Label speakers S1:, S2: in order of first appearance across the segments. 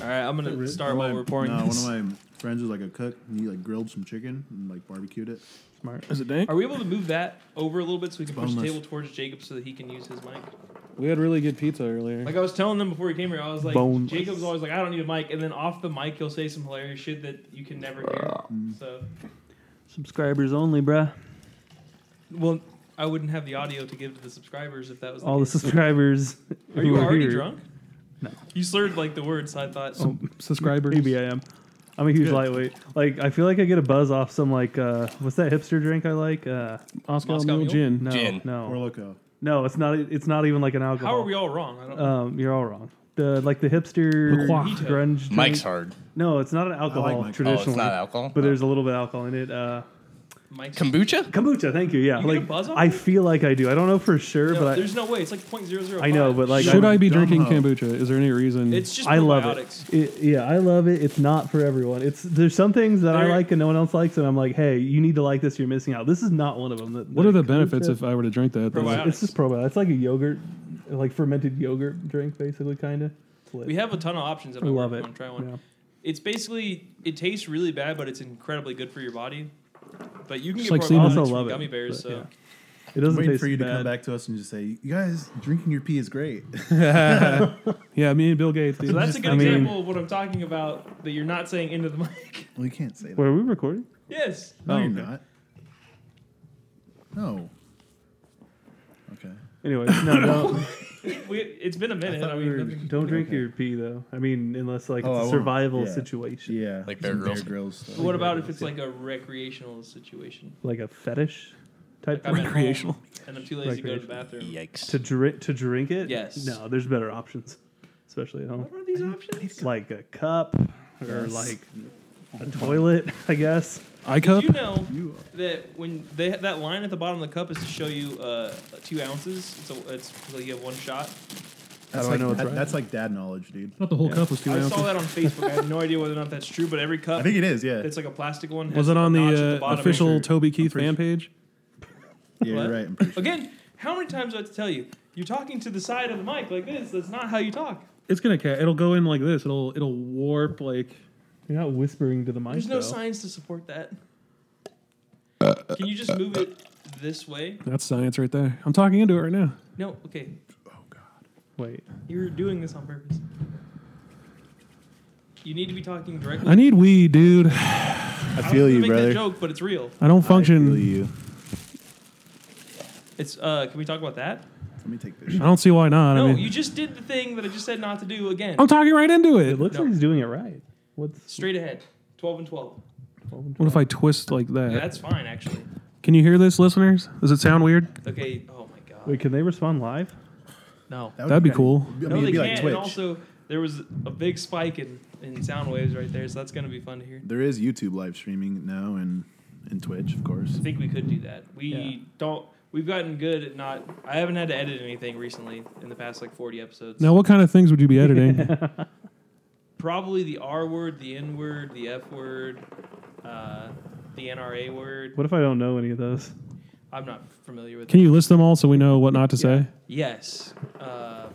S1: All right, I'm gonna start while we're pouring
S2: No,
S1: this.
S2: one of my friends was like a cook, and he like grilled some chicken and like barbecued it.
S3: Smart. Is it dank?
S1: Are we able to move that over a little bit so we can push the
S2: boneless.
S1: table towards Jacob so that he can use his mic?
S3: We had really good pizza earlier.
S1: Like I was telling them before he came here, I was like,
S3: Boneless.
S1: Jacob's always like, I don't need a mic, and then off the mic he'll say some hilarious shit that you can never hear. So,
S4: Subscribers only, bruh.
S1: well, I wouldn't have the audio to give to the subscribers if that was the
S4: All the
S1: case.
S4: subscribers.
S1: Are
S4: who
S1: you already
S4: here.
S1: drunk?
S4: No.
S1: You slurred like the words, I thought.
S4: Oh,
S3: subscribers.
S4: Maybe I am. I'm a huge
S2: Good.
S4: lightweight. Like I feel like I get a buzz off some like uh, what's that hipster drink I like? Uh,
S3: Moscow,
S1: Moscow
S3: Mule
S1: Mule?
S3: Gin.
S4: no,
S5: Gin.
S1: Oh.
S4: no,
S2: Orloco.
S4: no. It's not. It's not even like an alcohol.
S1: How are we all wrong? I don't
S4: Um, you're all wrong. The like the hipster
S3: Croix.
S4: grunge. Drink.
S5: Mike's hard.
S4: No, it's not an alcohol
S2: Mike's.
S5: Oh, it's
S4: traditionally,
S5: not alcohol. Oh.
S4: but there's a little bit of alcohol in it. Uh,
S1: Mike's
S5: kombucha.
S4: kombucha. Thank you. Yeah,
S1: You get a
S4: like
S1: buzz off
S4: I
S1: it?
S4: feel like I do. I don't know for sure,
S1: No,
S4: but I,
S1: there's no way. It's like point zero zero.
S4: I know, but like
S3: Should
S4: I,
S3: I be
S2: Dumb
S3: drinking
S2: hoe.
S3: kombucha? Is there any reason?
S1: it's just
S4: I love
S1: probiotics.
S4: it. It- Yeah, I love it. It's not for everyone. It's there's some things that I
S1: There-
S4: like and no one else likes, and I'm like, hey, you need to like this. You're missing out. This is not one of them. That,
S3: what are the benefits
S4: kombucha-
S3: if I were to drink that? though?
S1: Probiotic.
S4: It's just probiotics. It's like a yogurt, like fermented yogurt drink, basically, kind of.
S1: We have a ton of options. If
S4: I
S1: I
S4: love
S1: want
S4: it.
S1: to Try one.
S4: Yeah.
S1: It's basically it tastes really bad, but it's incredibly good for your body. But you can
S3: Just
S1: get
S3: like
S1: probiotics
S3: semen.
S4: Also
S1: from
S4: love it,
S1: gummy bears.
S4: but
S1: so
S4: yeah. It doesn't
S2: Waiting
S4: taste
S2: for you to
S4: bad.
S2: come back to us and just say, "You guys, drinking your pee is great."
S3: Yeah, me and Bill Gates. Dude.
S1: So that's a good
S4: I mean-
S1: example of what I'm talking about that you're not saying into the mic.
S2: well, you can't say that.
S4: Wait, are we recording?
S1: yes.
S2: no,
S4: Oh,
S2: you're
S4: okay.
S2: not. No. Okay.
S4: Anyway, no, don't,
S1: We, it's been a minute.
S2: thought
S1: I
S2: we
S1: mean,
S2: were-
S1: nothing-
S4: don't drink
S2: Okay.
S4: your pee though. I mean, unless like
S2: Oh, I
S4: it's a
S2: won't.
S4: survival
S2: Yeah.
S4: situation,
S2: Yeah.
S5: Like Bear
S2: some
S5: Grylls.
S2: stuff.
S1: what about if it's like a recreational situation?
S4: like a fetish type.
S1: Like I'm at home
S3: Recreational.
S1: and I'm too lazy to go to the bathroom.
S5: Yikes.
S4: to drink to drink it.
S1: Yes.
S4: No, there's better options, especially at home.
S1: What are these options?
S4: Like a cup or
S2: Yes.
S4: like a toilet, I guess.
S3: I cup.
S1: Do you know
S2: You-
S1: that when they that line at the bottom of the cup is to show you uh, two ounces? So it's like you have one shot.
S2: That's
S3: How do I
S2: like,
S3: know it's
S2: that-
S3: right?
S2: that's like dad knowledge, dude.
S3: thought the whole cup was two
S1: I saw
S3: ounces.
S1: that on Facebook. I have no idea whether or not that's true, but every
S2: I
S1: cup
S2: think it is. Yeah.
S1: it's like a plastic one.
S3: Was
S1: has
S3: it
S1: a
S3: on
S1: notch at
S3: the uh,
S1: bottom.
S3: official
S2: sure-
S3: Toby Keith
S2: pretty
S3: fan page?
S2: yeah,
S1: what?
S2: you're right. I'm pretty sure.
S1: Again, how many times do I have to tell you? You're talking to the side of the mic like this. That's not how you talk.
S3: It's gonna. Ca- it'll go in like this. It'll. It'll warp like.
S4: You're not whispering to the mic.
S1: There's no
S4: though.
S1: science to support that. Can you just move it this way?
S3: That's science right there. I'm talking into it right now.
S1: No. Okay.
S4: Wait,
S1: You're doing this on purpose. You need to be talking directly.
S3: I need weed, dude.
S2: I
S1: I
S2: feel
S1: was gonna
S2: you,
S1: make
S2: brother.
S1: That joke, but it's real.
S3: I don't
S2: I feel
S3: function.
S2: you.
S1: It's. Uh, can we talk about that?
S2: Let me take this.
S3: I don't see why not.
S1: No,
S3: I mean,
S1: you just did the thing that I just said not to do again.
S3: I'm talking right into
S4: it
S3: it.
S4: looks
S1: No.
S4: like he's doing it right. What's
S1: Straight ahead, twelve and twelve.
S3: What if I twist like that?
S1: Yeah, that's fine actually.
S3: Can you hear this, listeners? Does it sound weird?
S1: Okay. Oh my god.
S4: wait? Can they respond live?
S1: no.
S2: That would
S3: That'd be
S2: kinda-
S3: cool.
S2: I mean,
S1: no,
S2: it'd
S1: they
S2: be
S1: can't.
S2: like
S1: and
S2: Twitch.
S1: also, there was a big spike in in sound waves right there, so that's gonna be fun to hear.
S2: there is YouTube live streaming now and and Twitch, of course.
S1: I think we could do that. We
S4: Yeah.
S1: don't. We've gotten good at not. I haven't had to edit anything recently in the past like forty episodes.
S3: Now, what kind of things would you be editing?
S1: Probably the R word, the N word, the F word, uh, the NRA word.
S4: What if I don't know any of those?
S1: I'm not familiar with.
S3: Can you list them all so we know what not to say?
S1: Yes. Uh,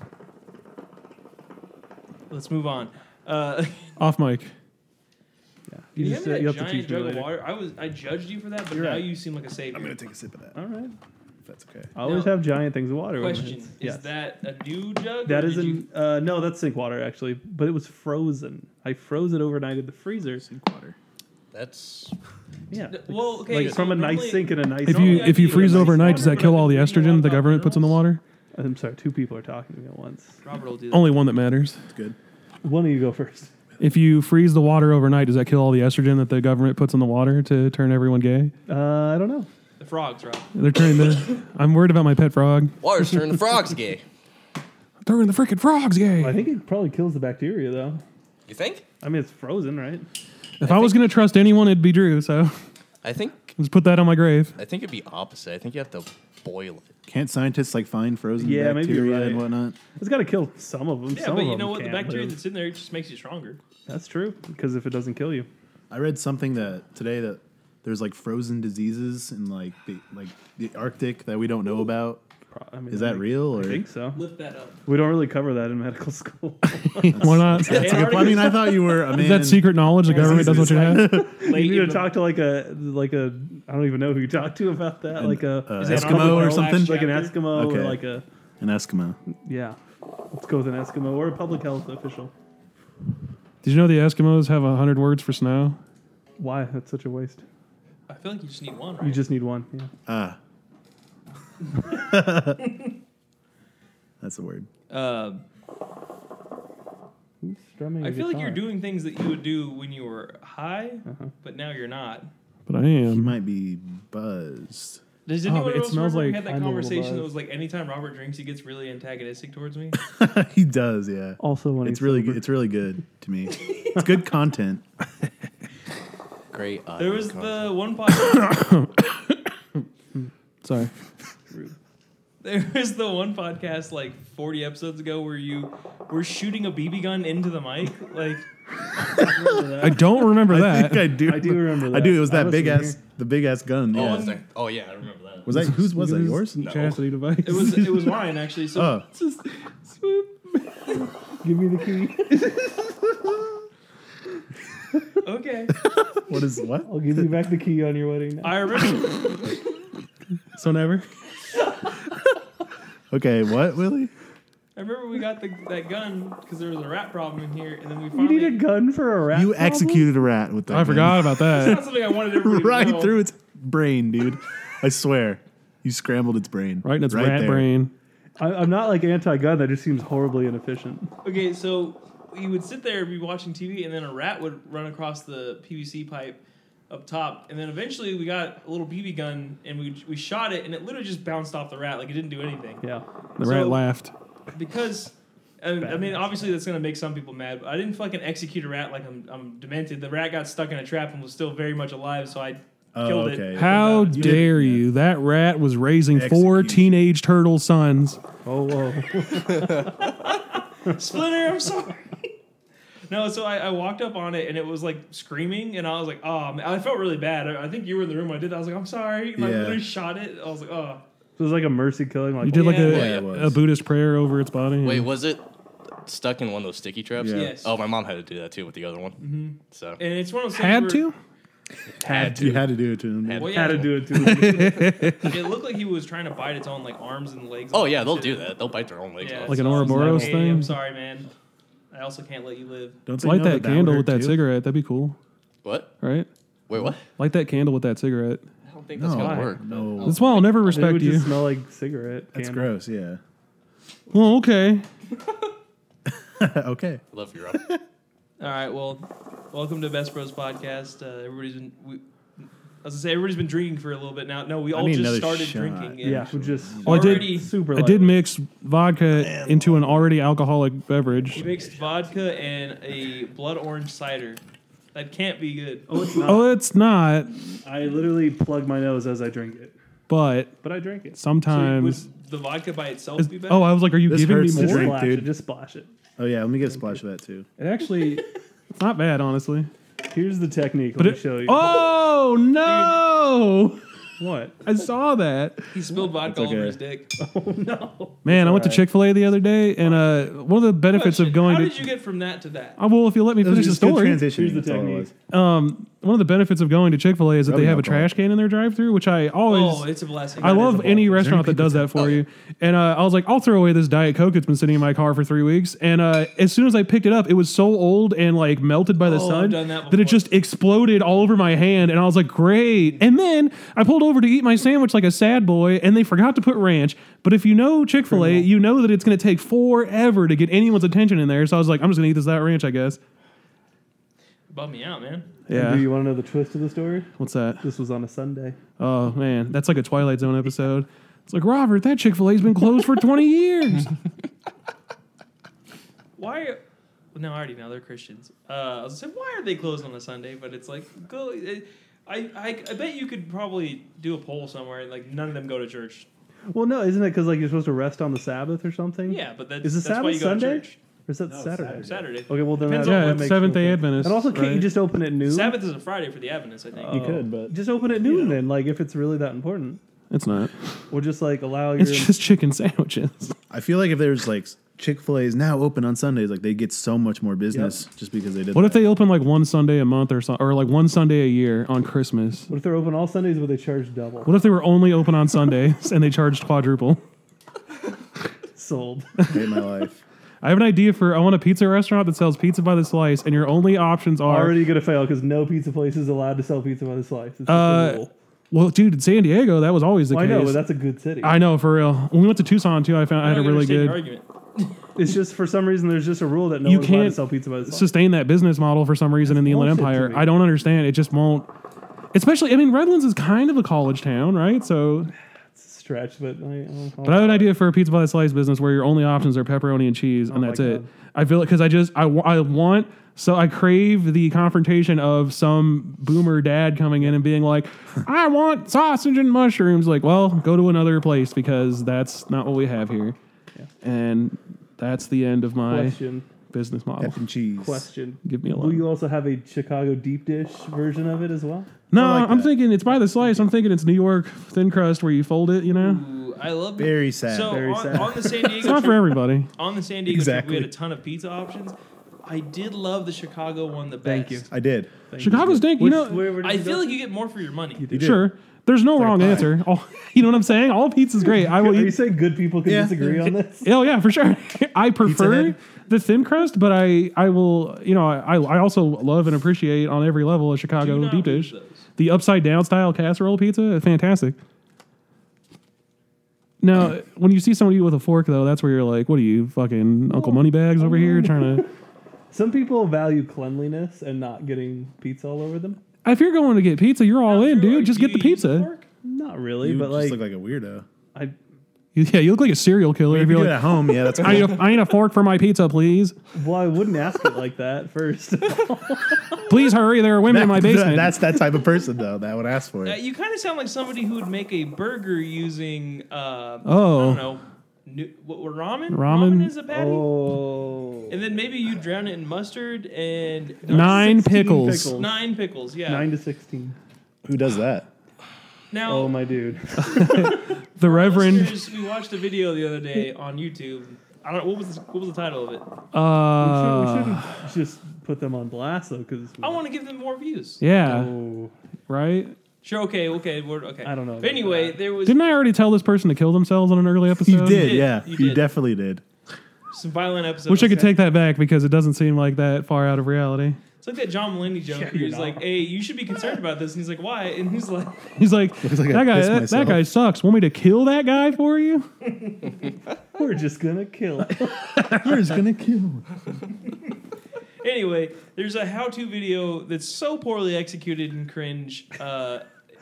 S1: let's move on. Uh,
S3: Off mic.
S4: Yeah,
S1: you
S4: just,
S1: have that
S4: uh,
S1: giant jug of water. I was I judged you for that, but
S2: You're
S1: now
S2: right.
S1: you seem like a savior.
S2: I'm gonna take a sip of that.
S4: All right,
S2: If that's okay.
S4: I always
S1: Now-
S4: have giant things of water. with me.
S1: Question: Is
S4: Yes.
S1: that a new jug?
S4: That
S1: or
S4: is
S1: did you-
S4: an uh, no, that's sink water actually, but it was frozen. I froze it overnight in the freezer.
S2: Sink water.
S5: That's
S4: Yeah.
S1: N- well, okay,
S4: like
S1: so
S4: from a nice
S1: normally-
S4: sink in a nice.
S3: If
S1: Normally
S3: you
S1: I
S3: if you
S1: do it
S3: freeze
S1: with
S3: overnight,
S1: water,
S3: does
S1: but
S3: that
S1: I've
S3: kill
S1: been
S3: all the
S1: thinking a lot
S3: estrogen the
S1: about
S3: government puts in the
S1: minerals.
S3: water?
S4: I'm sorry, two people are talking to me at once.
S1: Robert will do
S4: Oh.
S1: that.
S3: Only one that matters.
S2: It's good.
S4: One of you go first.
S3: If you freeze the water overnight, does that kill all the estrogen that the government puts in the water to turn everyone gay?
S4: Uh, I don't know.
S1: The frogs, Rob.
S3: They're turning the. I'm worried about my pet frog.
S5: water's turning the frogs gay.
S3: Turning the freaking frogs
S4: I
S3: gay.
S4: think it probably kills the bacteria though.
S5: You think?
S4: I mean, it's frozen, right?
S3: If I was gonna trust anyone, it'd be Drew. So
S5: I think
S3: let's put that on my grave.
S5: I think it'd be opposite. I think you have to boil it.
S2: Can't scientists like find frozen
S4: Yeah, maybe you're
S2: bacteria and
S4: right.
S2: whatnot?
S4: It's got to kill some of them.
S1: Yeah,
S4: some
S1: but
S4: of
S1: you
S4: them
S1: know what? The
S4: can't,
S1: bacteria
S4: but-
S1: that's in there just makes you stronger.
S4: That's true. Because if it doesn't kill you,
S2: I read something that today that there's like frozen diseases in like the like the Arctic that we don't know about.
S4: Pro- I mean,
S2: Is that
S4: I-
S2: real? Or?
S4: I think so.
S1: Lift that up.
S4: We don't really cover that in medical school.
S3: Why not?
S2: That's a good point. I mean, I thought you were a man.
S3: Is that secret knowledge? The government does what you have.
S4: you
S1: Late
S4: need to
S1: in the-
S4: talk to like a like a I don't even know who you talk to about that.
S2: An,
S4: like a
S2: uh,
S4: is
S1: that
S4: that public
S2: Eskimo or
S1: Orwell
S2: something?
S4: like an
S1: chapter?
S4: Eskimo or
S2: Okay.
S4: like a
S2: An Eskimo.
S4: yeah. Let's go with an Eskimo or a public health official.
S3: Did you know the Eskimos have hundred words for snow?
S4: Why? That's such a waste.
S1: I feel like you just need one, right?
S4: You just need one. Yeah.
S2: Ah. That's a word.
S1: Uh,
S4: Who's strumming
S1: I
S4: a
S1: feel like you're
S4: guitar?
S1: doing things that you would do when you were high,
S4: Uh-huh.
S1: but now you're not.
S3: But I
S2: He
S3: am.
S2: might be buzzed.
S1: Does
S3: Oh,
S1: anyone
S3: but it
S1: else
S3: smells
S1: remember we
S3: like
S1: had that
S4: I'm a little
S1: conversation that
S4: buzzed.
S1: was like anytime Robert drinks, he gets really antagonistic towards me?
S2: he does, yeah.
S4: Also, when
S2: It's
S4: he's
S2: really,
S4: sober.
S2: good. it's really good to me. It's good content.
S5: Great.
S1: There
S5: audio
S1: was
S5: content.
S1: the one podcast.
S3: Sorry.
S1: there was the one podcast like 40 episodes ago where you were shooting a BB gun into the mic. Like,
S3: I don't remember
S2: I
S3: that.
S2: think I do.
S4: I do remember that.
S2: I do. It was
S4: I
S2: that big
S4: listened
S2: ass, the big ass gun.
S5: Oh,
S2: yeah.
S5: was that- oh yeah, I remember that.
S2: Was that whose was that? Yours?
S5: No.
S4: Chastity device.
S1: it was it was mine actually. So
S4: Uh.
S2: Oh.
S1: just
S4: Give me the key.
S1: okay.
S2: What is what?
S4: I'll give you back the key on your wedding. night.
S1: I remember
S3: So never.
S2: Okay, what Willie?
S1: I remember we got the, that gun because there was a rat problem in here, and then we
S4: You
S1: finally
S4: need a gun for a rat.
S2: You
S4: problem?
S2: executed a rat with that.
S3: I
S2: gun.
S3: forgot about that.
S1: That's something I wanted everybody to
S2: right
S1: know.
S2: through its brain, dude. I swear, you scrambled its brain.
S3: Right in its rat
S2: there.
S3: brain.
S4: I, I'm not like anti-gun. That just seems horribly inefficient.
S1: Okay, so you would sit there and be watching TV, and then a rat would run across the PVC pipe up top, and then eventually we got a little BB gun and we we shot it, and it literally just bounced off the rat like it didn't do anything
S4: Yeah.
S3: The
S1: So-
S3: rat laughed.
S1: because. I mean- I mean,
S4: Badass.
S1: obviously that's gonna make some people mad, but I didn't fucking execute a rat like I'm, I'm demented. The rat got stuck in a trap and was still very much alive, so I
S2: Oh,
S1: killed
S2: okay.
S1: it.
S3: How
S1: You
S2: did-
S3: dare you? That rat was raising four
S2: Execute.
S3: teenage turtle sons.
S4: Oh whoa.
S1: Splinter, I'm sorry. No, so I, I walked up on it and it was like screaming, and I was like, oh, man. I felt really bad. I, I think you were in the room when I did that. I was like, I'm sorry. And I
S2: Yeah.
S1: literally shot it. I was like, oh.
S4: It was like a mercy killing. Like
S3: You did like
S1: Yeah.
S2: Yeah,
S3: a,
S2: it was.
S3: a Buddhist prayer over its body.
S5: Wait, was it stuck in one of those sticky traps?
S2: Yeah.
S1: Yes.
S5: Oh, my mom had to do that too with the other one. Mm-hmm. So
S1: And it's one of those things
S3: had
S1: where-
S3: to?
S5: had
S2: You had to do it to him.
S5: Had-
S1: Well, yeah,
S4: Had to do it too.
S1: It looked like he was trying to bite its own like arms and legs.
S5: Oh yeah, they'll do that. They'll bite their own legs off.
S3: Like an
S1: so I was
S3: Ouroboros
S1: hey,
S3: thing?
S1: I'm sorry, man. I also can't let you live.
S2: Don't say
S3: Light
S2: no,
S3: that
S2: would
S3: candle with
S2: hurt
S3: that
S2: too.
S3: cigarette. That'd be cool,
S5: What?
S3: right?
S5: Wait, what?
S3: Light that candle with that cigarette.
S5: I don't think
S2: No,
S5: that's gonna work.
S2: no,
S3: That's why I'll never
S4: it would
S3: respect you.
S4: just smell like cigarette.
S2: that's
S4: candle.
S2: gross. Yeah.
S3: Well, okay.
S2: okay.
S5: I love you, Rob.
S1: All right, well, welcome to Best Bros Podcast. Uh, everybody's been, we, as I say, everybody's been drinking for a little bit now. No, we all
S2: need
S1: just
S2: another
S1: started
S2: shot.
S1: drinking. and
S4: Yeah. Would just
S3: Well, I did-
S1: already
S4: super.
S3: I did
S4: lightweight.
S3: mix vodka into an already alcoholic
S1: He
S3: beverage.
S1: mixed vodka and a blood orange cider. That can't be good.
S4: Oh, it's not.
S3: Oh, it's not,
S4: I literally plug my nose as I drink it, but
S3: but
S4: I drink it.
S1: So would
S3: sometimes.
S1: the vodka by itself be better?
S3: oh, I was like, are you
S2: This
S3: giving me
S2: hurts to
S3: more?
S4: Just
S2: drink,
S4: splash
S2: dude.
S4: it. Just splash it.
S2: Oh yeah. Let me get a splash of that too.
S3: It actually, it's not bad, honestly.
S4: Here's the technique.
S3: But
S4: Let me
S3: it,
S4: show you.
S3: oh no!
S4: What?
S3: I saw that.
S1: he spilled vodka all over
S2: okay.
S1: his dick.
S4: Oh no.
S3: Man, I went to Chick Fil A the other day, and uh, one of the benefits
S1: Question,
S3: of going
S1: How
S3: to
S1: did you get from that to that?
S3: Oh, well, if you let me
S2: It was
S3: finish the
S2: just good
S3: story,
S2: transition.
S4: Here's the
S2: That's all it
S4: technique.
S2: was.
S3: um, one of the benefits of going to Chick Fil A is that they
S2: Rubbing
S3: have a
S2: alcohol.
S3: trash can in their drive-through, which I always
S1: Oh, it's a blessing.
S3: I
S1: That is
S3: love
S1: a
S3: any
S1: blessing.
S3: restaurant that does that for you. And uh, I was like, I'll throw away this Diet Coke that's been sitting in my car for three weeks. And uh, as soon as I picked it up, it was so old and like melted by the
S1: Oh, I've
S3: sun
S1: done that
S3: it
S1: before.
S3: just exploded all over my hand. And I was like, great. And then I pulled over to eat my sandwich like a sad boy, and they forgot to put ranch. But if you know Chick Fil A, you know that it's going to take forever to get anyone's attention in there. So I was like, I'm just going to eat this that ranch, I guess.
S1: Bum me out, man.
S4: Do
S3: Yeah.
S4: you want to know the twist of the story?
S3: What's that?
S4: This was on a Sunday.
S3: Oh man, that's like a Twilight Zone episode. It's like Robert, that Chick Fil A's been closed for twenty years.
S1: Why? Are, no, I already know they're Christians. Uh, I was gonna say, why are they closed on a Sunday? But it's like, go. It, I, I, I bet you could probably do a poll somewhere and like none of them go to church.
S4: Well, no, isn't it because like you're supposed to rest on the Sabbath or something?
S1: Yeah, but that's,
S4: Is the
S1: that's why
S4: Sabbath
S1: you go
S4: Sunday?
S1: to church.
S4: Or is that Saturday?
S1: Saturday.
S3: Oh,
S4: Okay, well then
S1: Depends
S4: that,
S1: on
S4: that
S3: yeah, it's
S4: makes
S3: Seventh Day
S4: sense.
S3: Adventist.
S4: And also, can't you
S3: right?
S4: just open at noon?
S1: Sabbath is a Friday for the Adventists, I think.
S2: You could, but
S4: Just open at noon then, like if it's really that important.
S3: It's not.
S4: Or just like allow your
S3: It's just chicken sandwiches.
S2: I feel like if there's like Chick Fil A is now open on Sundays, like they get so much more business just because they did.
S3: What if
S2: that.
S3: they open like one Sunday a month or so, or like one Sunday a year on Christmas?
S4: What if they're open all Sundays but they charge double?
S3: What if they were only open on Sundays and they charged quadruple?
S4: sold?
S2: they hate my life?
S3: I have an idea for I want a pizza restaurant that sells pizza by the slice, and your only options are
S4: Already gonna fail because no pizza place is allowed to sell pizza by the slice. It's just a
S3: Uh,
S4: rule.
S3: well, dude, in San Diego that was always the
S4: Well, I
S3: case.
S4: know, but that's a good city.
S3: I know, for real. When we went to Tucson too, I found I had a
S1: don't
S3: really
S1: understand your
S3: good
S1: argument.
S4: it's just for some reason there's just a rule that no
S3: You
S4: one's allowed to
S3: can't
S4: sell pizza by the slice.
S3: sustain that business model for some reason in the Inland
S4: bullshit to
S3: Empire.
S4: me.
S3: I don't understand. It just won't. Especially, I mean, Redlands is kind of a college town, right? So,
S4: It's a stretch, but I, I'll,
S3: but I have an idea for a pizza by the slice business where your only options are pepperoni and cheese, and
S4: Oh my
S3: that's it.
S4: God.
S3: I feel it because I just I, wa- I want so I crave the confrontation of some boomer dad coming in and being like, "I want sausage and mushrooms." Like, well, go to another place because that's not what we have here, and that's the end of my
S4: question.
S3: business model.
S2: Captain Cheese.
S4: Question.
S3: Give me a
S4: Will
S3: loan.
S4: you also have a Chicago deep dish version of it as well?
S3: No,
S2: I like
S3: I'm
S2: that.
S3: thinking it's by the slice. I'm thinking it's New York thin crust where you fold it. You know,
S1: Ooh, I love
S2: Very sad.
S1: So
S4: Very
S1: on,
S4: sad.
S1: on the San Diego
S3: it's not
S1: trip,
S3: for everybody.
S1: on the San Diego
S2: Exactly.
S1: trip, we had a ton of pizza options. I did love the Chicago one the best.
S4: Thank you.
S2: I did.
S3: Chicago's dink. You
S4: Which-
S3: know,
S4: where would
S1: I
S4: you go?
S1: feel like you get more for your money.
S2: You did.
S3: sure. There's no
S2: a
S3: wrong
S2: pie.
S3: answer. All, you know what I'm saying? All pizza's great. I will
S4: Are you
S3: eat.
S4: saying good people can
S2: Yeah.
S4: disagree on this?
S3: Oh yeah, for sure. I prefer
S2: Head.
S3: the thin crust, but I I will. You know, I I also love and appreciate on every level a
S1: Do
S3: Chicago
S1: not
S3: deep
S1: lose
S3: dish.
S1: those.
S3: The upside down style casserole pizza, fantastic. Now, when you see somebody eat with a fork, though, that's where you're like, "What are you, fucking Uncle Moneybags over here trying to?"
S4: Some people value cleanliness and not getting pizza all over them.
S3: If you're going to get pizza, you're all in,
S1: Drew,
S3: Oh, dude.
S1: are
S3: Just
S1: you
S3: get the
S1: gonna use
S3: pizza.
S1: fork?
S4: Not really,
S2: You
S4: but
S2: just
S4: like,
S2: look like a weirdo.
S4: I
S3: You- Yeah, you look like a serial killer if
S2: If you
S3: you're
S2: do it
S3: like,
S2: at home, yeah, that's cool.
S3: I need, a, "I need a fork for my pizza, please.
S4: well, I wouldn't ask it like that first.
S3: Please hurry, there are women in my basement."
S2: That's that type of person though that would ask for
S1: Uh,
S2: it.
S1: you kind of sound like somebody who would make a burger using uh,
S3: Oh.
S1: I don't know, nu- what, what ramen?
S3: Ramen.
S1: is a patty,
S4: oh,
S1: and then maybe you drown it in mustard and
S3: Nine
S4: 16
S3: pickles.
S1: nine pickles. Yeah.
S4: nine to sixteen.
S2: Who does that?
S1: Now,
S4: Oh my dude,
S3: The Reverend.
S1: listeners, we watched a video the other day on YouTube. I don't know what was what was the title of it.
S4: we
S3: Uh,
S4: shouldn't just put them on blast though, because
S1: I want to give them more views.
S3: yeah,
S4: Oh,
S3: right.
S1: Sure. Okay. Okay. We're, okay.
S4: I don't know
S1: But anyway,
S4: about
S1: there was
S3: Didn't I already tell this person to kill themselves on an early episode?
S2: You did,
S1: did,
S2: yeah.
S1: Um, you
S2: You,
S1: did.
S2: definitely did.
S1: some violent episodes.
S3: Wish I could take that back because it doesn't seem like that far out of reality.
S1: It's like that John Mulaney joke.
S4: Yeah,
S1: where
S4: you're
S1: he's like,
S4: not.
S1: "Hey, you should be concerned about this," and he's like, "Why?" And he's like,
S3: He's like,
S2: Looks like I
S3: that guy,
S2: pissed
S3: that,
S2: myself."
S3: that guy sucks. Want me to kill that guy for you?
S4: we're just gonna kill.
S2: We're just gonna kill. him.
S1: Anyway, there's a how-to video that's so poorly executed and cringe. Uh,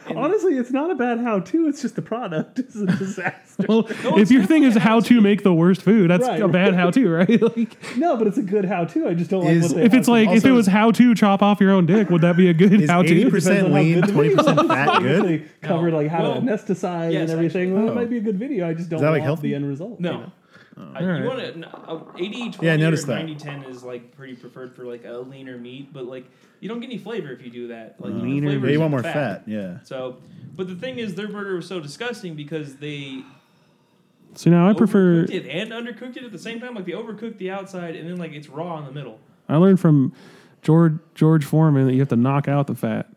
S1: and
S4: Honestly, it's not a bad how-to. It's just the product is a disaster.
S3: Well,
S1: it's
S3: if your
S1: not
S3: thing
S1: like
S3: is
S1: a
S3: how to make the worst food, that's
S4: Right,
S3: a bad how to, right? like,
S4: no, but it's a good how-to. I just don't like
S2: Is-
S4: what they
S3: if
S4: have
S3: it's
S4: to-
S3: like if
S2: Also-
S3: it was how to chop off your own dick, would that be a good
S2: Is
S3: how
S2: eighty
S3: to?
S4: Depends on
S2: percent
S4: how
S2: lean,
S4: good the
S2: twenty percent fat
S4: they
S2: good?
S4: covered like how
S1: Well,
S4: to anesthetize
S1: yes,
S4: and everything. Well,
S2: Oh.
S4: It might be a good video. I just don't
S2: that, like,
S4: want
S2: healthy?
S4: the end result. you
S1: no.
S4: know?
S1: I,
S3: Alright.
S1: You want to no, uh, 80 20
S2: Yeah, I
S1: or
S2: noticed that.
S1: 90 10 is like pretty preferred for like a leaner meat, but like you don't get any flavor if you do that. Like the
S3: Leaner
S1: Uh, flavor
S2: Yeah,
S1: is
S2: you want
S1: in
S2: more fat, yeah.
S1: So, but the thing is, their burger was so disgusting because they
S3: So now I prefer.
S1: overcooked it and undercooked it at the same time. Like they overcooked the outside and then like it's raw in the middle.
S3: I learned from George George Foreman that you have to knock out the fat.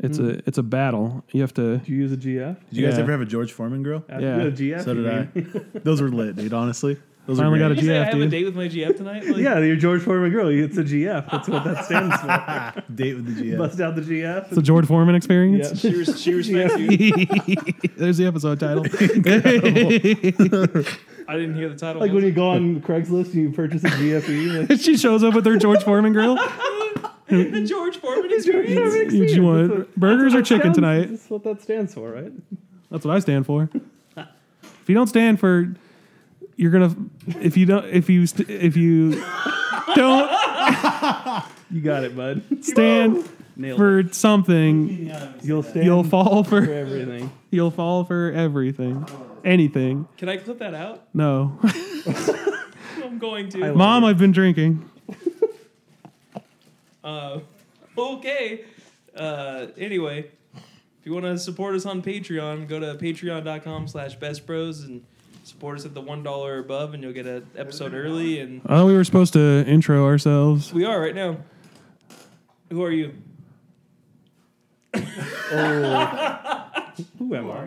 S3: It's
S4: Mm.
S3: a it's a battle. You have to.
S4: Do you use a GF?
S2: Did you guys
S3: Yeah.
S2: ever have a George Foreman grill?
S1: Uh,
S4: After
S3: Yeah.
S4: you had a GF.
S2: So
S4: you
S2: did I.
S4: mean-
S2: Those were lit, dude. Honestly, those
S3: Finally
S2: were
S3: got
S2: great.
S3: a
S1: Did you say I
S3: GF,
S1: have a
S3: dude.
S1: date with my GF tonight? Like,
S4: Yeah, you're George Foreman Grill. It's a GF. That's what that stands for.
S2: date with the GF.
S4: Bust out the GF.
S3: It's a George Foreman experience.
S4: Yeah.
S1: She, res- she respects you.
S3: There's the episode title.
S1: I didn't hear the title.
S4: Like when
S1: was
S4: you go on Craigslist and you purchase a GFE. Like,
S3: she shows up with her George Foreman grill.
S1: it? the George Foreman experience.
S4: Foreman
S3: Do you want burgers or chicken
S4: sounds-
S3: tonight?
S4: That's what that stands for, right?
S3: That's what I stand for. If you don't stand for, you're gonna. If you don't, if you st- if you don't
S4: You got it, bud.
S3: stand
S4: Nailed it.
S3: for something,
S4: You'll stand
S3: you'll
S4: for
S3: fall for
S4: everything.
S3: you'll fall for everything, anything.
S1: Can I clip that out?
S3: No,
S1: I'm going to.
S3: mom, I've been drinking.
S1: Uh, okay. Uh, anyway, If you want to support us on Patreon, go to patreon.com slash best bros and support us at the $1 or above, and you'll get an episode early. And
S3: Oh, we were supposed to intro ourselves.
S1: we are right now. Who are you?
S4: Who am I?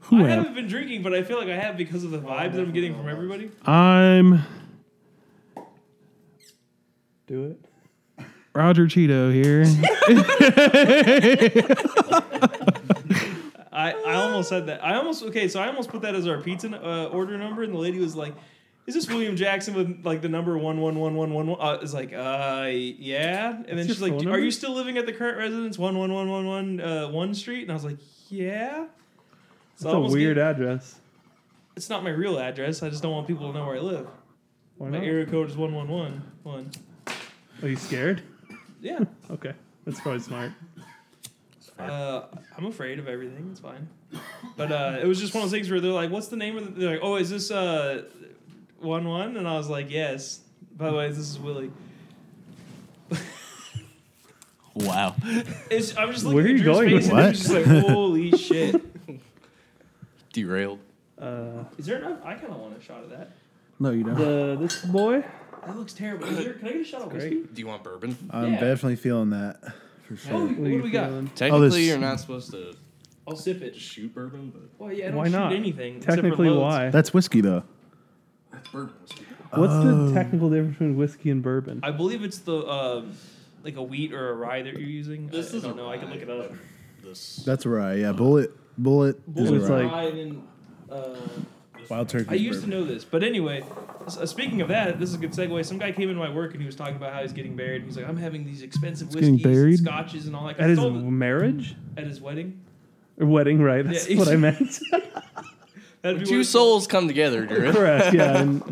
S3: Who
S1: I
S3: am
S1: haven't been drinking, but I feel like I have because of the vibes that I'm getting from everybody.
S3: I'm
S4: Do it.
S3: Roger Cheeto here.
S1: I, I almost
S4: Uh.
S1: said that. I almost okay. So I almost put that as our pizza uh, order number, and the lady was like, "Is this William Jackson with like the number one one one one one one?" Uh, Is like, "Uh, yeah." And then
S4: That's
S1: she's
S4: your
S1: like,
S4: phone
S1: "Are
S4: number?
S1: you still living at the current residence one one one one one uh, one street?" And I was like, "Yeah." So I
S4: That's a
S1: almost
S4: weird
S1: gave-
S4: address.
S1: it's not my real address. I just don't want people to know where I live.
S4: Why
S1: My
S4: not?
S1: area code is one one one one.
S4: Are you scared?
S1: Yeah.
S4: Okay, that's probably smart.
S1: Uh, I'm afraid of everything. It's fine. But uh, it was just one of those things where they're like, "What's the name of?" The, they're like, "Oh, is this uh, one one?" And I was like, "Yes." By the way, this is Willie.
S5: Wow.
S1: It's, I'm just looking
S4: Where
S1: at
S4: are you
S1: Drew's
S4: going
S1: face
S4: with
S1: and I'm
S2: that?
S1: just like, "Holy shit!"
S5: Derailed.
S4: Uh,
S1: Is there enough? I kind of want a shot of that.
S2: No, you don't.
S4: the this boy.
S1: That looks terrible. Is there, can I get a shot of whiskey?
S5: Do you want bourbon?
S2: I'm
S1: Yeah.
S2: definitely feeling that for
S1: Oh,
S2: sure.
S1: what do we got?
S5: Technically,
S2: this-
S5: you're not supposed to
S1: I'll sip it.
S5: shoot bourbon, but
S1: Well, yeah, I don't
S4: Why
S1: shoot
S4: not?
S1: anything. except for
S4: Technically,
S1: loads.
S4: why?
S2: That's whiskey though.
S5: bourbon.
S4: What's the technical difference between whiskey and bourbon?
S1: I believe it's the um, like a wheat or a rye that you're using.
S5: This
S1: I, I
S5: is
S1: don't
S5: a
S1: know. I can
S5: rye,
S1: look it up.
S5: This.
S2: That's right. Yeah, bullet, bullet. is
S4: Bullet's
S2: right.
S4: like-
S1: Rye and then, uh,
S2: wild turkey.
S1: I used to know this, but anyway, s- uh, speaking of that, this is a good segue. Some guy came into my work and he was talking about how he's getting married. He's like, I'm having these expensive
S3: getting
S1: whiskeys, and
S3: buried?
S1: scotches, and all that.
S4: At
S1: I
S4: his
S1: told him-
S4: marriage
S1: at his wedding,
S4: or wedding, right?
S1: Yeah,
S4: That's
S1: he's-
S4: what I meant.
S1: that'd be
S5: Two
S1: what-
S5: souls come together, Drew.
S4: Correct. Yeah, and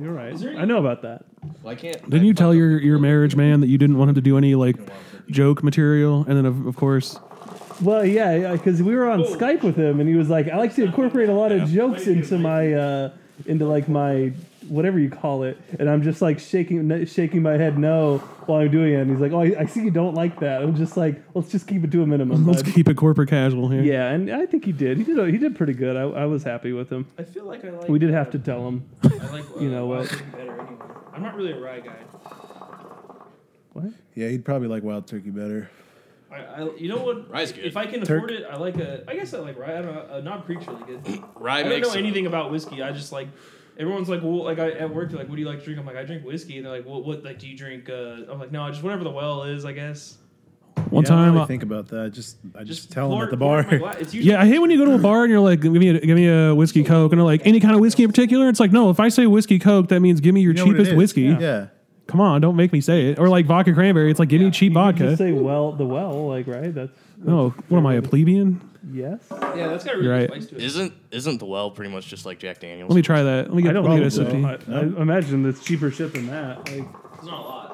S4: you're right.
S1: Is there any-
S4: I know about that.
S5: Well, I can't.
S3: Didn't you tell your, your marriage man that you didn't want him to do any like joke material? And then of, of course,
S4: Well, yeah, because we were on
S1: Oh.
S4: Skype with him, and he was like, "I like to incorporate a lot of jokes
S1: Thank you,
S4: into my uh, into like my whatever you call it," and I'm just like shaking n- shaking my head no while I'm doing it. And he's like, "Oh, I, I see you don't like that." I'm just like, "Let's just keep it to a minimum."
S3: let's
S2: Uh,
S4: bud."
S3: keep it corporate casual here.
S4: yeah, and I think he did. He did. He did pretty good. I, I was happy with him.
S1: I feel like I like.
S4: We did have
S1: uh,
S4: to tell him.
S1: I like. Uh,
S4: you know
S1: Wild
S4: what.
S1: Turkey Better anyway. I'm not really a rye guy.
S4: What?
S2: Yeah, he'd probably like wild turkey better.
S1: I, I you know what?
S5: Rye's good.
S1: If I can
S2: Turk-
S1: afford it, I like a. I guess I like rye. I don't know. A non preacher's really good.
S5: Rye
S1: I don't
S5: makes
S1: know anything about whiskey. I just like everyone's like, well, like I, at work, they're like, what do you like to drink? I'm like, I drink whiskey, and they're like, what, what like do you drink? Uh, I'm like, no, just whatever the well is, I guess.
S3: One
S2: yeah, I
S3: time, uh,
S2: don't
S3: I-
S2: really think about that. I just I just, tell
S1: pour-
S2: him at the
S1: pour it
S2: bar.
S1: in my glass. It's usually
S3: yeah, I hate when you go to a bar and you're like, give me a, give me a whiskey coke, and they're like, any kind of whiskey in particular. It's like, no, if I say whiskey coke, that means give me your
S2: You know what it
S3: cheapest
S2: is?
S3: whiskey.
S2: Yeah.
S3: Come on, don't make me say it. Or like vodka cranberry. It's like, give me cheap vodka.
S4: Just say well, the well, like right. That's
S3: oh, what am I a plebeian?
S4: yes.
S1: yeah, that's got a really
S3: You're
S1: good
S3: right.
S1: spice to it.
S5: Isn't isn't the well pretty much just like Jack Daniels?
S3: Let me try that. Let me get,
S4: I don't
S3: let me get a
S4: think so.
S3: sip.
S4: I, I imagine it's cheaper shit than that. Like,
S1: It's not a lot.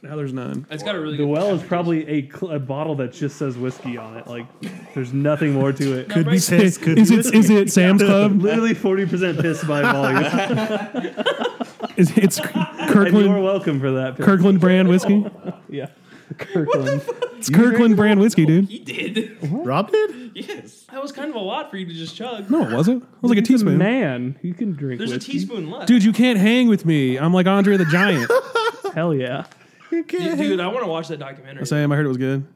S3: Now there's none.
S1: It's got a really
S4: The
S1: good.
S4: well is probably a, cl- a bottle that just says whiskey on it. Like, there's nothing more to it.
S1: Could
S2: He says, could
S3: is
S2: be
S3: it is it Sam's Club?
S4: Literally 40% piss by volume.
S3: Is it's
S4: and you are
S3: Kirkland
S4: welcome for that. Piss.
S3: Kirkland brand whiskey?
S4: Yeah. Kirkland.
S3: It's Kirkland brand whiskey, dude.
S5: He did.
S2: Rob did?
S5: yes.
S1: That was kind of a lot for you to just chug.
S3: No, it wasn't. It was like a
S4: He's
S3: teaspoon.
S4: man. You can drink
S1: There's a
S4: whiskey.
S1: teaspoon left,
S3: Dude, you can't hang with me. I'm like Andre the Giant.
S4: Hell yeah.
S2: You can't.
S1: Dude, I want to watch that documentary.
S3: Sam, I heard it was good.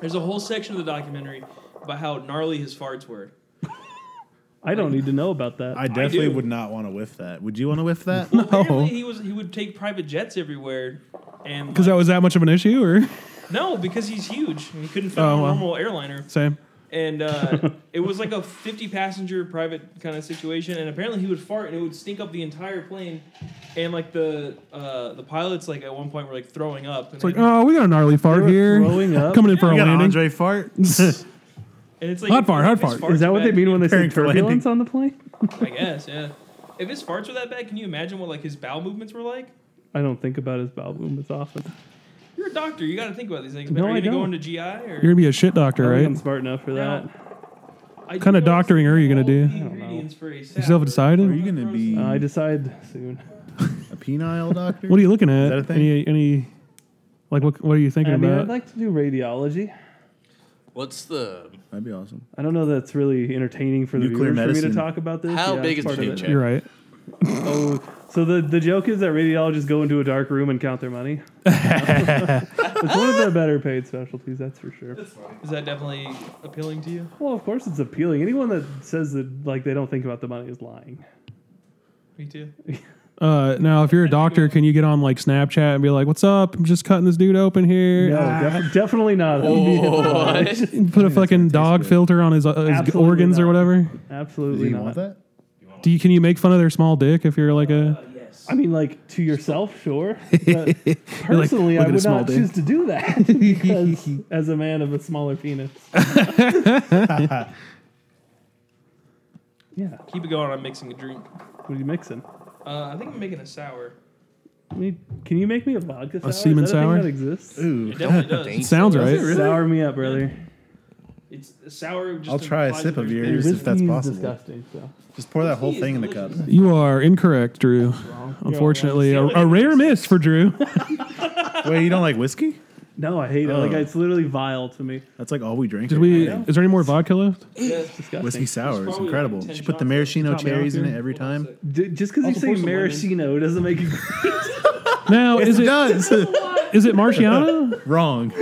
S1: There's a whole section of the documentary about how gnarly his farts were.
S4: I don't need to know about that.
S2: I definitely
S1: do.
S2: would not want to whiff that. Would you want to whiff that?
S1: Apparently, he was he would take private jets everywhere, and
S3: Because that was that much of an issue, or
S1: no, because he's huge. and He couldn't fit on
S3: Oh,
S1: a
S3: well.
S1: normal airliner.
S3: Sam?
S1: and uh, it was like a 50 passenger private kind of situation and apparently he would fart and it would stink up the entire plane and like the uh, the pilots like at one point were like throwing up and,
S3: It's like,
S1: and,
S3: oh, we got a gnarly fart
S4: were
S3: here.
S4: throwing up?
S3: Coming in for
S2: You
S3: a
S2: got
S3: landing.
S2: Andre fart.
S1: it's like
S3: "Oh, Hot
S1: if-
S3: fart, hot
S1: if his
S3: fart.
S1: farts
S4: Is that
S1: were
S4: what they
S1: bad-
S4: mean when they say
S2: Kirkland.
S4: turbulence on the plane?
S1: I guess yeah if his farts were that bad can you imagine what like his bowel movements were like
S4: I don't think about his bowel movements often.
S1: you're a doctor you gotta think about these things
S4: No,
S1: man. are you
S4: I
S1: gonna go
S4: don't.
S1: into GI or
S3: You're gonna be a shit
S4: I
S3: doctor,
S4: don't think
S3: right?
S4: I'm smart enough for that.
S1: I do
S3: kinda
S1: know
S3: doctoring are you gonna
S1: all
S3: do?
S1: the
S3: I
S4: don't know.
S1: ingredients for a
S3: still haven't
S1: salad.
S3: decided?
S2: Are you gonna be
S4: Uh, I decide soon.
S2: a penile doctor?
S3: What are you looking at?
S2: that a thing?
S3: Any any like what what are you thinking
S4: I mean,
S3: about?
S4: I'd like to do radiology.
S5: What's the
S2: That'd be awesome.
S4: I don't know that it's really entertaining for the
S2: Nuclear
S4: viewers for me
S2: medicine.
S4: to talk about this.
S5: How
S4: Yeah,
S5: big
S4: it's
S5: is the
S4: part of
S5: paycheck?
S4: it.
S3: You're right.
S4: Oh, so the, the joke is that radiologists go into a dark room and count their money. it's one of the better paid specialties, that's for sure.
S1: Is that definitely appealing to you?
S4: Well, of course it's appealing. Anyone that says that like they don't think about the money is lying.
S1: Me too.
S3: Uh, now, if you're a doctor, can you get on like Snapchat and be like, "What's up? I'm just cutting this dude open here."
S4: No,
S3: Ah.
S4: def- definitely not. That would be
S2: Oh.
S5: what? Oh,
S3: Put a fucking dog
S2: good.
S3: filter on his, uh, his
S4: Absolutely
S3: organs or
S4: not.
S3: whatever.
S2: Do
S4: Absolutely
S2: you
S4: not.
S2: want that?
S3: Do you, can you make fun of their small dick if you're like
S1: Uh,
S3: a?
S4: I mean, like to yourself, sure. But personally,
S2: "Look at
S4: I
S2: a
S4: would
S2: small
S4: not
S2: dick."
S4: choose to do that because, as a man of a smaller penis. yeah.
S1: Keep it going. I'm mixing a drink.
S4: What are you mixing?
S1: Uh, I think I'm making a sour.
S4: I mean, can you make me a vodka sour?
S3: semen
S4: Is that a thing
S3: sour?
S4: that exists?
S2: Ooh,
S1: It definitely does.
S5: Thanks.
S3: Sounds right.
S4: Sour me up, brother.
S1: It's sour. Just
S2: I'll try a sip of
S1: your.
S2: yours if that's
S4: Whiskey is
S2: possible.
S4: disgusting. So.
S2: Just pour that whole thing in the cup.
S3: You are incorrect, Drew. Unfortunately, a, a rare miss for Drew.
S2: Wait, you don't like whiskey?
S4: No, I hate it. Like
S2: Oh.
S4: it's literally vile to me.
S2: That's like all we drink.
S3: Did we? Is there any more vodka left?
S4: It's disgusting.
S2: Whiskey sour
S1: There's
S2: is
S1: probably
S2: incredible.
S1: like 10
S2: She put the
S1: shots.
S2: maraschino
S3: Top me off
S2: cherries in
S3: here.
S2: it every time.
S4: D- just because you
S1: Also
S4: say
S1: pour some lemon.
S4: maraschino doesn't make you.
S3: Now, is
S2: It
S3: it
S2: does.
S3: is it Marciano?
S2: Wrong.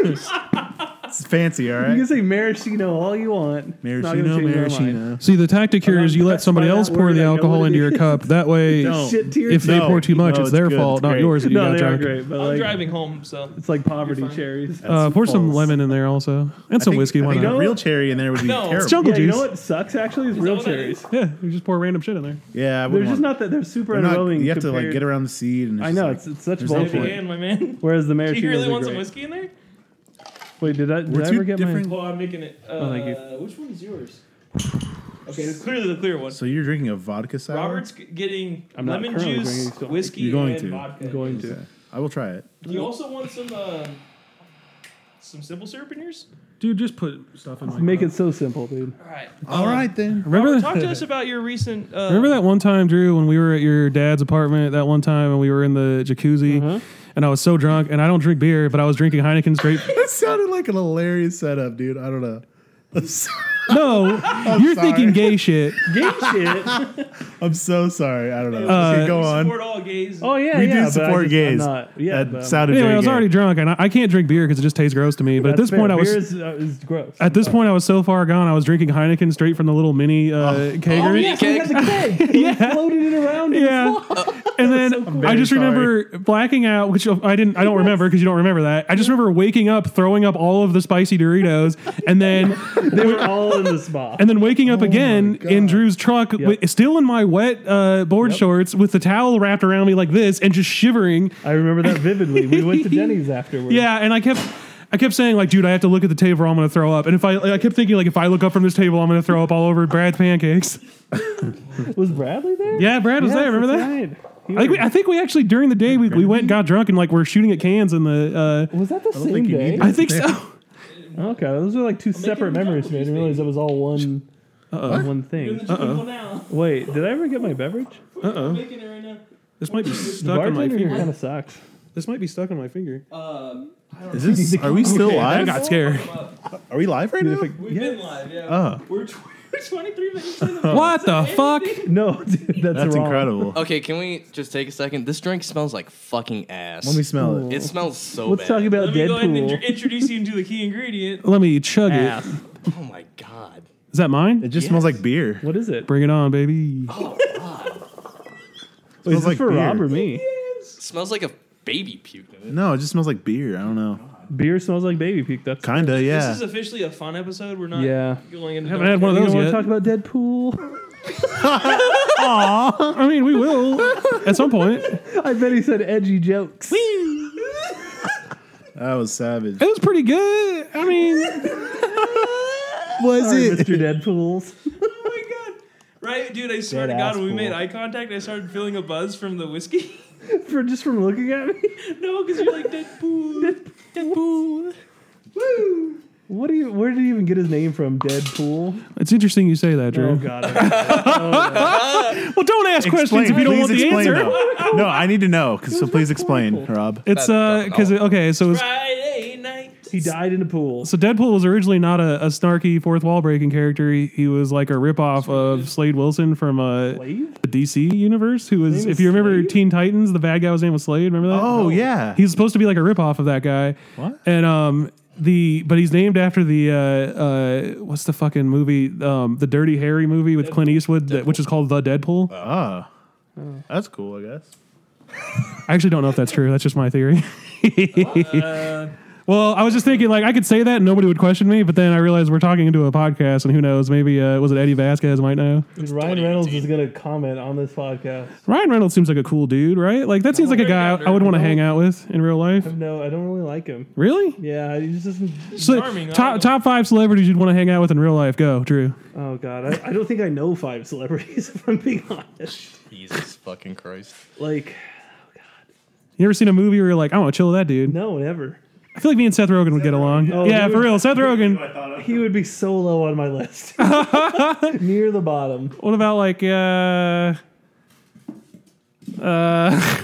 S2: It's fancy, all
S4: You can
S2: right?
S4: say maraschino all you want. It's not gonna
S2: Maraschino,
S4: change my mind.
S2: maraschino.
S3: See, the tactic here
S4: I'm
S3: is you let
S4: impressed
S3: somebody
S4: by that
S3: else pour
S4: word. I
S3: the
S4: know
S3: alcohol
S4: what it
S3: into your
S4: is.
S3: cup. That way,
S2: Don't.
S4: Shit tears.
S3: if they
S2: No.
S3: pour too much,
S2: No,
S3: it's
S2: it's
S3: their
S2: good.
S3: fault,
S2: It's
S3: not
S2: great.
S3: yours. That you
S4: No,
S3: got
S4: they are
S3: drunk.
S4: great, but
S1: I'm
S4: like
S1: driving home, so
S4: it's like poverty
S1: fine.
S4: cherries.
S3: Uh, pour some
S2: false.
S3: lemon in there also, and some
S2: I think-
S3: whiskey.
S2: I
S3: Why
S2: think
S3: not?
S2: a real cherry in there would be
S1: No.
S2: terrible.
S1: It's
S3: jungle
S4: yeah, you
S3: juice.
S4: know what sucks actually is,
S1: that
S4: real
S1: what that
S4: cherries.
S3: Yeah, you just pour random shit in there.
S2: Yeah, I
S4: They're
S2: wouldn't
S4: just
S2: want-
S4: not that they're super
S2: they're not.
S4: underwhelming.
S2: You have to like
S4: compared-
S2: get around the seed. And it's
S4: I
S2: just
S4: know
S2: like-
S4: it's, it's such
S2: there's no
S4: bullshit.
S2: point.
S1: man, my man.
S4: Whereas the
S1: Do
S4: maraschino.
S1: you really want
S4: great.
S1: some whiskey in there?
S4: Wait, did I, did
S2: We're
S4: I
S2: two
S4: ever get
S2: different-
S4: my?
S1: Well, I'm making it. Uh,
S4: Oh, thank you.
S1: Which one is yours? Okay, it's clearly the clear one.
S2: So you're drinking a vodka sour?
S1: Robert's g- getting
S4: I'm not
S1: lemon
S4: currently
S1: juice,
S4: drinking, so-
S1: whiskey,
S2: You're going
S1: and
S2: to.
S1: vodka.
S4: I'm going to.
S2: Okay. I will try it.
S1: You also want some uh, some simple syrup in yours?
S3: Dude, just put stuff in.
S4: Make it so simple, dude.
S1: All right.
S2: All right then.
S3: Remember
S1: Talk
S3: that?
S1: to us about your recent. Uh,
S3: Remember that one time, Drew, when we were at your dad's apartment that one time, and we were in the jacuzzi,
S4: Mm-hmm.
S3: and I was so drunk, and I don't drink beer, but I was drinking Heineken straight.
S2: That sounded like an hilarious setup, dude. I don't know. I'm so,
S3: no,
S2: sorry.
S3: you're thinking gay shit.
S4: Game shit.
S2: I'm so sorry. I don't know. okay, go
S1: We
S2: on.
S1: support all gays.
S4: Oh yeah,
S2: We
S4: yeah.
S2: do
S4: but I
S2: support
S4: just- I'm
S2: gays.
S4: not- Yeah,
S2: that
S4: but I'm-
S2: sounded
S3: Anyway,
S2: very
S3: I was
S2: gay.
S3: already drunk, and I, I can't drink beer because it just tastes gross to me. But at
S4: That's
S3: this point,
S4: fair.
S3: I was
S4: Beer is, uh, is gross.
S3: at this point I was so far gone, I was drinking Heineken straight from the little mini uh,
S5: Oh,
S3: kegger.
S5: mini keg?
S4: yeah, floated it around.
S3: Yeah. Uh, And then I
S2: very
S3: just remember blacking out, which I didn't, I don't remember because you don't remember that. I just remember waking up, throwing up all of the spicy Doritos, and then,
S4: They were all in the spa.
S3: and then waking
S4: Oh
S3: up again
S2: God.
S3: in Drew's truck, wi- still in my wet uh, board shorts with the towel wrapped around me like this, and just shivering.
S4: I remember that vividly. We went to Denny's afterwards.
S3: Yeah, and I kept. I kept saying like, dude, I have to look at the table. or I'm gonna throw up. And if I, I kept thinking like, if I look up from this table, I'm gonna throw up all over Brad's pancakes.
S4: Was Bradley there?
S3: Yeah, Brad was
S4: Yes,
S3: there. Remember
S4: that's
S3: that?
S4: right. He
S3: I think, we, I think we actually during the day we, we went and got drunk and like we're shooting at cans in the.
S4: was that the same
S2: think you
S4: day?
S2: need
S3: Uh, I think so.
S4: Okay, those are like two separate memories. to me. I didn't realize that was all one, uh, one
S1: You're the
S4: thing.
S1: people now.
S4: Wait, did I ever get my beverage?
S1: I'm making it right now.
S3: This might be
S4: The
S3: stuck on my
S4: bartender here
S3: finger.
S4: kind of sucks.
S3: This might be stuck on my finger.
S1: Um, I don't
S2: Is
S1: know.
S2: this? Are we still
S3: I
S2: live?
S3: got scared.
S2: Are we live right now?
S1: We've been live, yeah.
S2: Oh.
S1: We're, tw- we're 23 minutes in.
S3: What the fuck?
S4: No, dude, that's,
S2: That's
S4: wrong.
S2: incredible.
S5: Okay, can we just take a second? This drink smells like fucking ass.
S2: Let me smell it.
S5: It smells so
S4: Let's
S5: bad.
S4: talk about
S1: Let me go ahead and
S4: Deadpool.
S1: int- introduce you to the key ingredient.
S3: Let me chug it.
S4: Ass.
S5: oh my god.
S3: Is that
S2: It
S3: mine?
S2: just smells like beer.
S4: What is it?
S3: Bring it on, baby.
S4: Wait, is
S2: smells
S4: this
S2: like
S4: for
S2: beer.
S4: Rob or me?
S5: It smells like a baby puke. in it.
S2: No, it just smells like beer. I don't know.
S4: Beer smells like baby puke. That's
S2: Kinda,
S1: This
S2: yeah.
S1: is officially a fun episode. We're not
S4: Yeah.
S1: going into
S3: haven't had one of
S4: You
S3: those
S4: don't want to
S3: yet.
S4: talk about Deadpool?
S3: I mean, we will at some point. It
S4: I bet he said edgy jokes.
S2: That was savage.
S3: was pretty good. I mean,
S2: Was
S4: Sorry,
S2: it?
S4: Mr. Deadpool's.
S1: Oh my god. Right, dude, I swear
S4: Dead
S1: to God,
S4: ass
S1: when we
S4: fool.
S1: made eye contact, I started feeling a buzz from the whiskey.
S4: For just from looking at me.
S1: no, because you're like Deadpool. Deadpool. Woo!
S4: What do you? Where did he even get his name from? Deadpool.
S3: it's interesting you say that, Drew.
S4: Oh God. I-
S3: Well, don't ask questions if you don't
S2: Please
S3: want the
S2: explain,
S3: answer.
S2: though. No, I need to know. 'cause- So please explain,
S4: rhetorical.
S2: Rob.
S3: It's uh,
S5: That's
S3: because okay, so it's
S1: Friday night.
S4: He died in a pool.
S3: So Deadpool was originally not a, a snarky fourth wall breaking character. He, he was like a ripoff of Slade Wilson from uh,
S4: Slade?
S3: the DC universe. Who was,
S4: name
S3: if
S4: is
S3: you remember
S4: Slade?
S3: Teen Titans, the bad guy was named was Slade. Remember that?
S2: Oh, yeah.
S3: He's supposed to be like a ripoff of that guy.
S2: What?
S3: And um the but he's named after the uh uh what's the fucking movie um the Dirty Harry movie with Clint Eastwood that, which is called The Deadpool.
S2: Ah, that's cool. I guess.
S3: I actually don't know if that's true. That's just my theory.
S1: Uh,
S3: Well, I was just thinking, like, I could say that and nobody would question me, but then I realized we're talking into a podcast, and who knows? Maybe, uh, was it Eddie Vasquez might know?
S4: Dude, Ryan Reynolds is gonna comment on this podcast.
S3: Ryan Reynolds seems like a cool dude, right? Like, that seems like a guy I would want to hang out with in real life.
S4: No, I don't really like him.
S3: Really?
S4: Yeah, he just doesn't.
S3: So,
S1: charming, I
S3: top,
S1: don't-
S3: top five celebrities you'd want to hang out with in real life. Go, Drew.
S4: Oh God, I, I don't think I know five celebrities. If I'm being honest,
S5: Jesus fucking Christ.
S4: like
S3: You ever seen a movie where you're like, I want to chill with that dude?
S4: no, never.
S3: I feel like me and Seth Rogen would get along.
S4: Oh,
S3: yeah,
S4: dude.
S3: for real. Seth Rogen.
S4: He would be so low on my list, near the bottom.
S3: What about, like, uh, uh,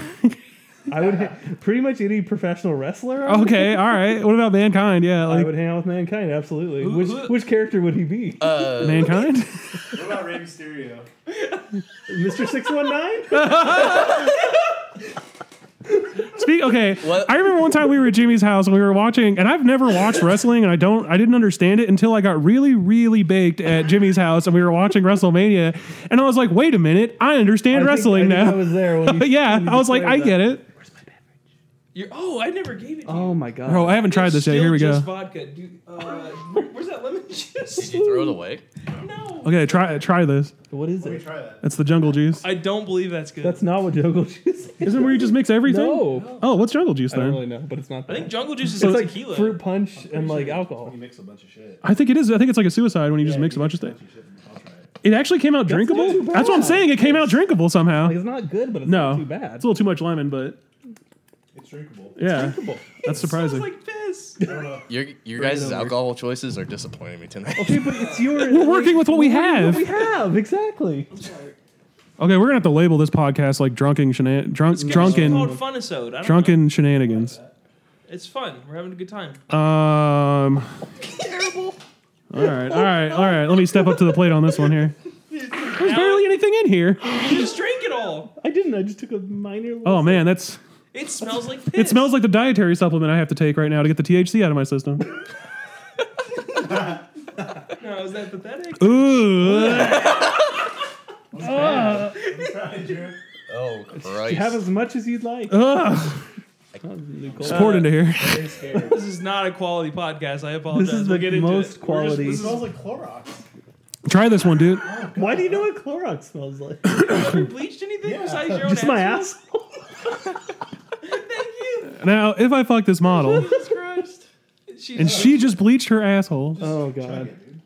S4: I would ha- pretty much any professional wrestler. I would,
S3: okay, all right. What about Mankind? Yeah,
S4: I
S3: like,
S4: would hang out with mankind. Absolutely.
S1: Who-
S4: which
S1: who-
S4: which character would he be?
S5: Uh,
S3: Mankind?
S6: What about Rey Mysterio?
S4: Mr. Six One Nine.
S3: Speak. Okay,
S5: What?
S3: I remember one time we were at Jimmy's house and we were watching, and I've never watched wrestling, and I don't, I didn't understand it until I got really, really baked at Jimmy's house, and we were watching WrestleMania, and I was like, wait a minute, I understand wrestling
S4: I, think I
S3: now.
S4: was there. When you,
S3: yeah,
S4: when you
S3: I was like, I
S4: declared
S3: get
S4: that.
S3: it.
S1: you're, oh, I never gave it to
S4: Oh
S1: you.
S4: my God.
S3: Bro, I haven't tried
S1: It's
S3: this yet.
S1: still
S3: Here we go.
S1: just Vodka. Do, uh, where- where's that lemon juice?
S5: did you throw it away?
S1: No.
S3: Okay, try, try this.
S4: what is
S6: Let me
S4: it?
S6: try that.
S3: That's the jungle juice.
S1: I don't believe that's good.
S4: That's not what jungle juice is.
S3: Isn't it where you just mix everything?
S4: No.
S3: Oh, what's jungle juice
S4: I don't
S3: then?
S4: really know, but it's not.
S1: I
S4: That.
S1: think jungle juice is
S4: it's like
S1: tequila.
S4: fruit punch and like alcohol.
S6: You mix a bunch of shit.
S3: I think it is. I think it's like a suicide when you just mix a bunch of stuff. It actually came out drinkable.
S4: too
S3: That's what I'm
S4: bad.
S3: saying. It came out drinkable somehow.
S4: Like, it's not good, but it's
S3: No,
S4: not too bad.
S3: It's a little too much lemon, but
S6: It's drinkable.
S3: yeah, that's
S1: Smells
S3: surprising.
S1: like piss.
S6: I don't know.
S5: Your your guys' alcohol choices are disappointing me tonight.
S4: Okay, but it's yours.
S3: We're working with what we have.
S4: We have exactly.
S3: Okay, we're gonna have to label this podcast like drunken shenan- drunk
S1: It's
S3: drunken
S1: called funisode. I don't know.
S3: drunken shenanigans.
S1: It's fun. We're having a good time.
S3: Um. All right, all right, all right. Let me step up to the plate on this one here. There's barely anything in here.
S1: You just drank it all.
S4: I didn't. I just took a minor. Little
S3: Oh man, that's
S1: It smells like piss.
S3: it. Smells like the dietary supplement I have to take right now to get the THC out of my system.
S1: No, is that pathetic?
S3: Ooh.
S5: Oh
S4: You
S5: Christ!
S4: have as much as you'd like. Uh,
S3: Ugh.
S4: Nicole.
S3: It's poured into here.
S6: Very scared.
S1: This is not a quality podcast. I apologize.
S4: This is
S1: we'll
S4: the
S1: get into
S4: most
S1: it. We're just-
S4: quality.
S1: this
S6: It
S1: is-
S6: smells like Clorox.
S3: Try this one, dude.
S4: Why do you know what Clorox smells like?
S1: have you bleached anything
S6: Yeah.
S1: besides your own
S4: Just my
S1: asshole?
S4: ass.
S1: Thank you.
S3: Now, if I fuck this model
S1: Jesus Christ. She's
S3: and she just bleached her asshole,
S4: Oh
S6: Chug
S4: god.
S6: it, dude.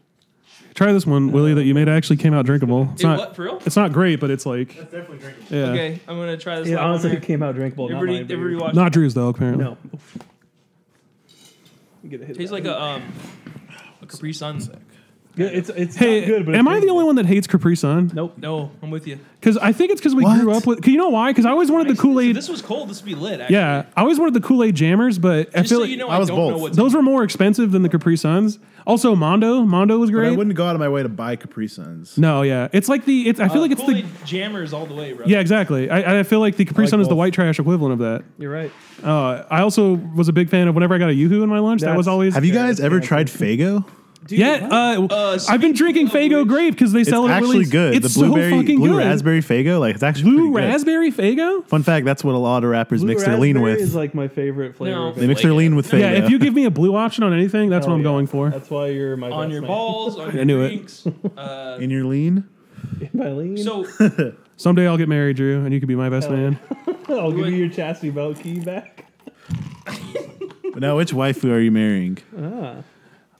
S3: try this one, Willie, that you made actually came out drinkable. It's
S1: It
S3: not.
S1: what for real?
S3: It's uh, not great, but it's like
S6: That's definitely drinkable.
S3: yeah.
S1: Okay, I'm gonna try this.
S4: It
S1: live on
S4: honestly
S1: there.
S4: came out drinkable. Not
S1: everybody,
S4: mine, but
S1: everybody
S4: yours.
S1: watch.
S3: Not Drew's though, apparently.
S4: No. Oof. Get a hit
S1: Tastes
S4: of
S1: like
S4: that.
S1: a um, a Capri Sun.
S4: Yeah, it's it's
S3: Hey,
S4: not good. But
S3: am
S4: it's
S3: I the only one that hates Capri Sun?
S4: Nope.
S1: No, I'm with you.
S3: Because I think it's because we
S2: What?
S3: grew up with. 'cause you know why? Because I always wanted the Kool
S1: If
S3: Aid.
S1: this was cold, this would be lit. Actually.
S3: Yeah, I always wanted the Kool Aid Jammers, but I
S1: Just
S3: feel
S1: so
S3: like
S1: you know,
S2: I
S1: I,
S2: was
S1: don't know
S2: both.
S1: what's.
S3: those were more expensive than the Capri Suns. Also, Mondo, Mondo was
S2: But I
S3: great.
S2: wouldn't go out of my way to buy Capri Suns.
S3: No, yeah, it's like the. It's. I feel like it's
S1: Uh, Kool-Aid
S3: the.
S1: jammers all the way, bro.
S3: Yeah, exactly. I, I feel like the Capri
S4: like
S3: Sun is the
S4: both.
S3: white trash equivalent of that.
S4: You're right.
S3: Uh, I also was a big fan of whenever I got a YooHoo in my lunch. that was
S4: That's-
S3: always.
S2: Have you guys ever tried Fago?
S3: yeah, uh, I've been
S1: speaking
S3: drinking
S1: of
S3: Fago
S1: which-
S3: grape because they
S2: It's
S3: sell it. at
S2: actually
S3: Willie's.
S2: good.
S3: It's
S2: the blueberry,
S3: so fucking
S2: blue
S3: good.
S2: raspberry Fago, like it's actually
S3: blue
S2: pretty good.
S3: raspberry Fago.
S2: Fun fact: that's what a lot of rappers mix their lean
S4: raspberry is
S2: with.
S4: like my favorite flavor.
S1: No.
S2: They mix their lean with Fago.
S3: Yeah, if you give me a blue option on anything, that's
S4: Hell
S3: what I'm
S4: yeah.
S3: going for.
S4: That's why you're my
S1: on
S4: best
S1: your
S4: man.
S1: balls, on your
S3: knew it.
S1: drinks. Uh,
S2: in your lean,
S4: My lean.
S1: so
S3: Someday I'll get married, Drew, and you could be my best man.
S4: I'll give you your chastity belt key back.
S2: but now which waifu are you marrying?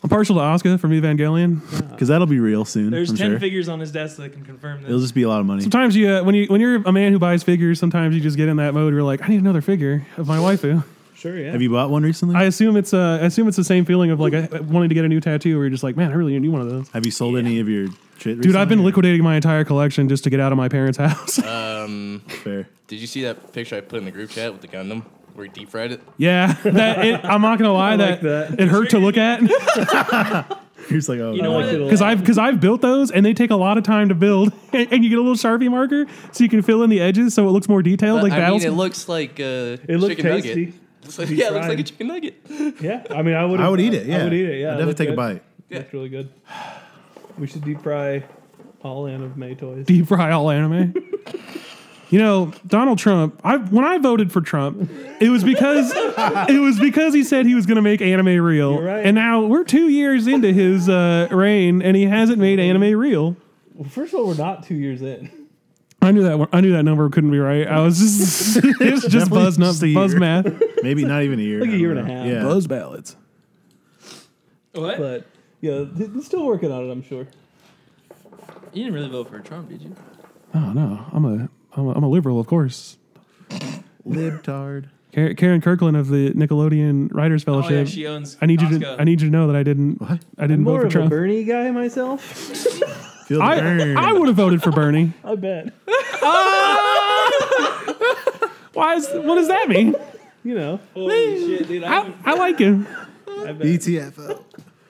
S3: I'm partial to Oscar from Evangelion.
S2: Because that'll be real soon.
S1: there's
S2: I'm
S1: ten
S2: sure.
S1: figures on his desk that can confirm this.
S2: It'll just be a lot of money.
S3: Sometimes you, uh, when you, when you're a man who buys figures, sometimes you just get in that mode. Where you're like, I need another figure of my waifu.
S4: Sure, yeah.
S2: Have you bought one recently?
S3: I assume it's, uh, I assume it's the same feeling of like uh, wanting to get a new tattoo, where you're just like, man, I really need one of those.
S2: Have you sold any of your shit?
S3: Dude, I've been liquidating my entire collection just to get out of my parents' house.
S5: Um,
S2: Fair.
S5: did you see that picture I put in the group chat with the Gundam? Where you deep fried it.
S3: Yeah, that it, I'm not gonna lie
S4: like
S3: that,
S4: that.
S3: it hurt to look at
S2: He's like, oh,
S1: You know
S2: uh,
S1: what?
S4: it a lot.
S3: because I've because I've built those and they take a lot of time to build and, you get a little sharpie marker so you can fill in the edges so it looks more detailed. Like
S5: I
S3: that'll
S5: mean, it looks like a
S4: It looked
S5: chicken
S4: tasty.
S5: nugget. It's like- yeah, it looks like a
S4: fried.
S5: chicken nugget.
S4: Yeah, I mean, I would.
S2: I would eat it. Yeah,
S4: I would eat it. Yeah,
S2: I'd definitely
S4: it looked
S2: take a
S4: good.
S2: bite.
S4: That's really good. We should deep fry all anime toys.
S3: deep fry all anime. You know, Donald Trump. I when I voted for Trump, it was because it was because he said he was going to make anime real,
S4: You're right.
S3: and now we're two years into his uh, reign, and he hasn't made anime real.
S4: Well, first of all, we're not two years in.
S3: I knew that. I knew that number couldn't be right. I was just it's just
S2: Definitely
S3: buzzing up
S2: just a
S3: buzz
S2: year.
S3: math,
S2: Maybe not even a year.
S4: Like a
S2: I
S4: year
S2: don't
S4: and a
S2: know.
S4: half.
S2: Yeah.
S3: buzz ballads.
S1: What?
S4: But yeah, th- they're still working on it. I'm sure.
S5: You didn't really vote for Trump, did you?
S3: Oh no, I'm a I'm a, I'm a liberal, of course.
S2: Libtard.
S3: Ka- Karen Kirkland of the Nickelodeon Writers
S1: oh
S3: Fellowship.
S1: yeah, she owns.
S3: I need
S1: Costco.
S3: you to I need you to know that I didn't
S2: What?
S3: I didn't
S4: I'm
S3: vote
S4: more
S3: for
S4: of a
S3: Trump.
S4: Bernie guy myself.
S2: Feel the
S3: I,
S2: burn.
S3: I would have voted for Bernie.
S4: I bet.
S3: Why is what does that mean?
S4: You know,
S1: Holy shit, dude!
S3: I,
S1: I'm,
S3: I like him.
S4: I bet.
S2: BTFO.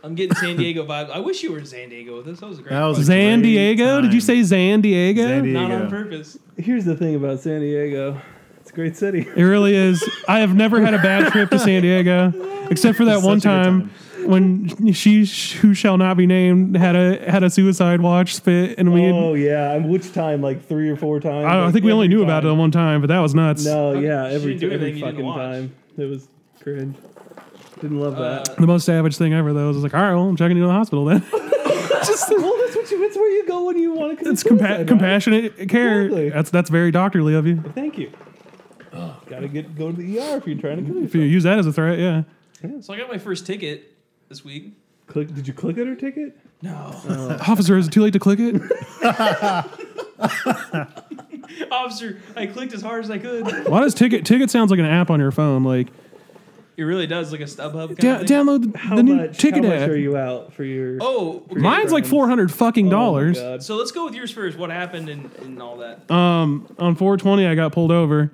S1: I'm getting San Diego vibes. I wish you were in San Diego with us. That was a great.
S2: That was
S1: podcast.
S2: a-
S3: San Diego? Did you
S2: time.
S3: say San Diego?
S2: San Diego.
S1: not on purpose.
S4: Here's the thing about San Diego. It's a great city.
S3: It really is. I have never had a bad trip to San Diego, except for that
S2: Such
S3: one
S2: a good
S3: time, when she sh- who shall not be named had a had a suicide watch spit, and we.
S4: Oh yeah, and which time? Like three or four times.
S3: I, I
S4: Like,
S3: think we only
S4: every
S3: knew about it
S4: time.
S3: one time, but that was nuts.
S4: No,
S1: Okay,
S4: yeah,
S1: she
S4: every,
S1: didn't do anything,
S4: every
S1: you didn't
S4: fucking
S1: watch.
S4: time. It was cringe. Didn't love
S1: Uh,
S4: that.
S3: The most savage thing ever, though, was like, all right, well, I'm checking you to the hospital then. Just
S4: Well, that's what you. That's where you go when you want to.
S3: it's compa- compassionate care.
S4: Exactly.
S3: That's that's very doctorly of you.
S4: Thank you. Gotta get go to the ER if you're trying to kill
S3: If you use that as a threat, yeah.
S1: So I got my first ticket this week.
S4: Click? Did you click at her ticket?
S1: No,
S3: Officer, is it too late to click it?
S1: officer, I clicked as hard as I could.
S3: Why does ticket ticket sounds like an app on your phone? Like
S1: It really does, like a StubHub. Kind
S3: da-
S1: of thing.
S3: download
S4: How
S3: the new
S4: much?
S3: ticket
S4: how much
S3: app.
S4: are you out for your?
S1: Oh, okay.
S3: Mine's like
S4: Friends.
S3: four hundred fucking
S4: Oh my
S3: dollars.
S4: God.
S1: So let's go with yours first. What happened and, and all that?
S3: Um, on four twenty, I got pulled over,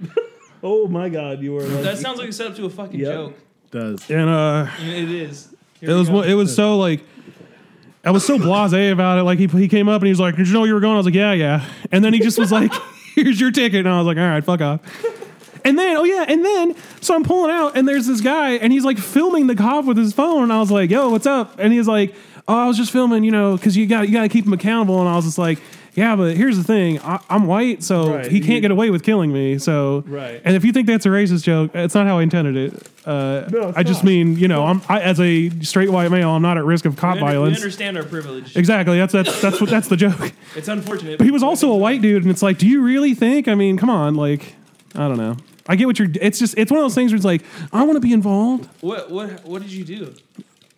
S4: Oh my god! You were like.
S1: that sounds like a setup to a fucking
S4: Yep.
S1: joke.
S2: Does.
S3: and uh,
S1: And it is. Here
S3: it
S1: we
S3: was
S1: go.
S3: one- it was so like. I was so blasé about it. Like he, he came up and he was like, "Did you know where you were going?" I was like, "Yeah, yeah." And then he just was like, "Here's your ticket," and I was like, "All right, fuck off." And then, oh yeah, and then so I'm pulling out, and there's this guy, and he's like filming the cop with his phone, and I was like, "Yo, what's up?" And he's like, "Oh, I was just filming, you know, because you got you got to keep him accountable." And I was just like, "Yeah, but here's the thing, I, I'm white, so
S4: Right,
S3: he can't
S4: you-
S3: get away with killing me." So,
S4: Right.
S3: And if you think that's a racist joke, it's not how I intended it. Uh,
S4: No, it's
S3: I just
S4: not.
S3: mean, you know, I'm I, as a straight white male, I'm not at risk of cop
S1: We under- We
S3: violence.
S1: understand our privilege.
S3: Exactly. That's that's that's what that's the joke.
S1: It's unfortunate.
S3: But he was also a white dude, and it's like, do you really think? I mean, come on, like, I don't know. I get what you're. It's just it's one of those things where it's like, I want to be involved.
S1: What what what did you do,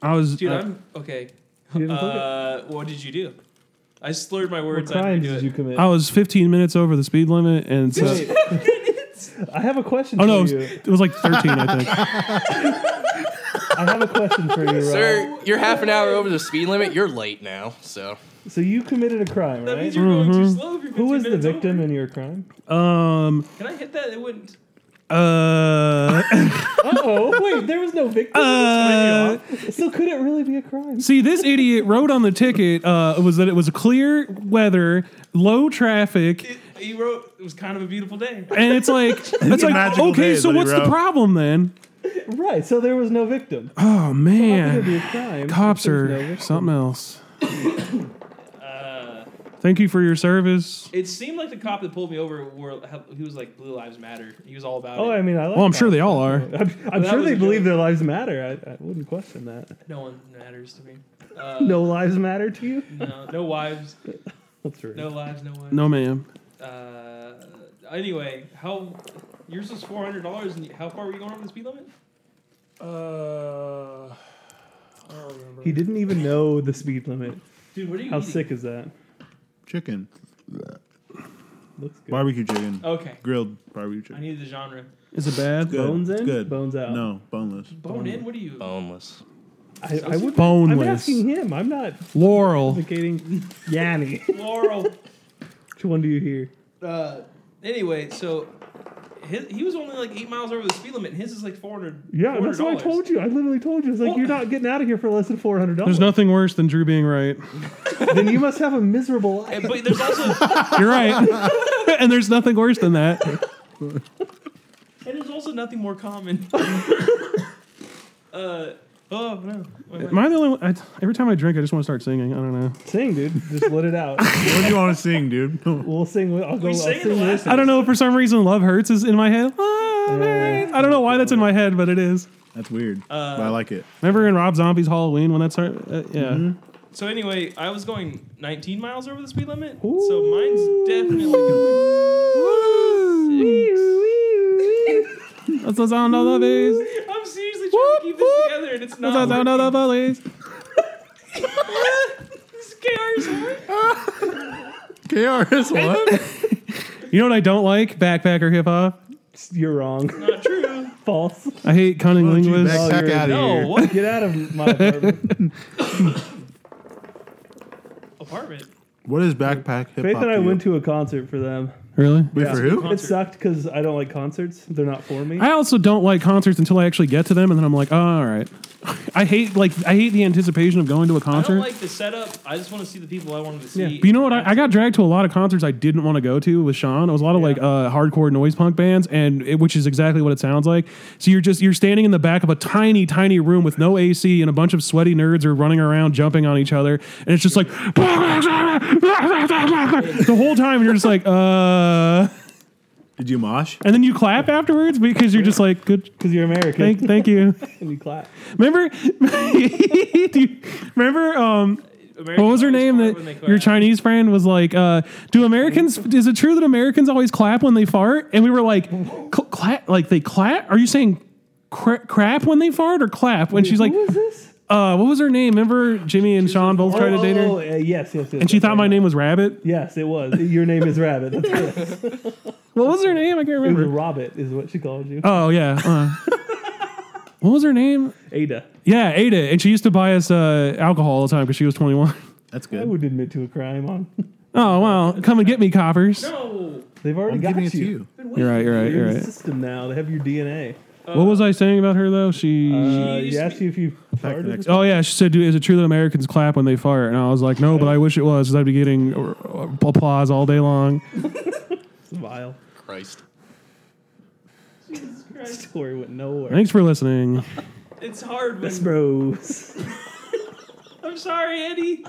S3: I was.
S1: dude?
S3: uh,
S1: I'm okay.
S4: You didn't click it?
S1: Uh, what did you do? I slurred my
S4: What
S1: words. I
S4: crime
S1: didn't do
S4: did
S1: it.
S4: you commit?
S3: I was 15 minutes over the speed limit, and so
S4: Wait. I have a question
S3: oh no, it
S4: for
S3: was,
S4: you.
S3: it was like 13, I think.
S4: I have a question for you, Rob.
S5: Sir, you're half an hour over the speed limit. You're late now, so
S4: So you committed a crime,
S1: That
S4: right?
S1: means you're going too slow. If you're
S4: Mm-hmm.
S1: 15
S4: Who was the
S1: minutes over.
S4: victim in your crime?
S3: Um.
S1: Can I hit that? It wouldn't.
S3: Uh.
S4: Oh wait, there was no victim.
S3: uh,
S4: so could it really be a crime?
S3: See, this idiot wrote on the ticket uh, was that it was clear weather, low traffic,
S1: It, he wrote. It was kind of a beautiful day.
S3: and it's like, it's like,
S2: magical
S3: okay,
S2: days,
S3: so
S2: what he
S3: what's the
S2: wrote.
S3: problem then?
S4: Right. So there was no victim.
S3: Oh
S4: Could it be
S3: man,
S4: a crime?
S3: cops
S4: if there's
S3: are
S4: no victim?
S3: something else.
S1: Uh,
S3: Thank you for your service.
S1: it seemed like the cop that pulled me over were. He was like, "Blue lives matter." He was all about
S4: Oh,
S1: it.
S4: I mean, I like.
S3: Well, I'm sure they all are.
S4: I'm, I'm
S1: that
S4: sure
S1: was
S4: they
S1: a
S4: believe
S1: joke.
S4: their lives matter. I, I wouldn't question that.
S1: No one matters to me. Uh,
S4: No lives matter to you.
S1: no, no wives,
S4: That's rude.
S1: no lives, no wives.
S3: No, ma'am.
S1: Uh, anyway, how yours was four hundred dollars, and how far were you going over the speed limit?
S6: Uh, I don't remember.
S4: He didn't even know the speed limit.
S1: Dude, what are you
S4: How
S1: eating?
S4: sick is that?
S2: Chicken.
S4: Looks good. Oh.
S2: Barbecue chicken.
S1: Okay,
S2: Grilled barbecue chicken.
S1: I needed the genre.
S3: Is it bad?
S2: Good.
S4: Bones in,
S2: Good.
S4: bones out.
S2: No, boneless.
S1: Bone in? What are you?
S4: Oh.
S5: boneless.
S4: I, I would. I'm
S3: Boneless.
S4: asking him. I'm not
S3: Laurel.
S4: advocating Yanni.
S1: Laurel.
S4: Which one do you hear?
S1: Uh, anyway, so his, he was only like eight miles over the speed limit. and His is like four hundred.
S4: Yeah, that's what I told you. I literally told you. It's like
S1: Well-
S4: you're not getting out of here for less than four hundred
S3: There's
S4: dollars.
S3: nothing worse than Drew being right.
S4: then you must have a miserable life.
S1: But there's also
S3: You're right. and there's nothing worse than that.
S1: and there's also nothing more common. uh, oh no! Wait, wait.
S3: Am I the only one? I, every time I drink, I just want to start singing. I don't know.
S4: Sing, dude. Just let it out.
S2: What do you want to sing, dude?
S4: We'll sing. with- I'll go.
S1: we
S4: I'll
S1: sang it
S4: sing
S1: the
S4: with-
S1: last.
S3: I don't know. For some reason, "Love Hurts" is in my head. Love hurts. I don't know why that's in my head, but it is.
S2: That's weird. but
S4: Uh,
S2: I like it.
S3: Remember in Rob Zombie's Halloween when that started? Uh, yeah.
S1: So anyway, I was going 19 miles over the speed limit, so mine's definitely going.
S3: That's the sound of the bees.
S1: I'm seriously trying to keep this together, and it's
S3: That's the
S1: not.
S3: sound of the
S1: working.
S3: police.
S1: This KRS one.
S2: KRS what?
S3: You know what I don't like? Backpacker hip hop.
S4: You're wrong.
S1: Not true.
S4: False.
S3: I hate cunning
S2: Why don't you
S3: linguists.
S2: backpack
S4: you're-
S2: outta here.
S1: No, what
S4: Get out of my apartment.
S1: apartment?
S2: What is backpack hip hop?
S4: Faith and I went to a concert for them.
S3: Really?
S2: Wait, for who?
S4: It sucked because I don't like concerts. They're not for me.
S3: I also don't like concerts until I actually get to them, and then I'm like, oh, all right. I hate like I hate the anticipation of going to a
S1: I
S3: concert.
S1: don't like the setup. I just want to see the people I wanted to see.
S3: But you know what? I, I got dragged to a lot of concerts I didn't want to go to with Sean. It was a lot of like uh, hardcore noise punk bands, and it, which is exactly what it sounds like. So you're just you're standing in the back of a tiny, tiny room with no AC, and a bunch of sweaty nerds are running around jumping on each other, and it's just like the whole time. And you're just like, uh,
S2: Did you mosh?
S3: and then you clap afterwards because you're just like, good,
S4: Because you're American.
S3: thank, thank you.
S4: and you clap.
S3: Remember, do you remember? Um,
S1: Americans
S3: what was her
S1: always
S3: name
S1: fart when they
S3: that
S1: clap.
S3: your Chinese friend was like, uh, do Americans, is it true that Americans always clap when they fart? And we were like, cl- clap, like they clap? Are you saying cra- crap when they fart or clap? When she's like,
S4: Who is this?
S3: uh, what was her name? Remember Jimmy and Sean both tried to date
S4: oh,
S3: her?
S4: uh, yes, yes, yes.
S3: And she thought my name was Rabbit.
S4: Yes, it was. Your name is Rabbit. That's it.
S3: What was her name? I can't
S4: It was
S3: remember.
S4: Rabbit is what she called you.
S3: Oh, yeah. uh. what was her name?
S4: Ada.
S3: Yeah, Ada. And she used to buy us uh, alcohol all the time because she was 21.
S2: That's
S4: I
S2: good.
S4: would admit to a crime on.
S3: Oh, well, come and get me, coppers.
S1: No.
S4: They've already
S2: I'm
S4: got
S2: giving
S4: you.
S2: it to you.
S3: You're right, you're right,
S4: You're
S3: you're
S4: in the
S3: right.
S4: system now. They have your DNA.
S3: What was I saying about her, though? She.
S4: Uh,
S1: used
S4: you
S1: to
S4: asked
S1: be-
S4: you if you
S2: Back to the next
S3: Oh yeah, she said, "Dude, "Is it true that Americans clap when they fart?" And I was like, "No, but I wish it was, 'cause I'd be getting uh, uh, applause all day long."
S4: vile
S5: Christ.
S1: Jesus Christ.
S4: story went nowhere.
S3: Thanks for listening.
S1: It's hard.
S4: Best
S1: When,
S4: Bros.
S1: I'm sorry, Eddie.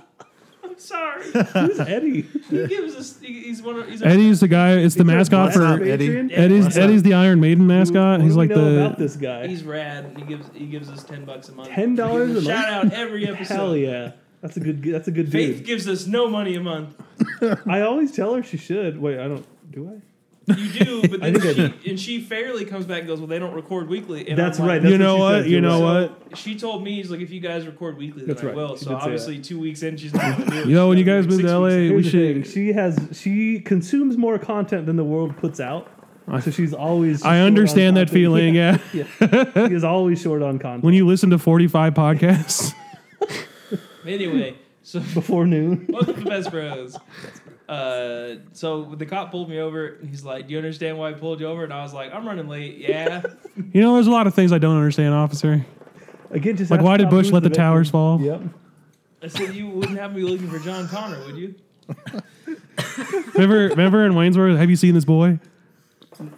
S1: I'm sorry.
S4: Who's Eddie?
S1: He gives us. he- He's one. Of, he's our-
S3: Eddie's the guy. It's the mascot
S2: What's up,
S3: for
S2: Eddie?
S4: Patreon?
S3: Eddie's.
S2: up?
S3: Eddie's the Iron Maiden
S4: What
S3: mascot.
S4: do
S3: He's
S4: we
S3: like
S4: know about
S3: the.
S4: this guy.
S1: He's rad. He gives. He gives us ten bucks a month.
S4: Ten dollars a
S1: Shout
S4: month.
S1: out every episode.
S4: Hell yeah, that's a good. That's a good
S1: Faith
S4: dude.
S1: gives us no money a month.
S4: I always tell her she should. Wait, I don't. Do I?
S1: You do, but
S4: I
S1: then
S4: think I
S1: she and she fairly comes back and goes, "Well, they don't record weekly." And
S4: That's
S1: I'm like-
S4: right.
S3: You
S4: That's
S3: know
S4: what she
S3: what?
S4: said,
S3: You
S4: you're
S3: know
S4: right.
S3: what?
S1: She told me, "She's like, if you guys record weekly, then
S4: That's
S1: I
S4: right.
S1: will."
S4: She
S1: So
S4: did say
S1: obviously, two weeks in, she's not gonna do it.
S3: You know, when
S1: She's
S3: you
S1: gotta do it
S3: guys moved to
S1: six weeks
S3: LA,
S1: in.
S3: we
S4: Here's the thing.
S3: should.
S4: She has. She consumes more content than the world puts out. So she's always. short
S3: I
S4: on
S3: understand that
S4: content.
S3: feeling. Yeah.
S4: Yeah. yeah. she is always short on content.
S3: When you listen to forty-five podcasts,
S1: Anyway, so
S4: Before noon.
S1: Welcome to Best Bros. Uh, so the cop pulled me over, and he's like, "Do you understand why I pulled you over?" And I was like, "I'm running late." Yeah,
S3: you know, there's a lot of things I don't understand, officer.
S4: Again, just
S3: Like,
S4: ask
S3: why did
S4: Tom
S3: Bush
S4: Cruise
S3: let the
S4: if they-
S3: towers fall?
S4: Yep.
S1: I said you wouldn't have me looking for John Connor, would you?
S3: Remember, remember in Waynesworth, have you seen this boy? And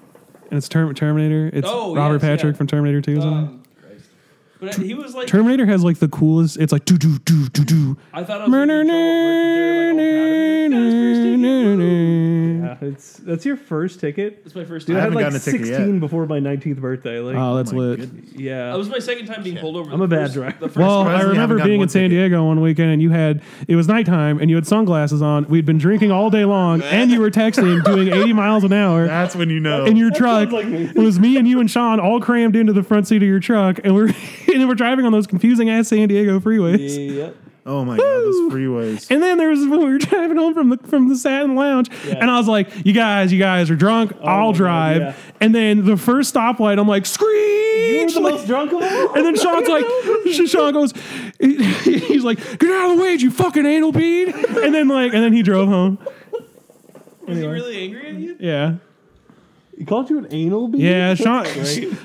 S3: it's Term- Terminator. It's
S1: Oh,
S3: Robert
S1: yes, yeah.
S3: Patrick from Terminator 2 or something.
S1: Um, but he was like,
S3: Terminator has like the coolest. It's like do do do do do.
S1: I thought I was gonna be in trouble, but they're like all proud of me. Like, "That was first ticket."
S4: Yeah, it's that's your first ticket.
S1: That's my first
S4: Dude, I,
S1: time.
S4: had
S2: haven't
S4: like
S2: gotten a ticket yet.
S4: 16 before my 19th birthday. Like,
S3: Oh, that's
S2: My
S3: lit.
S2: goodness.
S4: yeah.
S1: That was my second time being pulled over.
S4: I'm
S1: The
S4: a bad
S1: first-
S4: driver.
S1: The first
S3: Well,
S1: time-
S3: I
S2: Surprisingly, I
S3: remember
S2: haven't gotten
S3: being
S2: one
S3: in San
S2: ticket.
S3: Diego one weekend, and you had it was nighttime, and you had sunglasses on. We'd been drinking all day long, and you were texting, doing 80 miles an hour
S2: That's when you know.
S3: in your truck.
S4: sounds like me.
S3: It was me and you and Sean all crammed into the front seat of your truck, and we're and we're driving on those confusing ass San Diego freeways.
S4: Yep.
S2: oh my god, those freeways.
S3: And then there was when we were driving home from the from the satin lounge,
S4: Yeah. Oh
S3: and I was like, "You guys, you guys are drunk. I'll
S4: God,
S3: drive."
S4: yeah.
S3: And then the first stoplight, I'm like,
S4: You were
S3: "Screech!"
S4: the
S3: Like-
S4: most drunk of all.
S3: and then Sean's like, Sean goes, he's like, "Get out of the way, you fucking anal bead!" And then like, and then he drove home.
S1: was he really angry at you?
S3: Yeah,
S4: He called you an anal bean.
S3: Yeah, Sean.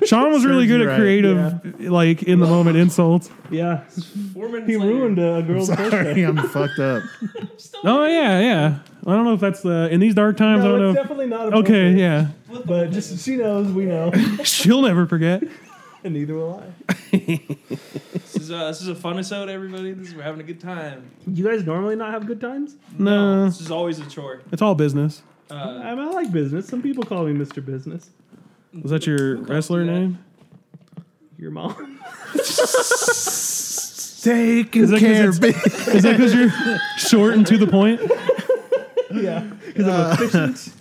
S3: Sean was really good
S2: Serves you
S3: at
S2: right,
S3: creative, like in the moment insults.
S4: yeah.
S1: Four minutes
S4: He
S1: later,
S4: ruined a girl's birthday.
S2: Sorry, I'm fucked up.
S1: Still
S3: Oh yeah, yeah. I don't know if that's the in these dark times. I
S4: No,
S3: don't
S4: it's
S3: know. if-
S4: definitely not a
S3: Okay,
S4: birthday,
S3: yeah.
S4: But just she knows, we know,
S3: She'll never forget.
S4: and neither will I.
S1: This is, uh, this is a fun episode, everybody. This is, we're having a good time.
S4: You guys normally not have good times?
S3: No,
S1: This is always a chore.
S3: it's all business.
S1: Uh,
S4: I, I like business. Some people call me Mr. Business.
S3: Was that your wrestler
S1: Yeah.
S3: name?
S4: Your mom.
S2: Taking
S3: that 'cause
S2: care,
S3: it's-
S2: bitch.
S3: Is that because you're short and to the point?
S4: yeah, because I'm efficient.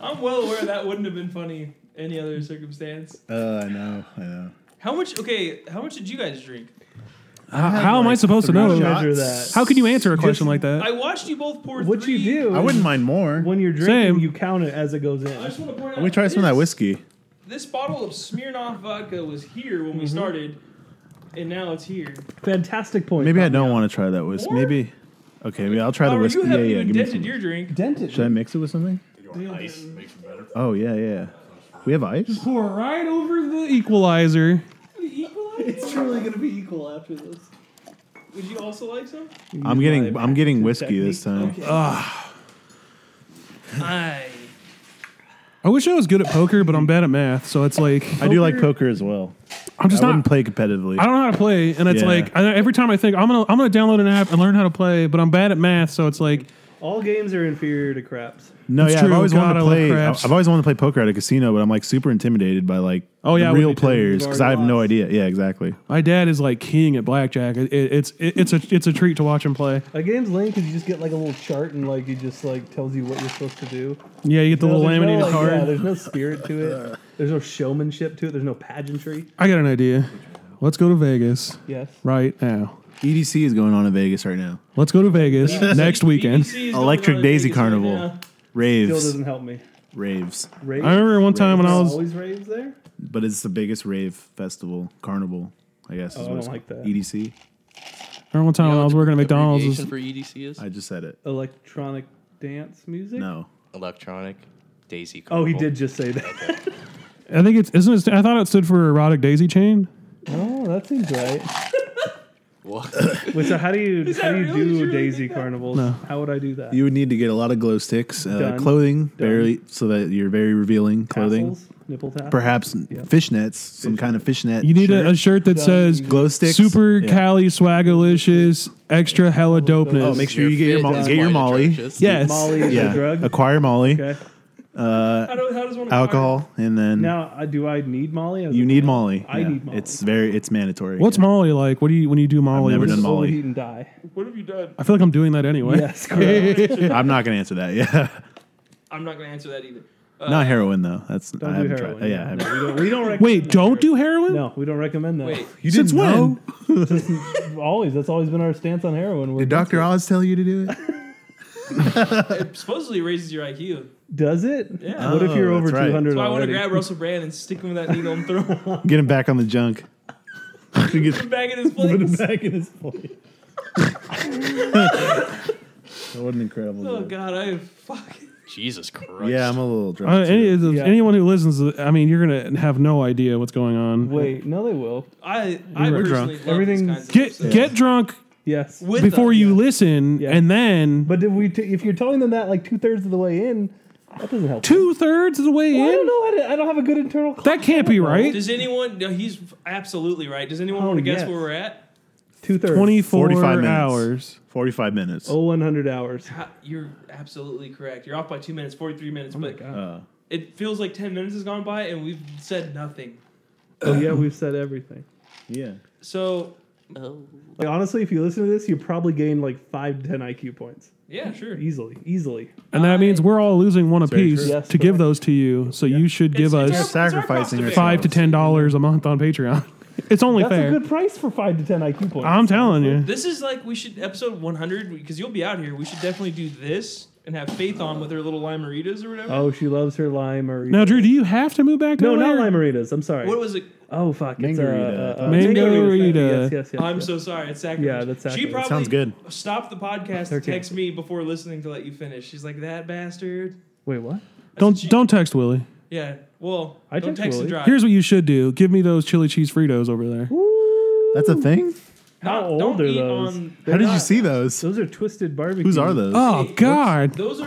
S1: I'm well aware that wouldn't have been funny any other circumstance.
S2: Uh, I know, I know.
S1: How much? Okay, how much did you guys drink?
S3: How, how am I supposed to
S2: three
S3: know?
S2: shots.
S4: Measure that.
S3: How can you answer a question like that?
S1: I watched you both pour.
S4: What you
S1: three-
S4: do?
S2: I wouldn't mind more.
S4: When you're drinking,
S3: Same.
S4: you count it as it goes in.
S1: I just want to point out.
S2: Let me try some of that
S1: this-
S2: whiskey.
S1: This bottle of Smirnoff vodka was here when
S2: Mm-hmm.
S1: we started, and now it's here.
S4: Fantastic point.
S2: Maybe I don't want to try that whiskey.
S1: Or-
S2: Maybe. Okay, maybe I'll try the
S1: However,
S2: whiskey.
S1: you
S2: Yeah,
S1: haven't
S2: yeah.
S1: even
S2: Give me some.
S1: dented your drink.
S4: dented.
S2: Should I mix it with something?
S7: Ice
S3: um,
S7: makes it better.
S2: Oh yeah, yeah. We have ice.
S3: pour right over the equalizer.
S1: It's
S4: truly gonna be equal after this.
S1: Would you also like some?
S2: I'm getting, I'm getting whiskey this time.
S1: I.
S3: I wish I was good at poker, but I'm bad at math. So it's like
S2: I do like poker as well.
S3: I'm
S2: I
S3: just
S2: wouldn't
S3: not.
S2: play competitively.
S3: I don't know how to play, and it's
S2: Yeah.
S3: like I, every time I think I'm gonna I'm gonna download an app and learn how to play, but I'm bad at math. So it's like
S4: All games are inferior to craps.
S2: No,
S3: It's
S2: yeah, I've
S3: true.
S2: always
S3: God,
S2: wanted
S3: I
S2: to
S3: love
S2: play.
S3: craps.
S2: I've always wanted to play poker at a casino, but I'm like super intimidated by like
S3: Oh, yeah, I
S2: the
S3: would
S2: real
S3: be too.
S2: players because I have no
S4: Large
S2: idea. Yeah, exactly.
S3: my dad is like king at blackjack. It, it- it's it, it's a it's a treat to watch him play.
S4: A game's lame because you just get like a little chart and like it just like tells you what you're supposed to do.
S3: Yeah, you get the
S4: No,
S3: little
S4: there's no,
S3: laminated
S4: like,
S3: card.
S4: Yeah, there's no spirit to it. There's no showmanship to it. There's no pageantry.
S3: I got an idea. Let's go to Vegas
S4: Yes.
S3: right now.
S2: EDC E is going on in Vegas right now.
S3: Let's go to Vegas next weekend.
S1: BBC is
S2: Electric
S1: going to
S2: Daisy
S1: Vegas right
S2: Carnival.
S1: now.
S4: Still
S2: Raves,
S4: doesn't help me.
S2: raves,
S4: Raves.
S3: I remember one time when I was
S4: always raves there.
S2: but it's the biggest rave festival carnival. I guess. Is
S4: Oh, I
S2: what it's
S4: don't like
S2: called. E
S4: that.
S2: EDC.
S3: remember one time when Oh, I was working at McDonald's. it was-
S5: Abbreviation for E EDC is
S2: I just said it.
S4: Electronic dance music.
S2: No.
S5: electronic Daisy.
S4: Oh, he
S5: Carnival.
S4: did just say that.
S3: I think it's isn't it. st- I thought it stood for erotic daisy chain.
S4: oh, that seems right.
S5: What?
S4: Wait, so how do you how
S1: that
S4: do
S1: really?
S4: you
S1: Did you
S4: do
S1: really
S4: Daisy
S1: think that?
S4: carnivals?
S3: No.
S4: How would I do that?
S2: You would need to get a lot of glow sticks, uh,
S4: Done.
S2: clothing, very so that you're very revealing clothing.
S4: Tassels? nipple tassels.
S2: Perhaps fishnets, some kind of fishnet.
S3: You need
S2: shirt.
S3: a, a shirt that says
S2: glow sticks.
S3: super
S2: Yeah.
S3: Cali swagalicious extra hella dopeness.
S2: Oh, make sure you get your, mo-
S5: It's
S2: get your
S5: quite
S2: Molly.
S5: atrocious.
S3: yes.
S4: Molly is a
S2: Yeah,
S4: drug.
S2: acquire Molly,
S4: Okay.
S1: How, do, how does one acquire-
S2: alcohol, and then
S4: Now, uh, do I need Molly? as
S2: you
S4: a
S2: need
S4: man?
S2: Molly.
S4: I
S2: Yeah.
S4: need Molly.
S2: It's very, it's mandatory.
S3: What's
S2: Yeah.
S3: Molly like? What do you when you do Molly?
S2: never
S3: what
S2: done
S3: is-
S2: Molly.
S4: Overheat and die.
S1: What have you done?
S3: I feel like I'm doing that anyway.
S4: Yes, correct.
S2: I'm not gonna answer that. Yeah,
S1: I'm not going to answer that either.
S2: not heroin though. That's I
S4: Don't do
S2: haven't
S4: heroin.
S2: tried. Yeah, I
S4: no,
S2: haven't-
S4: we don't. We don't recommend
S3: Wait, don't do heroin.
S4: No, we don't recommend that.
S1: Wait,
S2: you
S3: Since
S2: didn't know?
S4: always. That's always been our stance on heroin. We're
S2: Did Doctor Oz tell you to do it?
S1: it supposedly raises your IQ.
S4: Does it?
S1: Yeah.
S4: What if you're
S2: Oh,
S4: over
S2: that's right.
S4: two hundred?
S1: So I want to grab Russell Brand and stick him with that needle and throw him
S2: Get him back on the junk. Get-
S1: back in his place.
S4: back in his place.
S2: what an incredible.
S1: Oh
S2: joke.
S1: God, I fucking.
S5: Jesus Christ.
S2: Yeah, I'm a little
S3: Uh,
S2: drunk.
S3: any,
S2: too.
S3: is-
S4: Yeah.
S3: Anyone who listens, to, I mean, you're gonna have no idea what's going on.
S4: Wait, no, they will.
S1: I I
S2: were
S1: personally
S2: drunk.
S1: love
S4: Everything's-
S1: these kinds of
S3: get
S1: episodes.
S3: get drunk
S4: Yes.
S1: With
S3: before
S1: us.
S3: you listen,
S4: Yeah.
S3: and then
S4: But if we, t- if you're telling them that like two thirds of the way in, that doesn't help.
S3: two thirds of the way
S4: I don't
S3: in.
S4: know. How to, I don't have a good internal.
S3: That can't be right.
S1: Does anyone? No, he's absolutely right. Does anyone
S4: Oh,
S1: want to guess
S4: yes.
S1: where we're at?
S4: Two thirds.
S3: Twenty four
S2: 45 minutes.
S3: hours.
S2: 45 minutes.
S4: Oh, 100 hours.
S1: Ha- You're absolutely correct. You're off by two minutes, forty-three minutes. but
S4: Oh,
S2: Uh,
S1: it feels like ten minutes has gone by and we've said nothing.
S4: Oh yeah, we've said everything.
S2: yeah.
S1: So
S4: Like honestly, if you listen to this, you probably gain like five to ten IQ points
S1: yeah, sure.
S4: easily, easily.
S3: And that means we're all losing one
S2: very
S3: apiece
S2: true.
S4: Yes,
S3: to give
S4: correct.
S3: those to you. So you should give
S1: It's-
S3: us
S1: it's our- it's our
S2: sacrificing
S1: cost of
S2: yourself.
S3: five to ten dollars a month on Patreon. It's only
S4: That's
S3: fair.
S4: a good price for five to ten IQ points.
S3: I'm telling you.
S1: This is like we should episode 100 because you'll be out here. We should definitely do this and have Faith on with her little limeritas or whatever.
S4: oh, she loves her lime marita.
S3: Now, Drew, do you have to move back to
S4: no,
S3: LA?
S4: not lime maritas. I'm sorry.
S1: What was it?
S4: oh fuck, it's
S2: Mangarita.
S4: uh, uh, uh,
S3: Mangarita.
S4: mangarita. Yes, yes, yes.
S1: I'm
S4: yes.
S1: so sorry. It's sacrilege.
S4: Yeah, that's
S1: She
S4: sacrilege.
S1: probably
S2: Sounds good.
S1: stopped the podcast to
S4: Okay.
S1: text me before listening to let you finish. She's like that bastard.
S4: Wait, what?
S3: Don't
S1: That's what she-
S3: don't text Willie.
S1: Yeah. Well,
S4: I
S1: don't
S4: text
S1: text and
S4: Willie.
S1: drive.
S3: Here's what you should do: give me those chili cheese Fritos over there.
S2: That's a thing.
S4: How
S1: Not-
S4: old
S1: don't
S4: are
S1: eat
S4: those?
S1: on-
S2: How did you
S4: not-
S2: see those?
S4: Those are twisted barbecue.
S2: Whose are those?
S3: Oh God!
S1: Those are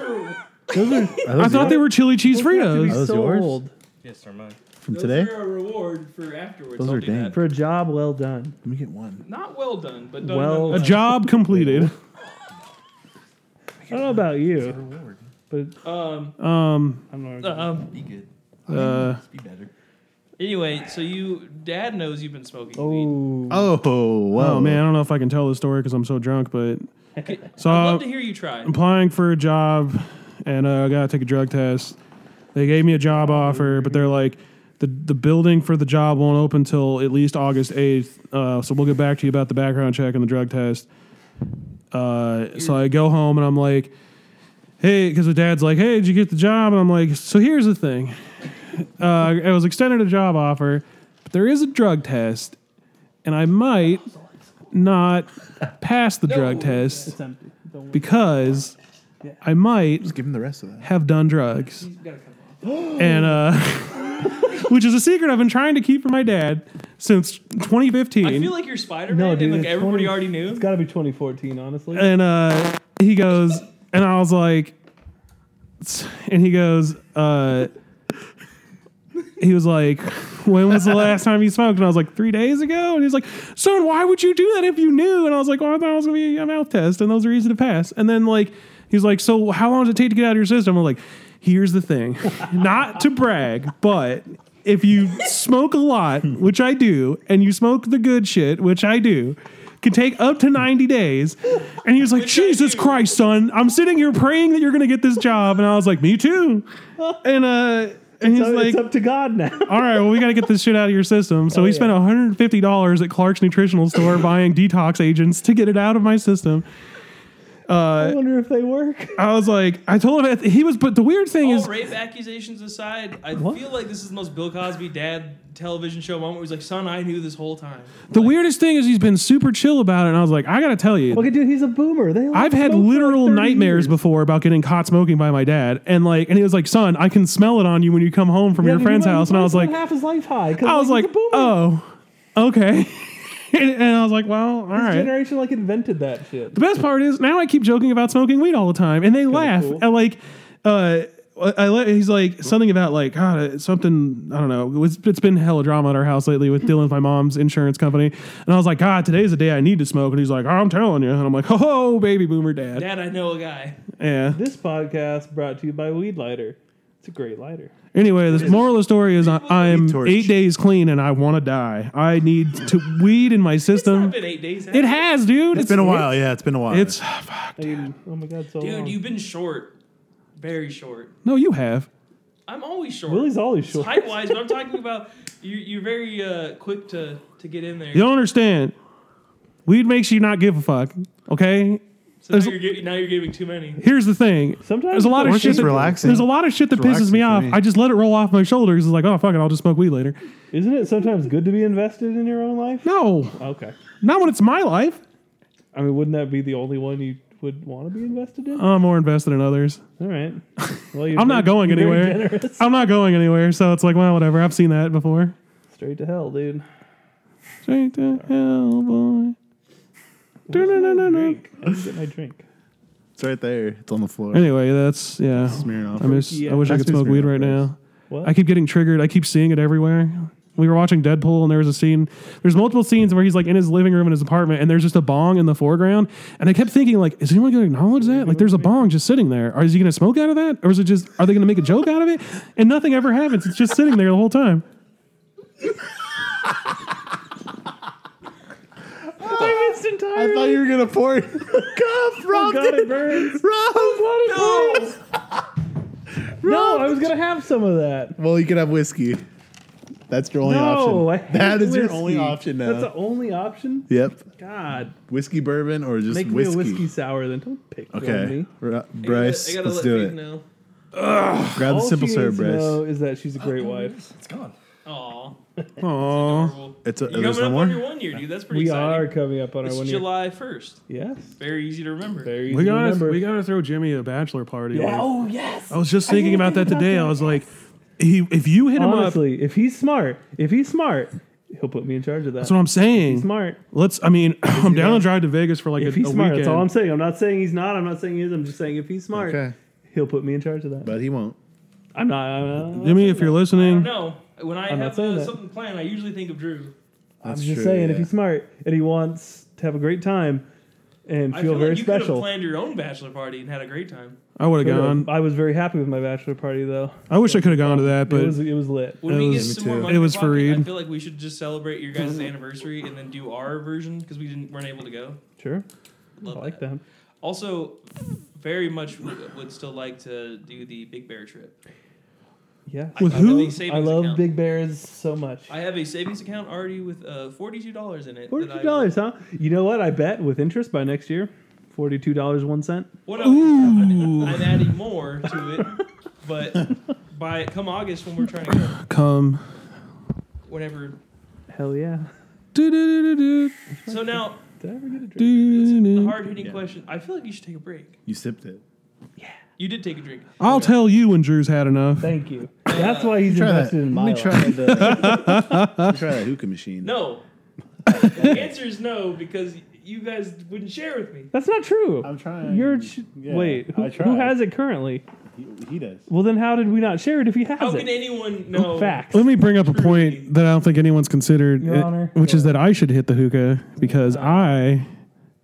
S4: Those are
S2: Are
S3: I
S2: those
S3: thought they were chili cheese
S4: Those
S3: Fritos.
S4: have to
S2: those
S4: be so
S2: yours?
S4: old
S5: Yes, never mind.
S2: from
S1: those
S2: today.
S1: are a reward for afterwards.
S2: Those
S1: Don't
S2: are
S1: do
S2: dank.
S1: that.
S4: for a job well done.
S2: Let me get one.
S1: Not well done, but done
S4: Well-
S3: A
S1: nonetheless.
S3: job completed.
S4: I don't know about you, but
S1: Um,
S3: Um.
S4: I'm not.
S1: um,
S5: Be good.
S3: Uh.
S5: Be better.
S1: anyway, so you, Dad knows you've been smoking weed.
S4: oh,
S2: Oh, whoa.
S3: Oh man, I don't know if I can tell this story because I'm so drunk. But so
S1: I'd love to hear you try.
S3: applying for a job and uh, I gotta take a drug test. They gave me a job offer, but they're like, the the building for the job won't open till at least August eighth. Uh, so we'll get back to you about the background check and the drug test. Uh, so I go home and I'm like, hey, because the dad's like, hey, did you get the job? And I'm like, so here's the thing, uh, I was extended a job offer, but there is a drug test, and I might not pass the drug test
S4: it's empty. Don't worry.
S3: because I might
S2: Just give him the rest of that.
S3: have done drugs. And uh which is a secret I've been trying to keep from my dad since
S1: I
S3: 2015.
S1: feel like you're Spider-Man,
S4: No, dude,
S1: and like
S4: it's
S1: everybody
S4: 20
S1: already knew.
S4: It's got to be 2014, honestly.
S3: and uh he goes and I was like and he goes uh he was like when was the last time you smoked and i was like three days ago and he's like son why would you do that if you knew and i was like well i thought it was going to be a mouth test and those are easy to pass and then like he's like so how long does it take to get out of your system i'm like here's the thing not to brag but if you smoke a lot which i do and you smoke the good shit which i do can take up to 90 days and he was like
S1: I
S3: jesus
S1: do.
S3: christ son i'm sitting here praying that you're going to get this job and i was like me too and uh and he's
S4: so
S3: like
S4: it's up to God now.
S3: all right, well, we got to get this shit out of your system. So
S4: Oh,
S3: we
S4: yeah.
S3: spent $150 at Clark's Nutritional Store buying detox agents to get it out of my system.
S4: I wonder if they work.
S3: I was like, I told him, he was, but the weird thing
S1: All
S3: is,
S1: rape accusations aside, I
S4: What?
S1: feel like this is the most Bill Cosby dad television show moment. Where he's like, "Son, I knew this whole time."
S3: the weirdest thing is he's been super chill about it. And I was like, I got to tell you,
S4: Okay, dude, he's a boomer. They all
S3: I've had
S4: smoke for like
S3: literal
S4: 30
S3: nightmares
S4: years.
S3: before about getting caught smoking by my dad. And like, and he was like, son, I can smell it on you when you come home from
S4: Yeah,
S3: your
S4: dude,
S3: friend's
S4: he might-
S3: house.
S4: he
S3: And I
S4: might
S3: was
S4: as well
S3: like,
S4: half his life high. 'cause,
S3: I was
S4: he's
S3: like,
S4: a boomer.
S3: oh, okay. and, and I was like, well, all
S4: His
S3: right.
S4: generation like invented that shit.
S3: The best part is now I keep joking about smoking weed all the time, and they laugh.
S4: cool.
S3: And like, uh, I let, he's like something about like God uh, something I don't know. It's, it's been hella drama at our house lately with Dylan's my mom's insurance company, and I was like, God, today's the day I need to smoke. And he's like, I'm telling you, and I'm like, Oh, baby boomer dad,
S1: Dad, I know a guy.
S3: yeah.
S4: This podcast brought to you by Weed Lighter. It's a great lighter.
S3: Anyway, the moral of the story is I,
S2: Weed
S3: I'm
S2: torch.
S3: eight days clean and I want to die. I need to weed in my
S1: It's not
S3: system.
S1: been eight days.
S3: Um, It has, dude.
S2: it's been a while. Yeah, it's been a while.
S3: It's
S4: I mean, oh my god, so long.
S1: dude. You've been short, very short.
S3: no, you have.
S1: I'm always short.
S4: Willie's always short.
S1: Height wise, but I'm talking about you, you're very uh, quick to, to get in there.
S3: You don't understand. Weed makes you not give a fuck. Okay.
S1: so now
S3: there's-
S1: you're, giving, now you're giving too many.
S3: Here's the thing.
S4: Sometimes
S3: there's a lot
S4: it's
S3: of
S2: It's
S3: shit.
S2: just
S3: That,
S2: relaxing.
S3: There's a lot of shit that
S2: It's
S3: pisses
S2: relaxing
S3: me
S2: for
S3: off.
S2: me.
S3: I just let it roll off my shoulders. It's like, oh fuck it, I'll just smoke weed later.
S4: Isn't it sometimes good to be invested in your own life?
S3: No,
S4: Okay.
S3: not when it's my life.
S4: I mean, wouldn't that be the only one you would want to be invested in?
S3: I'm more invested in others.
S4: All right. Well, you're
S3: Uh, I'm not
S4: very-
S3: going
S4: you're very
S3: anywhere.
S4: generous.
S3: I'm not going anywhere. So it's like, well, whatever. I've seen that before.
S4: Straight to hell, dude.
S3: Straight to hell, boy.
S4: Drink. I didn't get my drink.
S2: it's right there. It's on the floor.
S3: Anyway, that's yeah.
S2: Smearing off.
S3: I uh, miss. I wish I
S2: That's
S3: could smoke
S2: been
S3: weed
S2: smeared
S3: right
S2: on
S3: now.
S4: What?
S3: I keep getting triggered. I keep seeing it everywhere. We were watching Deadpool, and there was a scene. There's multiple scenes where he's like in his living room in his apartment, and there's just a bong in the foreground. And I kept thinking, like, is anyone going to acknowledge that? Like, there's a bong just sitting there. Are is he going to smoke out of that, or is it just? Are they going to make a joke out of it? And nothing ever happens. It's just sitting there the whole time.
S4: Oh,
S2: I thought you were gonna pour it. in the cup, Rob.
S4: God, it
S2: did-
S4: burns.
S2: Rob, no.
S4: No, I was gonna have some of that.
S2: Well, you could have whiskey. That's your only
S4: No, I
S2: option.
S4: hate
S2: That is your
S4: whiskey.
S2: only option now.
S4: That's the only option.
S2: yep.
S4: God,
S2: Whiskey bourbon or just
S4: make
S2: whiskey.
S4: me a whiskey sour. Then don't pick on
S2: Okay.
S4: me.
S2: Ru-
S1: I gotta-
S2: Bryce,
S1: I gotta
S2: let's
S1: let
S2: do
S1: Faith
S2: it.
S1: know.
S2: Grab the
S4: All
S2: simple
S4: she
S2: syrup,
S4: needs to
S2: Bryce.
S4: know is uh, that she's a great wife.
S5: It's gone.
S1: Aw.
S3: Aww.
S1: adorable.
S2: It's a-
S1: You're
S2: there's
S1: coming up
S2: no
S1: on
S2: more?
S1: your one year, dude. That's pretty
S4: We
S1: exciting.
S4: are coming up on our
S1: It's
S4: one year.
S1: July 1st.
S4: Yes.
S1: Very easy to remember.
S4: Very
S3: We
S4: easy to
S3: gotta,
S4: remember.
S3: we gotta throw Jimmy a bachelor party.
S4: Yeah.
S3: like-
S4: Oh yes.
S3: I was just thinking about that today. I was like, he if you hit him up,
S4: Honestly, if he's smart, if he's smart, he'll put me in charge of that.
S3: that's what I'm saying.
S4: he's smart.
S3: Let's. I mean, I'm down to drive to Vegas for like
S4: If
S3: a,
S4: he's
S3: a
S4: smart,
S3: weekend.
S4: that's all I'm saying. I'm not saying he's not. I'm not saying he is. I'm just saying if he's smart,
S2: Okay.
S4: he'll put me in charge of that.
S2: But he won't.
S4: I'm not. I'm, not,
S3: Jimmy, if you're
S1: I don't
S3: listening,
S1: know. When I
S4: I'm not
S1: have
S4: saying
S1: uh,
S4: that.
S1: something planned, I usually think of Drew.
S4: I'm
S2: That's
S4: just
S2: true,
S4: saying
S2: yeah.
S4: if he's smart and he wants to have a great time and
S1: I
S4: feel, very
S1: like you could have
S4: special.
S1: planned your own bachelor party and had a great time.
S3: I would have gone.
S4: I was very happy with my bachelor party though.
S3: I wish I could have gone to that,
S4: it
S3: but
S4: was it was lit.
S1: When
S3: It
S1: we
S3: was-
S1: get
S2: me
S1: some more
S2: too.
S1: money
S3: It
S1: in
S3: was
S1: the
S3: for
S1: pocket, I
S3: Reed.
S1: feel like we should just celebrate your guys' anniversary and then do our version because we didn't weren't able to go.
S4: Sure,
S1: Love
S4: I like them.
S1: Also, very much would, would still like to do the Big Bear trip.
S4: Yeah,
S1: I
S3: With
S1: have a
S3: who?
S1: big
S4: I
S1: savings
S4: love
S1: account.
S4: big bears so much.
S1: I have a savings account already with uh, forty-two dollars in it. that I-
S4: Forty-two dollars, huh? You know what? I bet with interest by next year, forty-two dollars one cent.
S1: What Ooh. I'm adding more to it, but by come August when we're trying to go,
S3: come.
S1: whenever.
S4: Hell yeah!
S3: Do-do-do-do-do,
S1: So now,
S4: Did I ever get a drink?
S1: the
S3: do-do-do-do.
S1: hard-hitting
S2: Yeah.
S1: question. I feel like you should take a break.
S2: You sipped it.
S1: You did take a drink.
S3: I'll tell you when Drew's had enough.
S4: Thank you. That's why he's
S2: Try that.
S4: invested
S2: Let
S4: in my
S2: me try
S4: life.
S2: that. uh, Let me try that hookah machine.
S1: No. the answer is no because you guys wouldn't share with me.
S4: That's not true.
S2: I'm trying.
S4: You're ch-
S2: Yeah,
S4: wait. Who,
S2: I
S4: who
S2: tried.
S4: has it currently?
S2: He, he does.
S4: Well, then how did we not share it if he has
S1: How
S4: it?
S1: can anyone know?
S4: Facts.
S3: Let me bring up a point that I don't think anyone's considered,
S4: Your
S3: it-
S4: Honor.
S3: which is that I should hit the hookah because I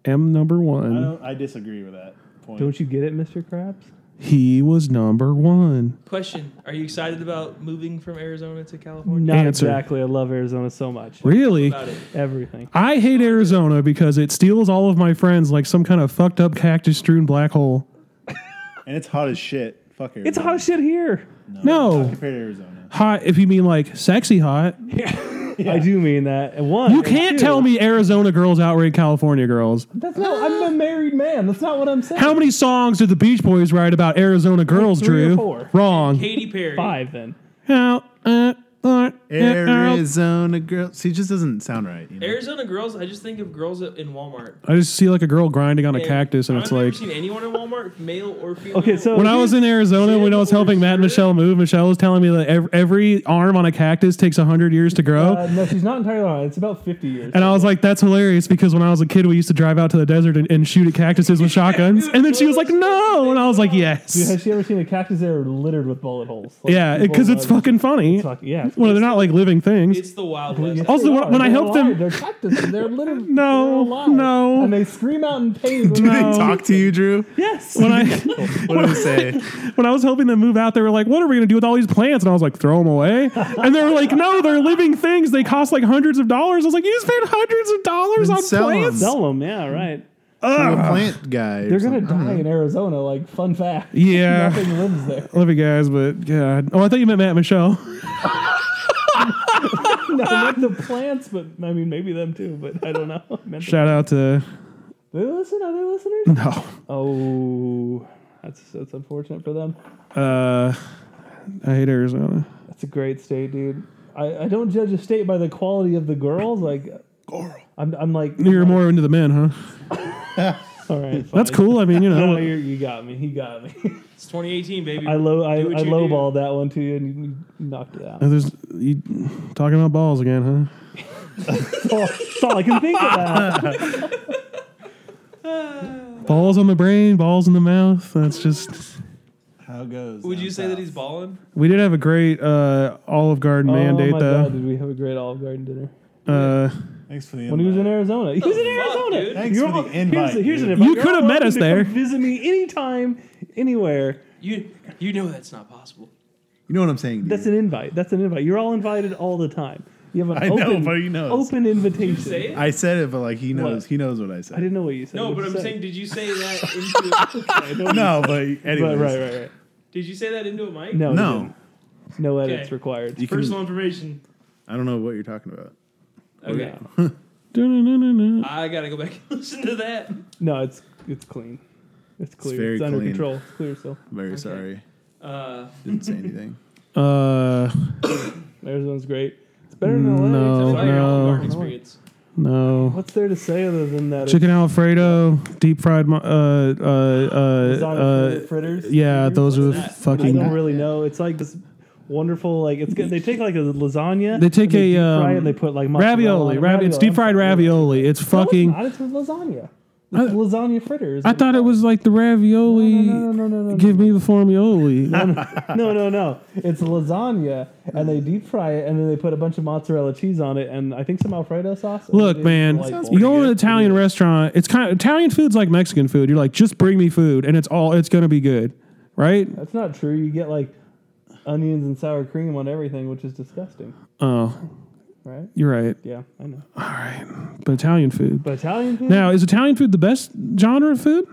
S3: am number
S8: I,
S3: one.
S8: don't, I disagree with that point.
S4: Don't you get it, Mr. Krabs?
S3: He was number one.
S1: Question: Are you excited about moving from Arizona to California?
S4: Not
S3: Answer.
S4: exactly. I love Arizona so much.
S3: Really?
S1: About it.
S4: Everything.
S3: I hate Arizona because it steals all of my friends like some kind of fucked up cactus strewn black hole.
S8: and it's hot as shit. Fuck Arizona.
S4: It's hot as shit here.
S3: No.
S8: compared to Arizona.
S3: Hot, if you mean like sexy hot.
S4: I do mean that. And One.
S3: You
S4: and
S3: can't
S4: two,
S3: tell me Arizona girls outrate California girls.
S4: That's not. I'm a married man. That's not what I'm saying.
S3: How many songs did the Beach Boys write about Arizona girls,
S4: three or
S3: Drew?
S4: four.
S3: Wrong.
S1: Katy Perry.
S4: Five then.
S3: How- uh, uh, uh,
S2: Arizona girl. See, it just doesn't sound right. You know?
S1: Arizona girls. I just think of girls at- in Walmart.
S3: I just see like a girl grinding on a cactus, and
S1: I've
S3: it's
S1: never
S3: like.
S1: seen anyone in Walmart, male or female.
S4: Okay, so
S3: When I was in Arizona, when I was helping Matt and Michelle move, Michelle was telling me that ev- every arm on a cactus takes 100 years to
S4: Uh,
S3: grow.
S4: no, she's not entirely wrong. It's about 50 years.
S3: And I was like, that's hilarious because when I was a kid, we used to drive out to the desert and, and shoot at cactuses with shotguns. And then she was like, no. And I was like,
S4: Dude,
S3: yes.
S4: has she ever seen a cactus that are littered with bullet holes? Like,
S3: Yeah,
S4: people
S3: because it's
S4: love-
S3: fucking funny.
S4: it's fuck- yeah. it's-
S3: Well, they're not like living things.
S1: it's the Wild West.
S4: Yes,
S3: Also,
S4: they
S3: when-
S4: are.
S3: when I
S4: They're
S3: helped them-
S4: alive. they're cactuses. They're literally
S3: No, no.
S4: and they scream out in pain.
S2: Do
S4: when-
S2: they talk to you, Drew?
S4: Yes,
S3: When I
S2: What do they say?
S3: when I was helping them move out, they were like, "What are we going to do with all these plants?" And I was like, "Throw them away." And they were like, "No, they're living things. They cost like hundreds of dollars." I was like, "You spent hundreds of dollars
S2: Then
S3: on
S2: sell 'em.
S3: plants?"
S4: sell them. Yeah, right.
S2: I'm a plant guy. or
S4: They're gonna
S2: something. I don't
S4: die
S2: know.
S4: in Arizona. Like fun fact.
S3: Yeah.
S4: nothing lives there.
S3: Love you guys, but God. Oh, I thought you meant Matt and Michelle.
S4: No, not the plants, but I mean maybe them too. But I don't know. I meant them.
S3: Shout out to
S4: Do they listen? Are they listeners?
S3: no,
S4: Oh, that's that's unfortunate for them.
S3: uh, I hate Arizona.
S4: That's a great state, dude. I, I don't judge a state by the quality of the girls. Like, I'm I'm like
S3: You're more into the men, huh?
S4: all right. Fine.
S3: That's cool. I mean, you
S4: No,
S3: know,
S4: you you got me. He got me.
S1: It's 2018, baby.
S4: I low I, I
S1: Do what you
S4: lowballed that one to you, and you you knocked it out.
S3: there's you talking about balls again, huh?
S4: That's all Oh, I can think of. That.
S3: Balls on the brain, balls in the mouth. That's just.
S8: How it goes?
S1: Would you
S8: down
S1: say that
S8: south.
S1: he's balling?
S3: We did have a great uh, Olive Garden mandate,
S4: oh my
S3: though.
S4: god, did we have a great Olive Garden dinner
S3: Uh,
S8: Thanks for the
S4: when he was in
S8: invite.
S4: Arizona? He was in
S1: Fuck,
S4: Arizona.
S1: dude.
S8: Thanks
S4: You're
S8: for
S4: all-
S8: the invite.
S4: here's, here's an
S8: dude.
S4: invite.
S3: You
S4: You're
S3: could
S4: all
S3: have met
S4: welcome
S3: us
S4: to
S3: there.
S4: come Visit me anytime, anywhere.
S1: You you know that's not possible.
S2: You know what I'm saying?
S4: That's
S2: dude.
S4: an invite. That's an invite. You're all invited all the time. You have an
S2: I know,
S4: open,
S2: but he knows.
S4: open invitation.
S1: Say it.
S2: I said it, but like he knows.
S4: What?
S2: He knows what I
S4: I
S2: said.
S4: didn't know what you said.
S1: No,
S4: What'd
S1: but I'm
S4: you say?
S1: saying, did you say that into?
S2: no, but anyways.
S4: Right, right, right, right.
S1: did you say that into a mic?
S4: No, you
S2: No,
S4: didn't. no edits
S1: Okay.
S4: required.
S2: you
S1: Personal
S2: can,
S1: information.
S2: I don't know what you're talking about.
S4: Oh,
S1: Okay.
S3: dun-dun-dun-dun-dun.
S1: I gotta go back and listen to that.
S4: No, it's it's clean. It's clear. It's,
S2: very
S4: under
S2: clean.
S4: control. It's clear still.
S2: I'm very sorry.
S1: Uh,
S2: Didn't say anything.
S3: Uh,
S4: Arizona's great. It's better than LA.
S3: No,
S4: It's
S1: tell
S4: better
S1: me your
S4: than
S1: Olive
S3: no.
S1: Garden experience.
S3: no.
S4: What's there to say other than that?
S3: Chicken Alfredo, deep fried. mo- Uh, uh,
S4: It's
S3: uh,
S4: on
S3: uh,
S4: fritters.
S3: yeah, those are the
S1: that?
S4: I don't
S3: fucking.
S4: really know. It's like this wonderful. Like it's good. They take like a lasagna.
S3: They take
S4: and
S3: a
S4: they deep fry it,
S3: um,
S4: and they put like mozzarella on
S3: ravioli.
S4: it.
S3: Ravi- it's deep fried ravioli. It's
S4: No, it's
S3: fucking.
S4: not. It's with lasagna. It's lasagna fritters.
S3: I thought it was like the ravioli.
S4: No, no, no, no, no,
S3: Give me the formioli.
S4: no, no, no. It's lasagna, and they deep fry it, and then they put a bunch of mozzarella cheese on it, and I think some Alfredo sauce. and
S3: Look,
S4: it is
S3: man,
S4: delightful.
S3: you go to an Italian restaurant. It's kind of Italian food's like Mexican food. You're like, just bring me food, and it's all it's gonna be good, right?
S4: That's not true. You get like onions and sour cream on everything, which is disgusting,
S3: Oh,
S4: right?
S3: you're right.
S4: Yeah, I know.
S3: But Italian food.
S4: But Italian food.
S3: Now, is Italian food the best genre of food?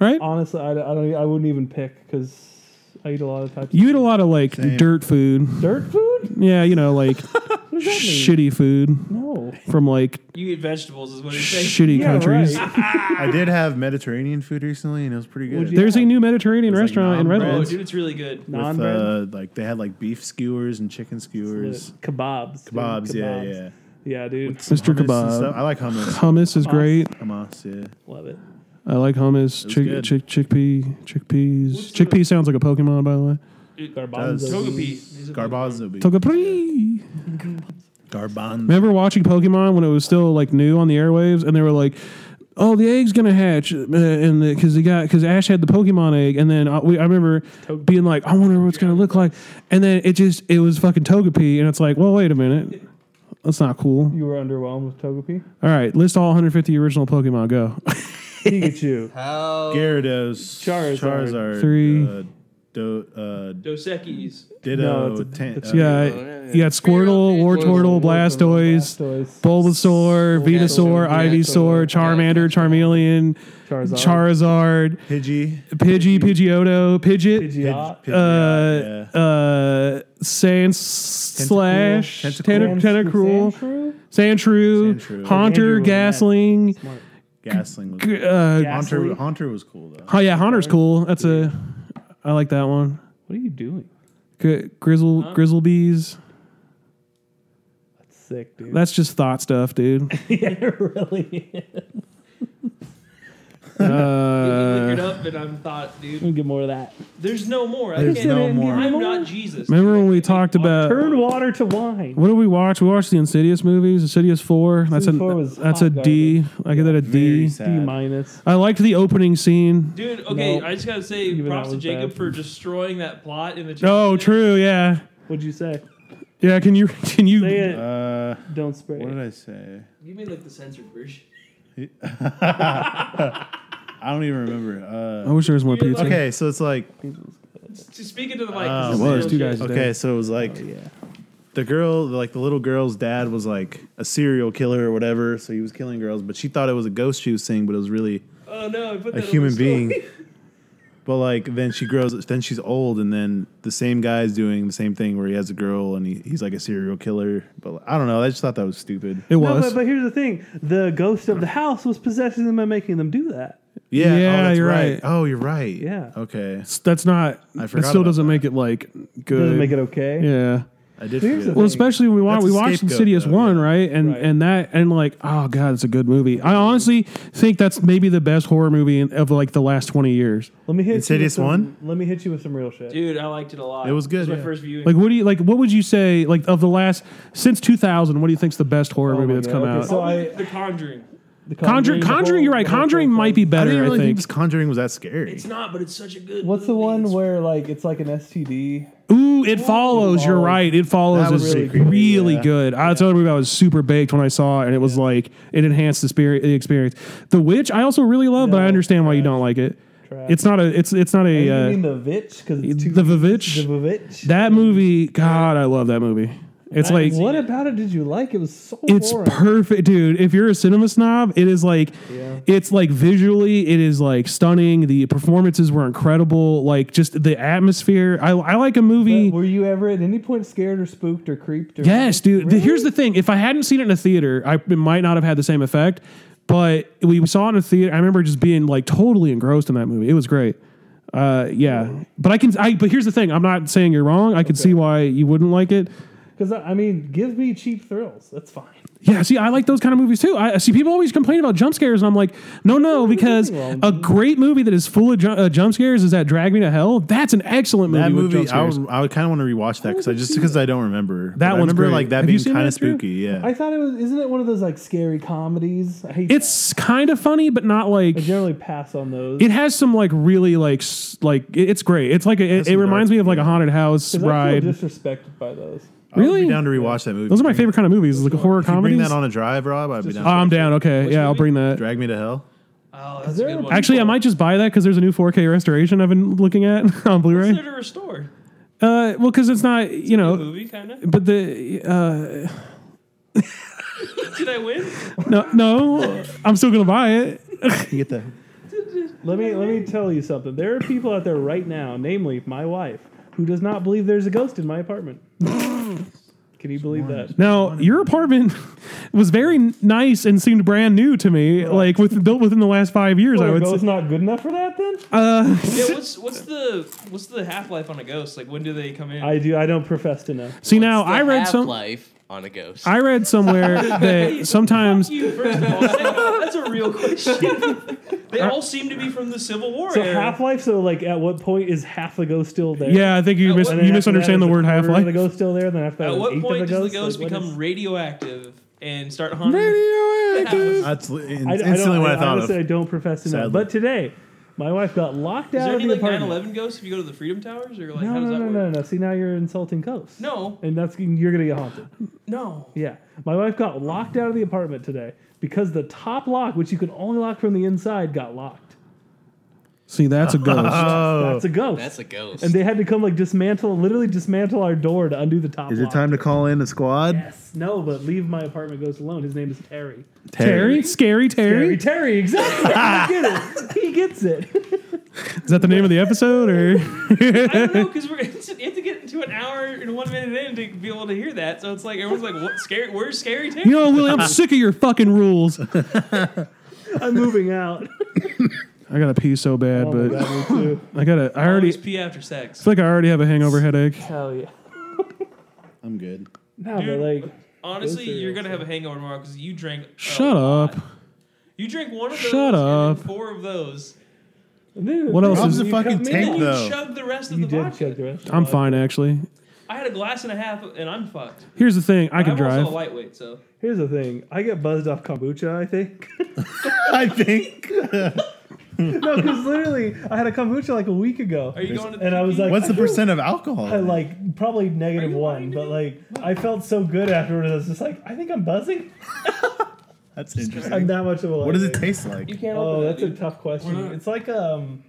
S3: Right?
S4: honestly, I, I don't. I wouldn't even pick because I eat a lot of types.
S3: You eat a lot of like
S8: Same.
S3: dirt food.
S4: of dirt food.
S3: Yeah, you know, like
S4: What does that mean?
S3: shitty food
S4: No.
S3: from like
S1: You eat vegetables, is what he's saying.
S3: shitty
S4: Yeah,
S3: countries.
S4: right.
S2: I did have Mediterranean food recently, and it was pretty good.
S4: Ah. Would you-
S3: There's a new Mediterranan
S2: It's like
S3: restaurant in
S2: naan bread.
S1: Oh,
S3: Redlands.
S1: dude, it's really good.
S2: With,
S4: Non bread.
S2: uh, like they had like beef skewers and chicken skewers,
S4: kebabs. dude,
S2: kebabs, Yeah,
S4: kebabs.
S2: yeah.
S4: Yeah, dude.
S3: Mr.
S2: Hummus and
S3: Kebab.
S2: stuff. I like hummus.
S3: Hummus is great.
S2: Hummus, yeah.
S4: Love it.
S3: I like hummus.
S2: was
S3: Chick,
S2: good.
S3: chick, chickpea, chickpeas.
S1: What's the-
S3: chickpea sounds like a Pokemon, by the way.
S4: Garbanzo.
S2: Does.
S1: Togepi.
S4: cheese.
S1: Is it-
S2: Garbanzo beef.
S3: Togepri.
S2: Garbanzo.
S3: Remember watching Pokemon when it was still like new on the airwaves, and they were like, "Oh, the egg's gonna hatch," uh, and because he got because Ash had the Pokemon egg, and then I, we, I remember being like, "I wonder what it's gonna look like," and then it just it was fucking Togepi, and it's like, "Well, wait a minute, that's not cool."
S4: You were underwhelmed with Togepi?
S3: All right, list all 150 original Pokemon. Go.
S4: Pikachu.
S5: How?
S2: Gyarados.
S4: Charizard.
S2: Charizard.
S3: Three.
S2: Uh, do, uh,
S1: Dosekis.
S2: Ditto.
S4: No, it's a-
S2: Tan-
S4: it's-
S2: uh,
S3: yeah, you got Squirtle, Wartortle, Blastoise. Bulbasaur, Venusaur, Ivysaur,
S5: Bulbasaur,
S3: Charmander, Charmeleon,
S4: Charizard.
S3: Charizard,
S2: Pidgey.
S3: Pidgey, Pidgeotto, Pidget,
S4: Pidgeot.
S2: Pidgey,
S3: uh,
S2: yeah.
S3: uh, Sand Slash, Tenta-
S2: Tentacool.
S3: Tentacruel, Sandshrew,
S4: Sandshrew?
S2: Sandshrew.
S3: Haunter,
S4: Andrew was
S3: Gasling.
S4: Smart.
S2: Gasling. Was,
S3: g- Uh,
S2: Haunter,
S4: Gasling.
S2: Haunter was cool, though.
S3: oh yeah, Haunter's cool. That's a, I like that one.
S4: What are you doing?
S3: G- Grizzle, Grizzlebees.
S4: That's sick, dude.
S3: That's just thought stuff, dude.
S4: yeah, it really. is.
S1: you
S3: Uh,
S1: look it up, and I'm thought,
S4: Let
S1: dude,
S4: me get more of that.
S1: there's no more. I
S2: There's
S1: can't.
S2: no more.
S1: I'm not Jesus.
S3: remember when we talked about
S4: Turn water to wine.
S3: What did we watch? We watched the Insidious movies. Insidious four. That's a
S4: Insidious 4 was
S3: that's a
S4: hot
S3: D. I give that a
S2: Very
S3: D.
S4: D
S2: sad.
S4: minus.
S3: I liked the opening scene.
S1: Dude, okay,
S4: No.
S1: I just gotta say
S4: Even
S1: props
S4: that
S1: to
S4: was
S1: Jacob
S4: bad.
S1: for destroying that plot in the.
S3: Oh,
S1: championship.
S3: true. Yeah,
S4: What'd you say?
S3: yeah. Can you can you?
S4: Say it.
S2: Uh,
S4: Don't spray.
S2: what
S4: it.
S2: did I say?
S1: You made like the censored version.
S2: I don't even remember.
S3: I wish there was more
S1: You're
S3: pizza.
S2: Uh, okay, so it's like
S1: Just speak into the mic.
S2: Oh,
S1: 'cause
S3: it
S1: it's
S3: was,
S1: real
S3: two
S1: shit.
S3: guys.
S2: Okay, so it was
S3: Oh,
S2: like the girl, like the little girl's dad was like a serial killer or whatever, so he was killing girls, but she thought it was a ghost she was seeing, but it was really
S1: Oh no, I put
S2: a
S1: that on
S2: human
S1: my story.
S2: being. But like then she grows, then she's old, and then the same guy's doing the same thing where he has a girl and he, he's like a serial killer. But like, I don't know, I just thought that was stupid.
S3: It
S4: No,
S3: was.
S4: but, but here's the thing: the ghost of the house was possessing them and making them do that.
S2: Yeah,
S3: Yeah,
S2: oh, that's
S3: you're right.
S2: Oh, you're right.
S4: Yeah.
S2: Okay,
S3: It's- that's not.
S2: I
S3: It
S2: forgot
S3: still
S2: about
S3: doesn't
S2: that.
S3: make it like good.
S4: Doesn't make it okay.
S3: Yeah.
S2: I did.
S4: Here's
S2: forget.
S4: the
S3: Well,
S4: thing.
S3: especially we watched
S2: That's
S3: we
S2: a
S3: watched
S2: scapegoat,
S3: Insidious
S2: though,
S3: one,
S2: yeah.
S3: right? And
S4: Right.
S3: and that and like oh god, it's a good movie. I honestly think that's maybe the best horror movie in, of like the last twenty years.
S4: Let me hit
S2: Insidious
S4: you with some-
S2: one?
S4: Let me hit you with some real shit.
S1: Dude, I liked it a lot.
S2: It was good,
S1: It was my
S2: yeah.
S1: first viewing.
S3: Like, what do you like? What would you say like of the last since 2000? What do you think's the best horror
S4: Oh
S3: movie
S4: my
S3: that's
S4: God,
S3: come
S4: okay,
S3: out?
S4: so
S1: Probably
S4: I-
S1: The Conjuring.
S4: The
S3: Conjuring,
S4: the
S3: Conjuring.
S4: whole-
S3: You're right.
S4: the whole
S3: Conjuring might be
S2: I didn't
S3: better. I,
S2: really think
S3: think.
S2: this Conjuring was that scary.
S1: It's not, but it's such a good.
S4: What's the
S1: movie.
S4: one
S1: It's-
S4: where like it's like an STD?
S3: Ooh, it follows. You're
S4: Follows.
S3: right. It follows.
S2: That was
S3: is
S2: really
S3: really,
S2: creepy, yeah.
S3: good. I told you I was super baked when I saw it, and it was like it enhanced the spirit, the experience. The Witch, I also really love, but I
S4: No,
S3: understand why you don't like it.
S4: Trash.
S3: It's not a. It's it's not
S4: You
S3: a.
S4: mean
S3: Uh,
S4: the Vitch? Because
S3: the
S4: The
S3: Vavitch.
S4: Vitch.
S3: That movie. God, I love that movie. It's like
S4: what about it did you like? It was so
S3: It's
S4: boring.
S3: perfect, dude. If you're a cinema snob, it is like,
S4: Yeah.
S3: it's like visually, it is like stunning. The performances were incredible. Like just the atmosphere. I, I like a movie.
S4: Were you ever at any point scared or spooked or creeped? Or
S3: Yes, dude. The-
S4: Really?
S3: Here's the thing: if I hadn't seen it in a theater, I it might not have had the same effect. But we saw it in a theater. I remember just being like totally engrossed in that movie. It was great. Uh, yeah. But I can. I but here's the thing: I'm not saying you're wrong. I can see why you wouldn't like it.
S4: Because I I mean, give me cheap thrills. That's fine.
S3: Yeah, see, I like those kind of movies too. I see people always complain about jump scares, and I'm like, no, no, because a great movie that is full of ju- uh, jump scares is that Drag Me to Hell. That's an excellent movie.
S2: That
S3: with jump
S2: movie, I
S3: scares.
S2: would, I would kind of want to rewatch that because I just because I don't remember. But I
S3: one's
S2: remember
S3: great.
S2: like that
S3: Have you
S2: being
S3: seen
S2: kind of
S3: that, Drew?
S2: spooky. Yeah,
S4: I thought it was. Isn't it one of those like scary comedies? I hate. that.
S3: it's kind of funny, but not like
S4: I generally pass on those.
S3: it has some like really like s- like it- it's great. It's like a, it, it
S2: some
S3: reminds
S2: dark-
S3: me of like a haunted house
S4: 'Cause I
S3: ride.
S4: feel disrespected by those.
S2: I would
S3: really,
S2: be down to rewatch that movie.
S3: those are my favorite kind of movies, like horror
S2: If you
S3: comedies.
S2: bring that on a drive, Rob, I'd be down.
S3: Oh, I'm down. Okay, yeah, I'll
S1: movie?
S3: bring that.
S2: Drag me to hell.
S1: Oh, that's a
S4: there
S1: good
S4: a-
S1: one.
S3: Actually, I might just buy that because there's a new 4K restoration I've been looking at on
S1: What's
S3: Blu-ray.
S1: there to restore?
S3: Uh, well, because it's not you
S1: A
S3: know,
S1: movie, kind of.
S3: but the uh,
S1: Did I win?
S3: no no, I'm still gonna buy it.
S2: You get that?
S4: Let me let me tell you something. There are people out there right now, namely my wife, who does not believe there's a ghost in my apartment. Can you believe that?
S3: Now your apartment was very nice and seemed brand new to me, like with built within the last five years.
S4: Well,
S3: I
S4: a
S3: would
S4: ghost
S3: say.
S4: not good enough for that then?
S3: Uh,
S1: Yeah. What's what's the what's the half life on a ghost? Like when do they come in?
S4: I do. I don't profess to know.
S3: see now I read some.
S5: life on a ghost.
S3: I read somewhere that sometimes
S1: you first of all. That's a real question. They all seem to be from the Civil War.
S4: So
S1: era.
S4: half life. So like, at what point is half the ghost still there?
S3: yeah, I think you mis-
S4: And then
S3: you
S4: after
S3: misunderstand
S4: that,
S3: the
S4: is a
S3: word
S4: quarter of
S3: half life.
S4: The ghost still there. Then after that,
S1: At
S4: an
S1: what
S4: eighth
S1: point
S4: of the
S1: does
S4: ghost,
S1: the ghost
S4: Like, what
S1: become
S4: is-
S1: radioactive and start haunting?
S2: That's li- in-
S4: I, I
S2: instantly
S4: don't,
S2: what I,
S4: I,
S2: thought
S4: honestly, I
S2: of.
S4: don't profess to know.
S2: Sadly.
S4: But today, my wife got locked
S1: Is
S4: out
S1: there
S4: of
S1: any
S4: the
S1: like 9
S4: apartment.
S1: 11 ghosts? If you go to the Freedom Towers, or like
S4: No,
S1: how does
S4: no,
S1: that
S4: no,
S1: work?
S4: no, no. See, now you're insulting ghosts.
S1: No,
S4: And that's you're gonna get haunted.
S1: no.
S4: Yeah, my wife got locked out of the apartment today because the top lock, which you can only lock from the inside, got locked.
S3: See, that's a ghost.
S2: Oh,
S4: That's a ghost.
S5: That's a ghost.
S4: and they had to come like dismantle, literally dismantle our door to undo the top.
S2: is
S4: lock.
S2: it time to call in the squad?
S4: Yes. No, but leave my apartment ghost alone. His name is Terry.
S3: Terry, scary Terry.
S4: Terry. Terry. Exactly. he, gets it. he gets it.
S3: Is that the name of the episode or?
S1: I don't know because we're it's, you have to get into an hour and one minute in to be able to hear that. So it's like everyone's like, "What scary? Where's scary Terry?"
S3: You know, Willie, I'm sick of your fucking rules.
S4: I'm moving out.
S3: I gotta pee so bad,
S4: Oh my
S3: but
S4: God, me too.
S3: I gotta. I already
S1: Always
S3: feel
S1: pee after sex.
S3: like I already have a hangover headache.
S4: Hell yeah.
S9: I'm good.
S4: No,
S1: Dude.
S4: but like
S1: Honestly,
S4: Those are
S1: you're gonna have a hangover tomorrow because you drank. a
S3: Shut
S1: lot.
S3: up.
S1: You drank one of those. and
S3: Shut
S1: then
S3: up.
S1: Four of those.
S4: dude,
S3: What else
S2: Rob's
S3: is-
S2: a
S4: you
S2: fucking
S4: cut me
S2: tank
S1: And you
S2: though.
S1: chugged the rest of
S4: You
S1: the
S4: did check the
S1: vodka.
S4: rest.
S3: I'm fine actually.
S1: I had a glass and a half, and I'm fucked.
S3: Here's the thing. I
S1: I
S3: can
S1: am
S3: drive.
S1: also a lightweight, so
S4: Here's the thing. I get buzzed off kombucha. I think.
S2: I think.
S4: no, because literally, I had a kombucha like a week ago.
S1: are you going to?
S4: And I was
S1: pee?
S4: like,
S2: What's the percent of alcohol?
S4: I like probably negative
S1: Are you lying
S4: one,
S1: to
S4: but
S1: me?
S4: like I felt so good afterwards. I was just like, I think I'm buzzing.
S2: That's
S4: I'm
S2: interesting.
S4: that much of a.
S2: What does it
S4: lightweight.
S2: taste like?
S1: You can't
S4: Oh,
S1: open
S4: that's a
S1: that,
S4: tough question.
S10: not?
S4: It's like um,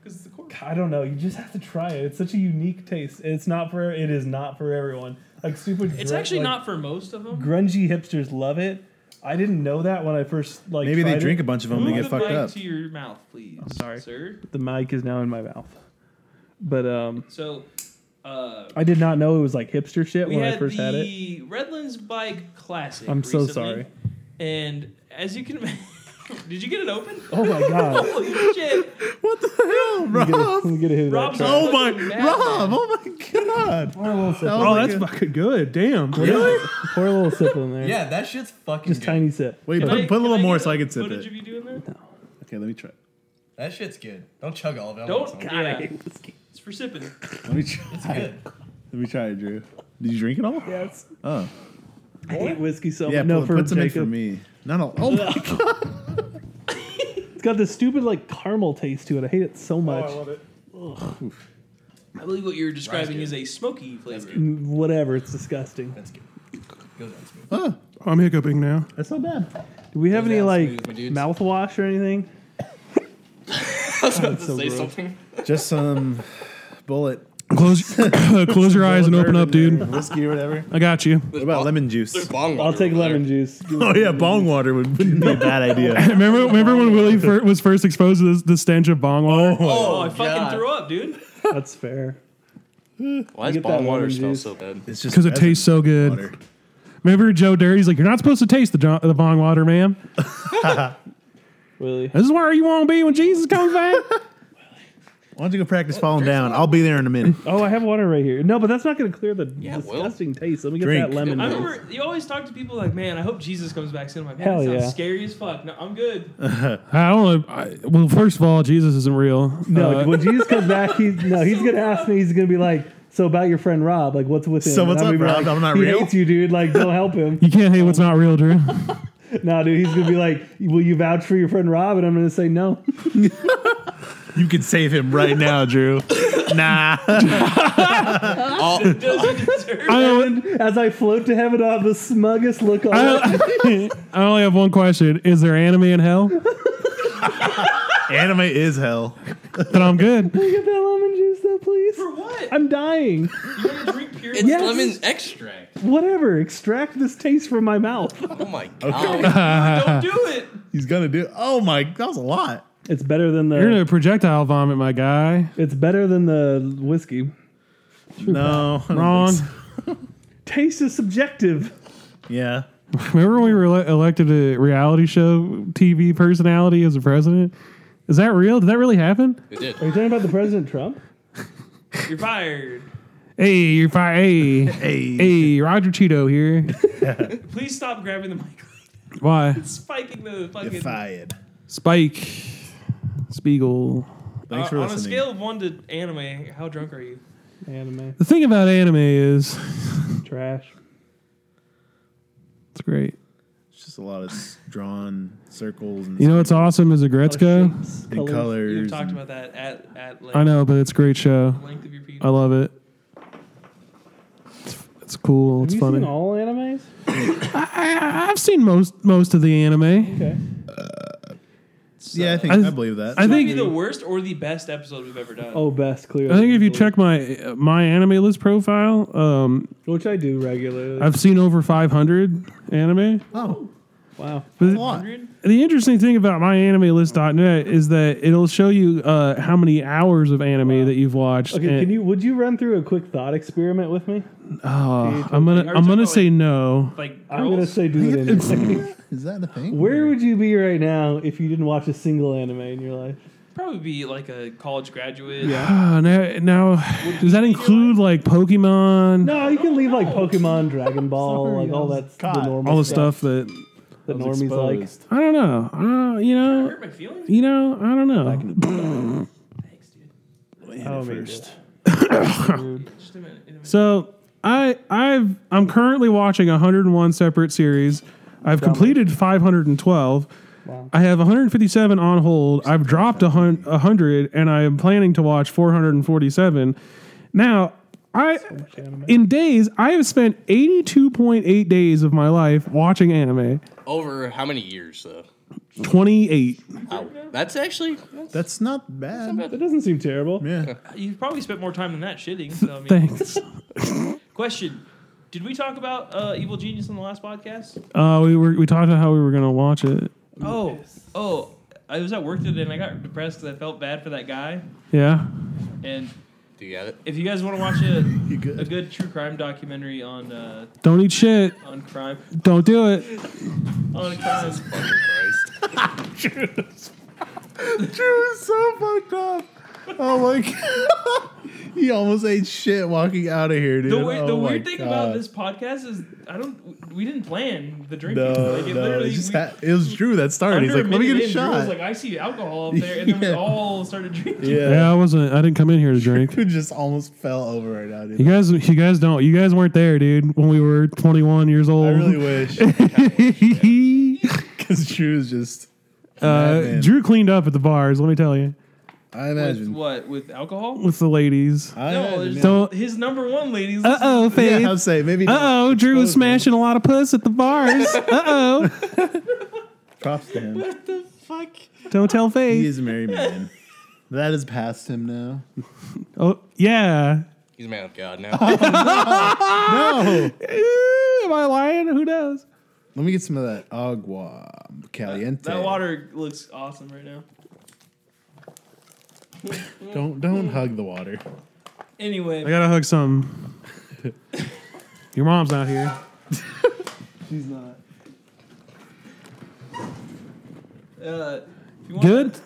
S1: because it's the cork.
S4: I don't know. You just have to try it. It's such a unique taste. It's not for. It is not for everyone. Like super.
S1: It's
S4: grun-
S1: actually
S4: like,
S1: not for most of them.
S4: Grungy hipsters love it. I didn't know that when I first like.
S2: Maybe they
S4: tried
S2: drink
S4: It.
S2: a bunch of them and
S1: Move
S2: they
S1: the
S2: get fucked
S1: mic
S2: up.
S1: to your mouth, please.
S4: sorry.
S1: sir.
S4: The mic is now in my mouth, but um,
S1: So, uh,
S4: I did not know it was like hipster shit
S1: we
S4: when
S1: had
S4: I first
S1: the
S4: had it.
S1: Redlands Bike Classic.
S4: I'm so
S1: recently,
S4: sorry.
S1: And as you can, imagine, did you get it open?
S4: Oh my god!
S1: Holy shit!
S2: What the hell,
S4: Let me
S2: Rob?
S4: get a hit of that.
S1: Rob's
S4: track.
S2: Oh my,
S1: Fucking madman.
S2: Rob! Oh my god!
S3: Oh, that's fucking good. Damn.
S2: really?
S4: Pour a little sip in there.
S5: yeah, that shit's fucking
S4: Just
S5: good.
S4: tiny sip.
S2: Wait,
S1: Can
S2: put,
S1: I-
S2: put a little
S1: get
S2: more so I can sip
S1: footage
S2: it.
S1: of you doing that?
S2: Okay, let me try.
S5: That shit's good. Don't chug all of it. I
S1: Don't.
S5: want some.
S1: yeah. It's for sipping.
S2: Let me try. Let me try it, Drew. Did you drink it all?
S4: Yes.
S2: Oh,
S4: I hate whiskey so
S2: yeah.
S4: much. No,
S2: put,
S4: for
S2: put some in
S4: Jacob.
S2: for me. Not all. Oh my god!
S4: It's got this stupid like caramel taste to it. Oh, I hate it so much.
S9: it.
S1: I believe what you're describing is a smoky flavor.
S4: Mm, Whatever. It's disgusting.
S5: That's good. Goes down smooth.
S3: I'm hiccuping now.
S2: That's not bad.
S4: Do we have
S5: Goes
S4: any
S5: down
S4: like
S5: smooth, my dudes.
S4: mouthwash or anything?
S5: About to say
S4: gross.
S5: something.
S2: Just some bullet.
S3: Close, close your eyes and open up, dude.
S2: Whiskey or whatever.
S3: I got you.
S2: What about lemon juice?
S5: There's bong
S4: I'll
S5: water
S4: take
S5: over there.
S4: lemon juice.
S2: Oh yeah, bong water would, wouldn't be a bad idea.
S3: Remember, remember when Willie fir- was first exposed to this, the stench of bong water?
S1: Oh, I fucking
S5: God.
S1: threw up, dude.
S4: That's fair.
S5: Why does
S4: get that
S5: bong water
S4: lemon
S5: smell
S4: juice.
S5: so bad?
S2: It's just
S3: Because it tastes so good.
S2: water.
S3: Remember Joe Dirty's like, you're not supposed to taste the, jo- the bong water, ma'am.
S4: Really?
S3: This is where you want to be when Jesus comes back.
S2: Why don't you go practice falling down? I'll be there in a minute.
S4: Oh, I have water right here. No, but that's not going to clear the
S5: Yeah, it will.
S4: disgusting taste. Let me get
S2: Drink.
S4: that lemon.
S1: I
S4: juice.
S1: remember you always talk to people like, man, I hope Jesus comes back soon. I'm like, man,
S4: Hell
S1: that sounds
S4: yeah.
S1: scary as fuck. No, I'm good.
S3: I don't know. I, well, first of all, Jesus isn't real.
S4: No,
S3: Uh,
S4: when Jesus comes back, he's no, he's gonna ask me. He's gonna be like, "So about your friend Rob? Like, what's with him?"
S2: So
S4: And
S2: what's
S4: I'm
S2: up,
S4: gonna be
S2: Rob?
S4: like,
S2: I'm not
S4: he
S2: real?"
S4: hates you, dude. Like, don't help him.
S3: you can't hate what's not real, Drew.
S4: no, dude, he's gonna be like, "Will you vouch for your friend Rob?" And I'm gonna say no.
S2: You can save him right now, Drew. Nah.
S5: All,
S1: Does he deserve
S3: I, don't-
S4: As I float to heaven, I have the smuggest look on.
S3: I, don't- I only have one question: Is there anime in hell?
S2: Anime is hell.
S3: Then I'm good.
S4: Get that lemon juice, though, please.
S1: for what?
S4: I'm dying.
S1: You want to drink pure
S5: it's
S4: Yes.
S5: lemon extract.
S4: Whatever. Extract this taste from my mouth.
S5: Oh my god.
S1: Don't do it.
S2: He's gonna do. Oh my, that was a lot.
S4: It's better than the.
S3: You're gonna projectile vomit, my guy.
S4: It's better than the whiskey.
S2: No, I don't
S3: Wrong.
S2: think so.
S4: Taste is subjective.
S2: Yeah,
S3: Remember when we were ele- elected a reality show TV personality as a president? Is that real? Did that really happen?
S5: It did.
S4: Are you talking about the President Trump?
S1: You're fired.
S3: Hey, you're fire. Hey,
S2: Hey.
S3: hey, Roger Cheeto here.
S1: Please stop grabbing the mic.
S3: Why?
S1: Spiking the fucking. uh,
S2: you're fired.
S3: Spike Spiegel.
S2: Thanks
S1: Uh,
S2: for
S1: on a
S2: listening.
S1: scale of one to anime, how drunk are you?
S4: Anime.
S3: The thing about anime is
S4: Trash.
S3: it's great.
S2: it's just a lot of s- drawn circles and,
S3: You know what's awesome is a
S4: Oh,
S3: Gretzko.
S2: and colors.
S1: You've
S2: and-
S1: talked about that at at length,
S3: I know, but it's a great show.
S1: length of your
S3: I
S1: people.
S3: love it. It's, it's cool. It's
S4: Have you
S3: funny.
S4: seen all animes?
S3: I, I've seen most most of the anime.
S4: Okay.
S2: yeah, I think
S3: I
S2: I,
S3: th-
S2: believe that.
S3: I
S1: Might
S3: think
S1: be the worst or the best episode we've ever done.
S4: Oh, best clearly.
S3: I think if you check my my anime list profile, um,
S4: which I do regularly.
S3: I've seen over 500 anime.
S2: oh,
S4: wow.
S3: But
S2: a lot.
S1: 100?
S3: the interesting thing about myanimelist.net is that it'll show you uh, how many hours of anime that you've watched.
S4: Okay,
S3: and-
S4: can you would you run through a quick thought experiment with me?
S3: Oh, I'm gonna I'm gonna say no.
S1: Like
S4: I'm gonna
S1: girls,
S4: say do it anyway.
S2: Is that the thing?
S4: Where would you be right now if you didn't watch a single anime in your life?
S1: probably be like a college graduate.
S3: Ah, now, now does that include like Pokemon?
S4: No, you can leave like Pokemon, Dragon Ball,
S2: Sorry,
S4: like
S2: I
S4: all
S2: was
S4: that's the
S2: caught.
S4: normal
S3: All the stuff that
S4: that normies like.
S3: I don't know. I don't, you know,
S1: Hurt my feelings.
S3: you know, I don't know.
S1: Thanks, dude.
S4: Oh, man.
S1: Just a minute. in a minute.
S3: So I I've I'm currently watching 101 separate series. I've completed 512. I have 157 on hold. I've dropped a hun- 100, and I am planning to watch 447. Now, I in days I have spent 82.8 days of my life watching anime.
S5: Over how many years though?
S3: 28.
S5: Wow. That's actually
S2: That's not bad.
S4: That doesn't seem terrible.
S2: Yeah,
S1: You've probably spent more time than that shitting. So, I mean,
S3: Thanks.
S1: Question: Did we talk about uh, Evil Genius on the last podcast?
S3: Uh, we were we talked about how we were gonna watch it.
S1: Oh, oh, I was at work today and I got depressed because I felt bad for that guy.
S3: Yeah.
S1: And
S5: Do you got it?
S1: if you guys want to watch a,
S2: you
S1: a
S2: good.
S1: good true crime documentary on uh,
S3: Don't eat shit.
S1: on crime
S3: Don't do it.
S1: on crime,
S5: Fucking Christ.
S2: Drew is so fucked up. Oh my god, he almost ate shit walking out of here, dude.
S1: the, weir- the
S2: Oh my
S1: weird thing about
S2: God.
S1: this podcast is I don't we didn't plan the drinking.
S2: No,
S1: like, it
S2: no,
S1: literally
S2: it, just
S1: we-
S2: ha- it was Drew that started.
S1: under
S2: He's like,
S1: a
S2: "Let me
S1: minute
S2: get a
S1: in, Drew was
S2: shot."
S1: like, I see alcohol up there, and then we
S2: Yeah.
S1: all started drinking.
S3: Yeah, I wasn't. I didn't come in here to drink.
S2: Drew just almost fell over right now,
S3: You
S2: dude.
S3: guys, you guys don't. You guys weren't there, dude. When we were 21 years old.
S2: I really wish because Drew's just.
S3: uh,
S2: Madman.
S3: Drew cleaned up at the bars. Let me tell you,
S2: I
S1: With
S2: imagine.
S1: what with alcohol?
S3: with the ladies.
S2: I
S1: No,
S2: imagine.
S1: there's
S2: yeah.
S3: Don't-
S1: his number one ladies.
S3: Uh oh,
S2: Yeah,
S3: Faith.
S2: I'll say maybe.
S3: uh oh, Drew was
S2: Expose me.
S3: smashing a lot of puss at the bars. uh oh,
S2: Props to him.
S3: don't tell
S2: He
S3: Faith.
S2: is a married man. That is past him now.
S3: Oh yeah.
S5: He's a man of God now.
S2: No,
S3: Ooh, am I lying? Who knows?
S2: let me get some of that agua caliente.
S1: That water looks awesome right now.
S2: Don't don't hug the water.
S1: Anyway,
S3: I gotta hug some. Your mom's not here.
S2: She's not.
S1: uh, if you want
S3: Good.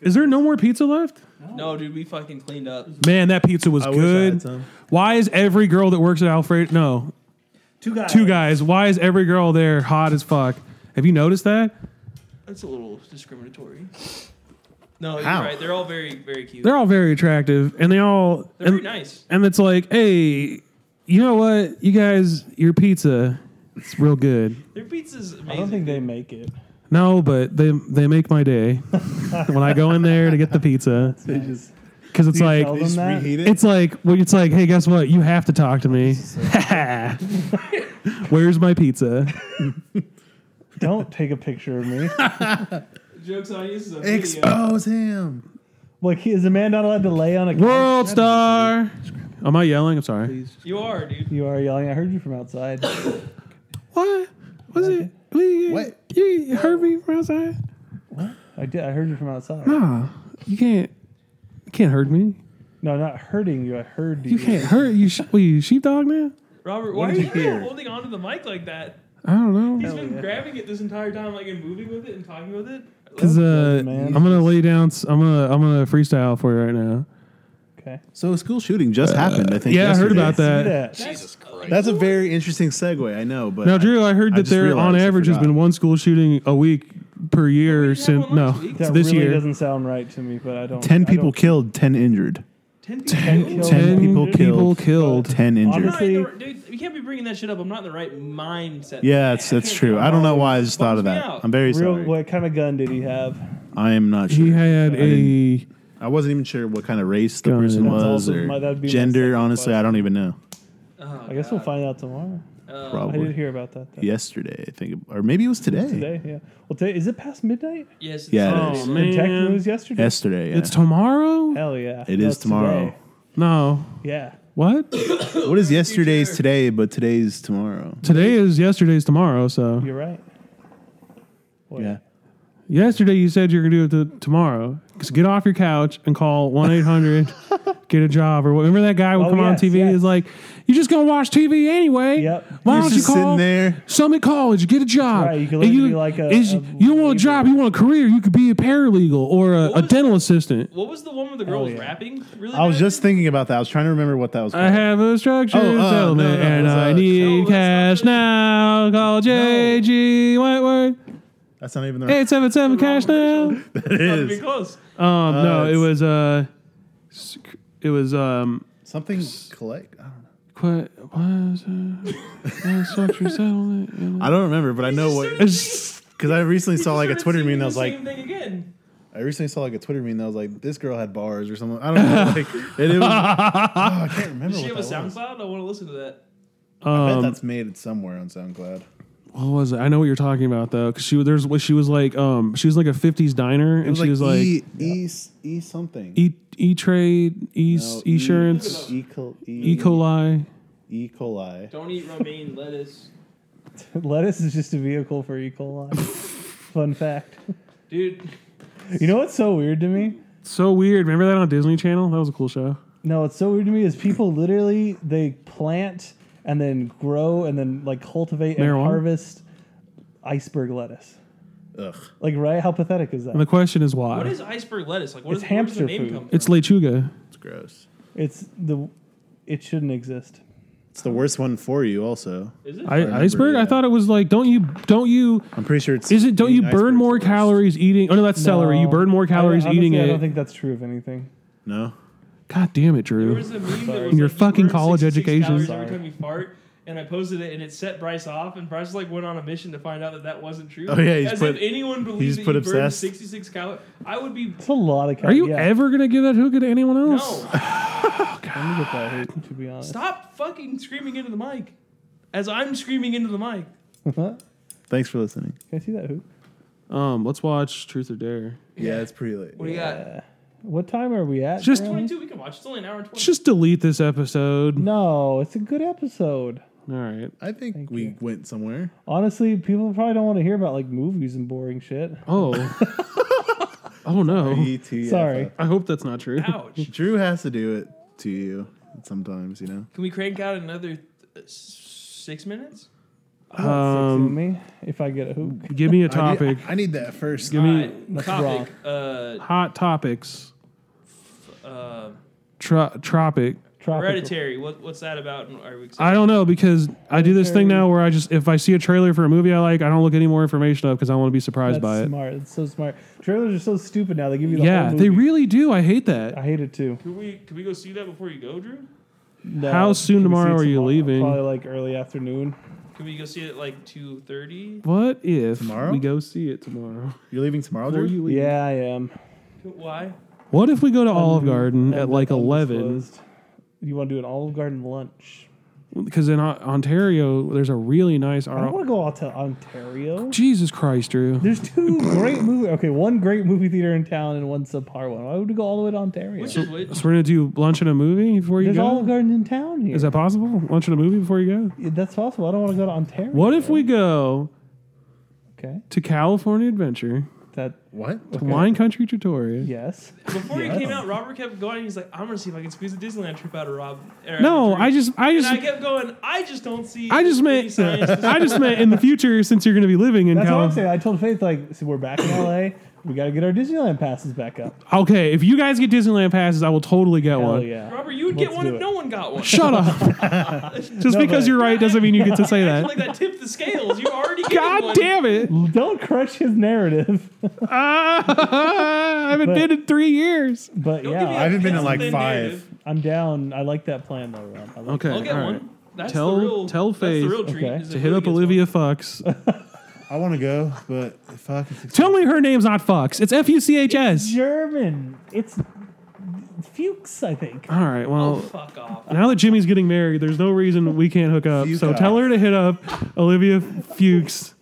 S3: Is there no more pizza left?
S1: No, dude, we fucking cleaned up.
S3: Man, that pizza was
S2: I wish I had
S3: good.
S2: some.
S3: Why is every girl that works at Alfred? No,
S4: Two guys.
S3: two guys. Why is every girl there hot as fuck? Have you noticed that?
S1: That's a little discriminatory. No,
S2: How?
S1: you're right. They're all very, very cute.
S3: They're all very attractive, and they all
S1: They're very
S3: and-
S1: nice.
S3: and it's like, hey, you know what? You guys, your pizza, it's real good.
S1: Their pizza's amazing.
S4: I don't think they make it.
S3: No, but they they make my day when I go in there to get the pizza
S11: They just
S3: because it's
S11: you
S3: like
S11: tell
S2: They just
S11: Other than that,
S2: reheat it.
S3: it's like well, it's like hey, guess what? You have to talk to me. Where's my pizza?
S4: Don't take a picture of me.
S1: Jokes on you. This is a video.
S2: Expose him.
S4: Like, is a man not allowed to lay on a couch?
S3: World star. Am I yelling? I'm sorry.
S1: You are, dude.
S4: You are yelling. I heard you from outside.
S3: What was it? We,
S2: What?
S3: You heard me from outside?
S4: I did. I heard you from outside.
S3: Nah, you can't. You can't hurt me.
S4: No, not hurting you. I heard you.
S3: You can't hurt you. Sh- what, you sheepdog now?
S1: Robert, why are you
S4: did you hear?
S1: holding onto the mic like that?
S3: I don't
S1: He's
S3: know.
S1: been grabbing it this entire time, like and moving with it and talking with it.
S3: Cause uh, I'm
S4: man.
S3: gonna lay down. s- I'm gonna I'm gonna freestyle for you right now.
S4: Okay.
S2: So a school shooting just happened. I think.
S3: Yeah, I heard
S2: yesterday.
S3: about
S4: Do
S3: that.
S4: that.
S5: Jesus Christ.
S2: That's a very interesting segue. I know, but
S3: Now, Drew, I heard
S2: I
S3: that
S2: just
S3: there
S2: realized
S3: on
S2: I
S3: average has
S2: forgot.
S3: been one school shooting a week per year
S1: didn't have
S3: since
S1: one
S3: no
S1: last week.
S4: That
S3: this
S4: really
S3: year.
S4: doesn't sound right to me, but I don't.
S2: ten
S4: I
S2: people
S4: don't-
S2: killed, ten injured,
S1: Ten people.
S4: killed.
S3: Ten people
S2: people
S3: killed.
S2: killed.
S3: killed.
S2: ten injured.
S1: I'm not in the right- dude, you can't be bringing that shit up. I'm not in the right mindset.
S2: Yeah, that's that's true. I don't know why I just thought of
S1: Bums me
S2: that.
S1: out.
S2: I'm very
S4: Real,
S2: sorry.
S4: what kind of gun did he have?
S2: I am not
S3: He
S2: sure.
S3: had a
S2: I wasn't even sure what kind of race the
S3: Got it.
S2: person
S3: That's
S2: was
S4: also
S2: or
S4: my- that'd be my
S2: gender.
S4: second
S2: Honestly, I don't even know.
S1: Oh,
S4: I guess we'll find out tomorrow. I
S2: Probably
S4: did hear about that. Though.
S2: yesterday, I think, or maybe it was today.
S4: Today, yeah. Well, today, is it past midnight?
S1: Yes.
S2: Yeah, it
S1: it's-
S2: is.
S3: oh
S4: And Technically, it
S3: man.
S4: was yesterday.
S2: Yesterday, yeah.
S3: It's tomorrow.
S4: Hell yeah.
S2: It is
S4: That's
S2: tomorrow.
S4: today.
S3: No,
S4: Yeah.
S3: what?
S2: What is yesterday's today, but today's tomorrow?
S3: Today is yesterday's tomorrow. So
S4: You're right. Boy,
S2: Yeah.
S3: Yesterday you said you're gonna do it t- tomorrow. So get off your couch and call one eight hundred, get a job or whatever. Remember that guy would
S4: Oh,
S3: come on
S4: yes,
S3: TV.
S4: yes.
S3: He's like, "You're just gonna watch TV anyway.
S4: Yep.
S3: Why
S2: You're
S3: don't you
S2: just
S3: call
S2: sitting there.
S3: Summit College, get a job?
S4: Right, you can
S3: And
S4: literally be like a-
S3: is-
S4: a
S3: you don't want a job, you want a career. You could be a paralegal or a, a
S1: was-
S3: dental assistant.
S1: What was the one where the girl
S4: Oh,
S1: was
S4: yeah.
S1: rapping? Really?
S2: I was
S1: bad?
S2: just thinking about that. I was trying to remember what that was.
S3: I
S2: Called.
S3: have a structured
S2: Oh, uh,
S3: settlement
S2: no, no,
S3: and
S2: was
S3: I
S2: that-
S3: need
S1: No, that's
S3: cash now. Call JG Whiteword
S2: That's not even the right.
S3: eight seven seven cash now.
S2: It
S1: Not even
S2: is
S1: close.
S3: Um,
S2: Uh,
S3: no, it
S2: it's-
S3: was uh, sc- it was um,
S2: something collect. I don't know.
S3: quite was uh, structure settlement. and-
S2: I don't remember, but I know what
S3: It's-
S2: because I recently saw like a
S1: Started
S2: Twitter meme
S1: singing
S2: that
S1: the
S2: was like
S1: same thing again.
S2: I recently saw like a Twitter meme that was like this girl had bars or something. I don't know. Like and it was, oh, I can't remember.
S1: Does she have
S2: what
S1: a
S2: that was.
S1: SoundCloud? I want to listen to that.
S2: I bet
S3: um,
S2: that's made somewhere on SoundCloud.
S3: what was it? I know what you're talking about though, because she was there's she was like um she was like a '50s diner
S2: It
S3: and
S2: was
S3: she
S2: like,
S3: was like
S2: e, e e something.
S3: e e trade e
S2: No, E-
S3: insurance
S2: E. col-
S3: e coli.
S2: E. coli.
S1: Don't eat romaine lettuce.
S4: Lettuce is just a vehicle for E. coli. Fun fact.
S1: Dude,
S4: You know what's so weird to me?
S3: So weird. Remember that on Disney Channel? That was a cool show.
S4: No, what's so weird to me is people literally they plant and then grow and then like cultivate and
S3: Marijuana?
S4: harvest iceberg lettuce.
S2: Ugh.
S4: Like, right? How pathetic is
S3: And
S4: that?
S3: the question is why?
S1: what is iceberg lettuce? Like, what
S4: It's
S1: is where does the
S4: hamster
S1: name
S4: food.
S1: come from?
S3: it's lechuga.
S2: It's gross.
S4: It's the. It shouldn't exist.
S2: It's the worst one for you. Also,
S1: Is it?
S3: I,
S2: remember,
S3: iceberg. I
S2: yeah.
S3: thought it was like, don't you don't you
S2: I'm pretty sure it's.
S3: Is it? Don't you
S2: eating
S3: burn
S2: icebergs
S3: more
S2: worse.
S3: calories eating? Oh no, that's celery. You
S4: No.
S3: burn more
S4: I don't-
S3: calories
S4: honestly,
S3: eating
S4: I
S3: it.
S4: don't think that's true of anything.
S2: No.
S3: God damn it,
S1: There
S3: Drew.
S1: was a meme that was
S3: In your
S1: like, you
S3: fucking
S1: burn
S3: college
S1: 66
S3: education.
S1: calories
S4: Sorry.
S1: Every time you fart, and I posted it, and it set Bryce off, and Bryce like went on a mission to find out that that wasn't true.
S2: Oh, yeah, he's
S1: as
S2: put-
S1: if anyone believes
S2: he's
S1: that
S2: put
S1: you burned
S2: obsessed.
S1: 66 calories. I would be
S4: It's a lot of
S3: Are
S4: calories.
S3: you
S4: yeah.
S3: ever gonna give that hookah to anyone else?
S1: no.
S4: Let me get that hate, to be honest.
S1: Stop fucking screaming into the mic, as I'm screaming into the mic.
S4: Can
S2: Thanks for listening.
S4: I see that hoop?
S3: Um, let's watch Truth or Dare.
S2: Yeah, it's pretty late.
S1: What do you got?
S4: What time are we at?
S3: Just-
S4: currently?
S1: 22. We can watch. It's only an hour and 20.
S3: Just delete this episode.
S4: no. It's a good episode.
S3: All right.
S2: I think
S4: Thank
S2: we
S4: you.
S2: went somewhere.
S4: Honestly, people probably don't want to hear about like movies and boring shit.
S3: Oh. oh no.
S2: E.T.
S4: Sorry.
S3: I hope that's not true.
S1: Ouch.
S2: Drew has to do it to you sometimes, you know.
S1: Can we crank out another th- six uh, minutes?
S4: Um, me if I get a hoop.
S3: Give me a
S2: I need-
S3: topic.
S2: I need, that first.
S3: Give me
S1: All right, topic. Uh,
S3: hot topics.
S1: uh,
S3: Tro- tropic.
S4: Tropical.
S1: hereditary. What, what's that about? and Are we excited?
S3: I don't know because I do this thing now where I just if I see a trailer for a movie I like, I don't look any more information up because I want to be surprised by
S4: That's
S3: it.
S4: smart. That's so smart. Trailers are so stupid now. They give you the
S3: Yeah,
S4: whole
S3: they
S4: movie.
S3: really do. I hate that.
S4: I hate it too.
S1: Can we can we go see that before you go, Drew?
S4: No,
S3: How soon
S4: we see
S3: tomorrow
S4: it
S3: are you leaving?
S4: Probably like early afternoon.
S1: Can we go see it at like two thirty?
S3: What if
S2: Tomorrow?
S3: we go see it tomorrow?
S2: You're leaving tomorrow,
S3: Before
S2: Drew?
S3: you leave.
S4: Yeah, I am.
S1: Why?
S3: What if we go to Olive Garden at like eleven?
S4: Undisclosed. You want to do an Olive Garden lunch?
S3: Because in O- Ontario, there's a really nice.
S4: I don't want to go out to Ontario.
S3: Jesus Christ, Drew.
S4: There's two great movie. Okay, one great movie theater in town and one subpar one. Why would we go all the way to Ontario?
S1: Which is which?
S3: So we're gonna do lunch and a movie before you
S4: There's
S3: go.
S4: Olive Garden in town here.
S3: Is that possible? Lunch and a movie before you go.
S4: Yeah, That's possible. I don't want to go to Ontario.
S3: What if we go
S4: Okay,
S3: to California Adventure,
S4: that
S2: What?
S3: to Wine Country Tutorial?
S4: yes.
S1: Before you came out, Robert kept going. He's like, I'm gonna see if I can squeeze a Disneyland trip out of Rob. er,
S3: No,
S1: Drew."
S3: I just, I
S1: And
S3: just,
S1: I kept going. I just don't see.
S3: I just
S1: any
S3: meant,
S1: science to
S3: I just meant in the future since you're going to be living in
S4: That's what I'm
S3: California.
S4: saying. I told Faith like, so we're back in LA. We got to get our Disneyland passes back up.
S3: Okay, if you guys get Disneyland passes, I will totally get
S4: Hell
S3: one.
S4: yeah.
S1: Robert, you would get
S4: Let's
S1: one
S4: do
S1: if
S4: it.
S1: no one got one.
S3: Shut up. just because
S4: but-
S3: you're right doesn't mean you get to say
S1: Acting like
S3: that.
S1: that tipped the scales. You already gave
S3: God
S1: one.
S3: damn it!
S4: Don't crush his narrative.
S3: Ah, I haven't been in three years.
S1: Don't
S4: But
S1: give me
S4: yeah,
S1: that
S2: I haven't been in
S1: piss
S2: like
S1: thin
S2: five.
S1: narrative.
S4: I'm down. I like that plan though, Rob. I like
S3: Okay,
S1: I'll get
S3: all right.
S1: one. That's
S3: Tell-
S1: the real.
S3: tell
S1: that's the
S3: Faith
S1: real treat.
S4: Okay.
S1: is
S3: To
S1: if
S3: hit
S1: Lily
S3: up
S1: gets one.
S3: Olivia Fox.
S2: I want to go, but fuck. It's
S3: Tell me her name's not Fox. It's F U C H S.
S4: German. It's Fuchs, I think.
S3: All right.
S1: Oh,
S3: Well,
S1: fuck off.
S3: now that Jimmy's getting married, there's no reason we can't hook up.
S2: You
S3: So
S2: guys.
S3: tell her to hit up Olivia Fuchs.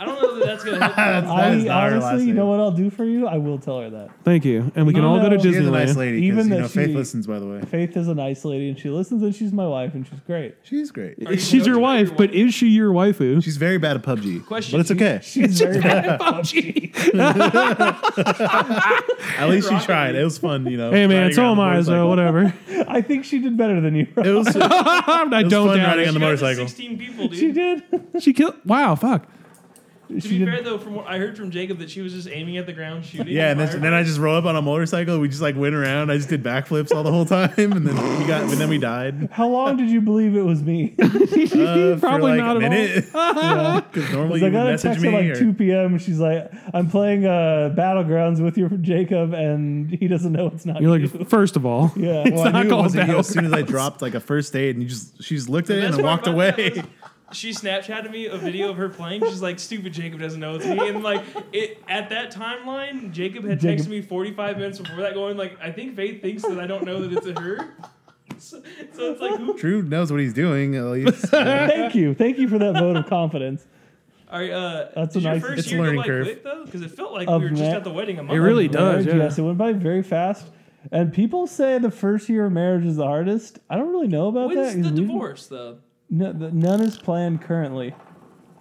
S1: I don't know that that's gonna help.
S2: That is
S4: I
S2: not her last
S4: honestly, you know
S2: name.
S4: what I'll do for you? I will tell her that.
S3: Thank you, and we can
S4: No,
S3: all go to
S4: no. She's
S2: She's a nice
S3: Disneyland.
S2: lady. 'cause,
S4: Even
S2: you
S4: though
S2: know, Faith
S4: she-
S2: listens, by the way.
S4: Faith is a nice lady, and she listens, and she's my wife, and she's great.
S2: She's great.
S1: Are you
S3: She's your
S1: joking?
S3: wife, but is she your waifu?
S2: She's very bad at PUBG.
S1: Question.
S2: But it's okay.
S4: She's very
S3: Oh,
S2: At least she tried. It was fun, you know.
S3: Hey man,
S2: riding
S3: so
S2: around
S3: am
S2: the
S3: I. So
S2: motorcycle.
S3: whatever.
S4: I think she did better than you.
S2: It was, it was
S3: I
S2: fun
S3: don't
S2: riding
S3: doubt
S2: on
S3: it.
S2: the
S1: You got to
S2: motorcycle.
S1: Sixteen people, dude.
S4: She did.
S3: She killed. Wow, fuck.
S1: To
S4: She
S1: be
S4: did-
S1: fair, though, from what I heard from Jacob, that she was just aiming at the ground, shooting.
S2: Yeah, and
S1: fired.
S2: then, then I just roll up on a motorcycle. We just like went around. I just did backflips all the whole time, and then we got, and then we died.
S4: How long did you believe it was me? I
S2: Uh,
S3: Probably
S2: for like
S3: not
S2: a
S3: at all.
S2: minute. Because normally you would
S4: got a
S2: message
S4: text at
S2: me
S4: like
S2: or
S4: 2 p.m. She's like, "I'm playing uh, Battlegrounds with your Jacob, and he doesn't know it's not
S3: You're
S4: you."
S3: like, first of all,
S4: yeah,
S2: well, I
S3: not
S2: knew it
S3: called
S2: wasn't you
S3: Battle
S2: as soon as I dropped like a first aid, and you just she just looked at
S1: The
S2: it and
S1: best
S2: then
S1: part about
S2: walked
S1: that
S2: away.
S1: was She Snapchatted me a video of her playing. She's like, "Stupid Jacob doesn't know it's me." And like, it at that timeline, Jacob had
S4: Jacob-
S1: texted me 45 minutes before that, going like, "I think Faith thinks that I don't know that it's a her." So, so it's like, who?
S2: Drew knows what he's doing. At least.
S4: thank you, thank you for that vote of confidence.
S1: All right, uh,
S4: That's
S1: did
S4: a
S1: your
S4: nice-
S1: first
S2: It's a
S1: year go
S2: learning
S1: by
S2: curve.
S1: quick though? Because it felt like
S4: Of
S1: we were just
S4: ma-
S1: at the wedding. A month
S3: it really does.
S4: Marriage,
S3: Yeah.
S4: Yes, it went by very fast. And people say the first year of marriage is the hardest. I don't really know about that.
S1: When's
S4: 'cause
S1: the
S4: we-
S1: divorce though?
S4: No, the, none is planned currently.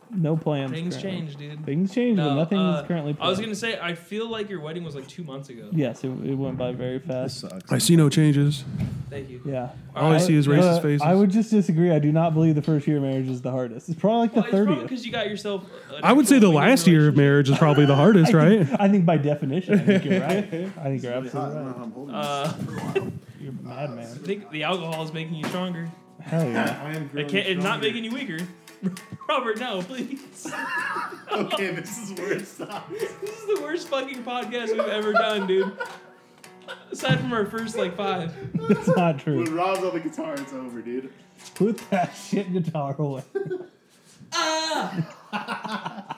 S4: No plans.
S1: Things
S4: currently.
S1: change, dude.
S4: Things change, but
S1: No,
S4: nothing
S1: uh,
S4: is currently planned.
S1: I was gonna say, I feel like your wedding was like two months ago.
S4: yes, it, it went by very fast.
S2: Sucks.
S3: I see no changes.
S1: Thank you.
S4: Yeah.
S3: All I see is racist faces.
S4: I would just disagree. I do not believe the first year of marriage is the hardest. It's probably like the
S1: Well, it's probably
S4: thirtieth.
S1: because you got yourself. an
S3: I would say the
S1: actual
S3: last year of
S1: relationship.
S3: marriage is probably the hardest, right?
S4: I think by definition, I think you're right. I think you're absolutely right.
S1: Uh,
S4: You're mad, man.
S1: I think the alcohol is making you stronger.
S4: Hell yeah.
S2: I am
S1: It can't, it's not making you weaker. Robert, no, please.
S2: Okay, this is worse. Stop.
S1: This is the worst fucking podcast we've ever done, dude. Aside from our first like five.
S4: It's not true.
S2: Rob's on the guitar, it's over, dude.
S4: Put that shit guitar away.
S2: Ah!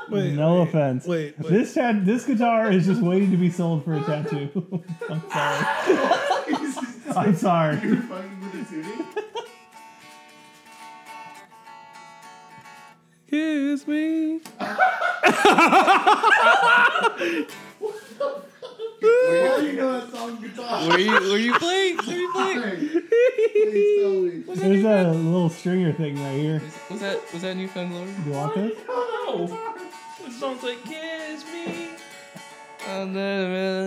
S2: Wait,
S4: no offense.
S2: wait, wait.
S4: This had this guitar is just waiting to be sold for a tattoo. I'm sorry. I'm sorry.
S3: Kiss me.
S5: Were you were you playing? Were you playing?
S4: There's a little stringer thing right here.
S5: Was that was that new phone glory?
S4: You want this?
S1: No. This song's like kiss me.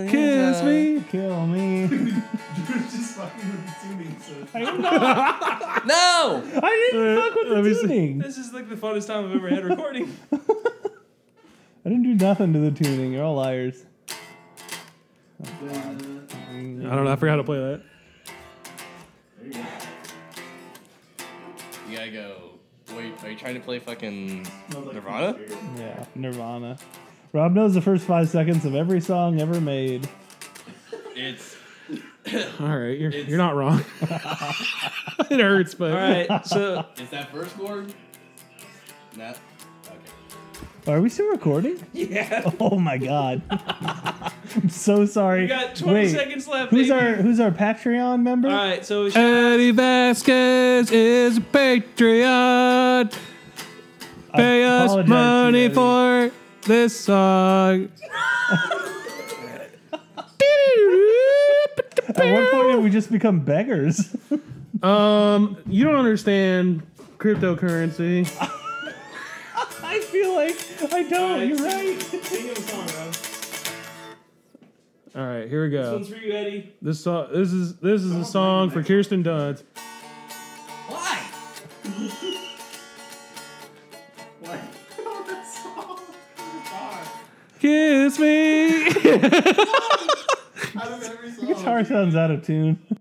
S3: Kiss me.
S4: Kill me.
S5: No.
S4: I didn't fuck with
S3: Let me
S4: the
S3: see.
S4: Uh, tuning.
S1: This is like the funnest time I've ever had recording.
S4: I didn't do nothing to the tuning. You're all liars.
S3: I don't know. I forgot how to play that.
S5: You gotta go. Wait, are you trying to play fucking Nirvana?
S4: Yeah, Nirvana. Rob knows the first five seconds of every song ever made.
S5: It's
S3: All right, you're
S5: It's-
S3: you're not wrong. it hurts, but
S1: All right, so
S5: it's that first chord. Nah. Okay.
S4: Are we still recording?
S1: yeah,
S4: Oh my god. I'm so sorry.
S1: we got 20
S4: Wait,
S1: seconds left.
S4: Who's
S1: baby. Uh,
S4: our who's our Patreon member?
S1: All right, so sh-
S3: Eddie Vasquez is a patriot. Pay us
S4: apologize,
S3: money
S4: Eddie.
S3: for this song.
S4: At one point did we just become beggars.
S3: um, you don't understand cryptocurrency.
S4: I feel like I don't, you're right.
S1: sing him a song, bro. This
S3: All right, here we go.
S1: one's for you, Eddie.
S3: This song, this is this is a song for Kirsten Dunst. Kiss me.
S4: Guitar sounds out of tune.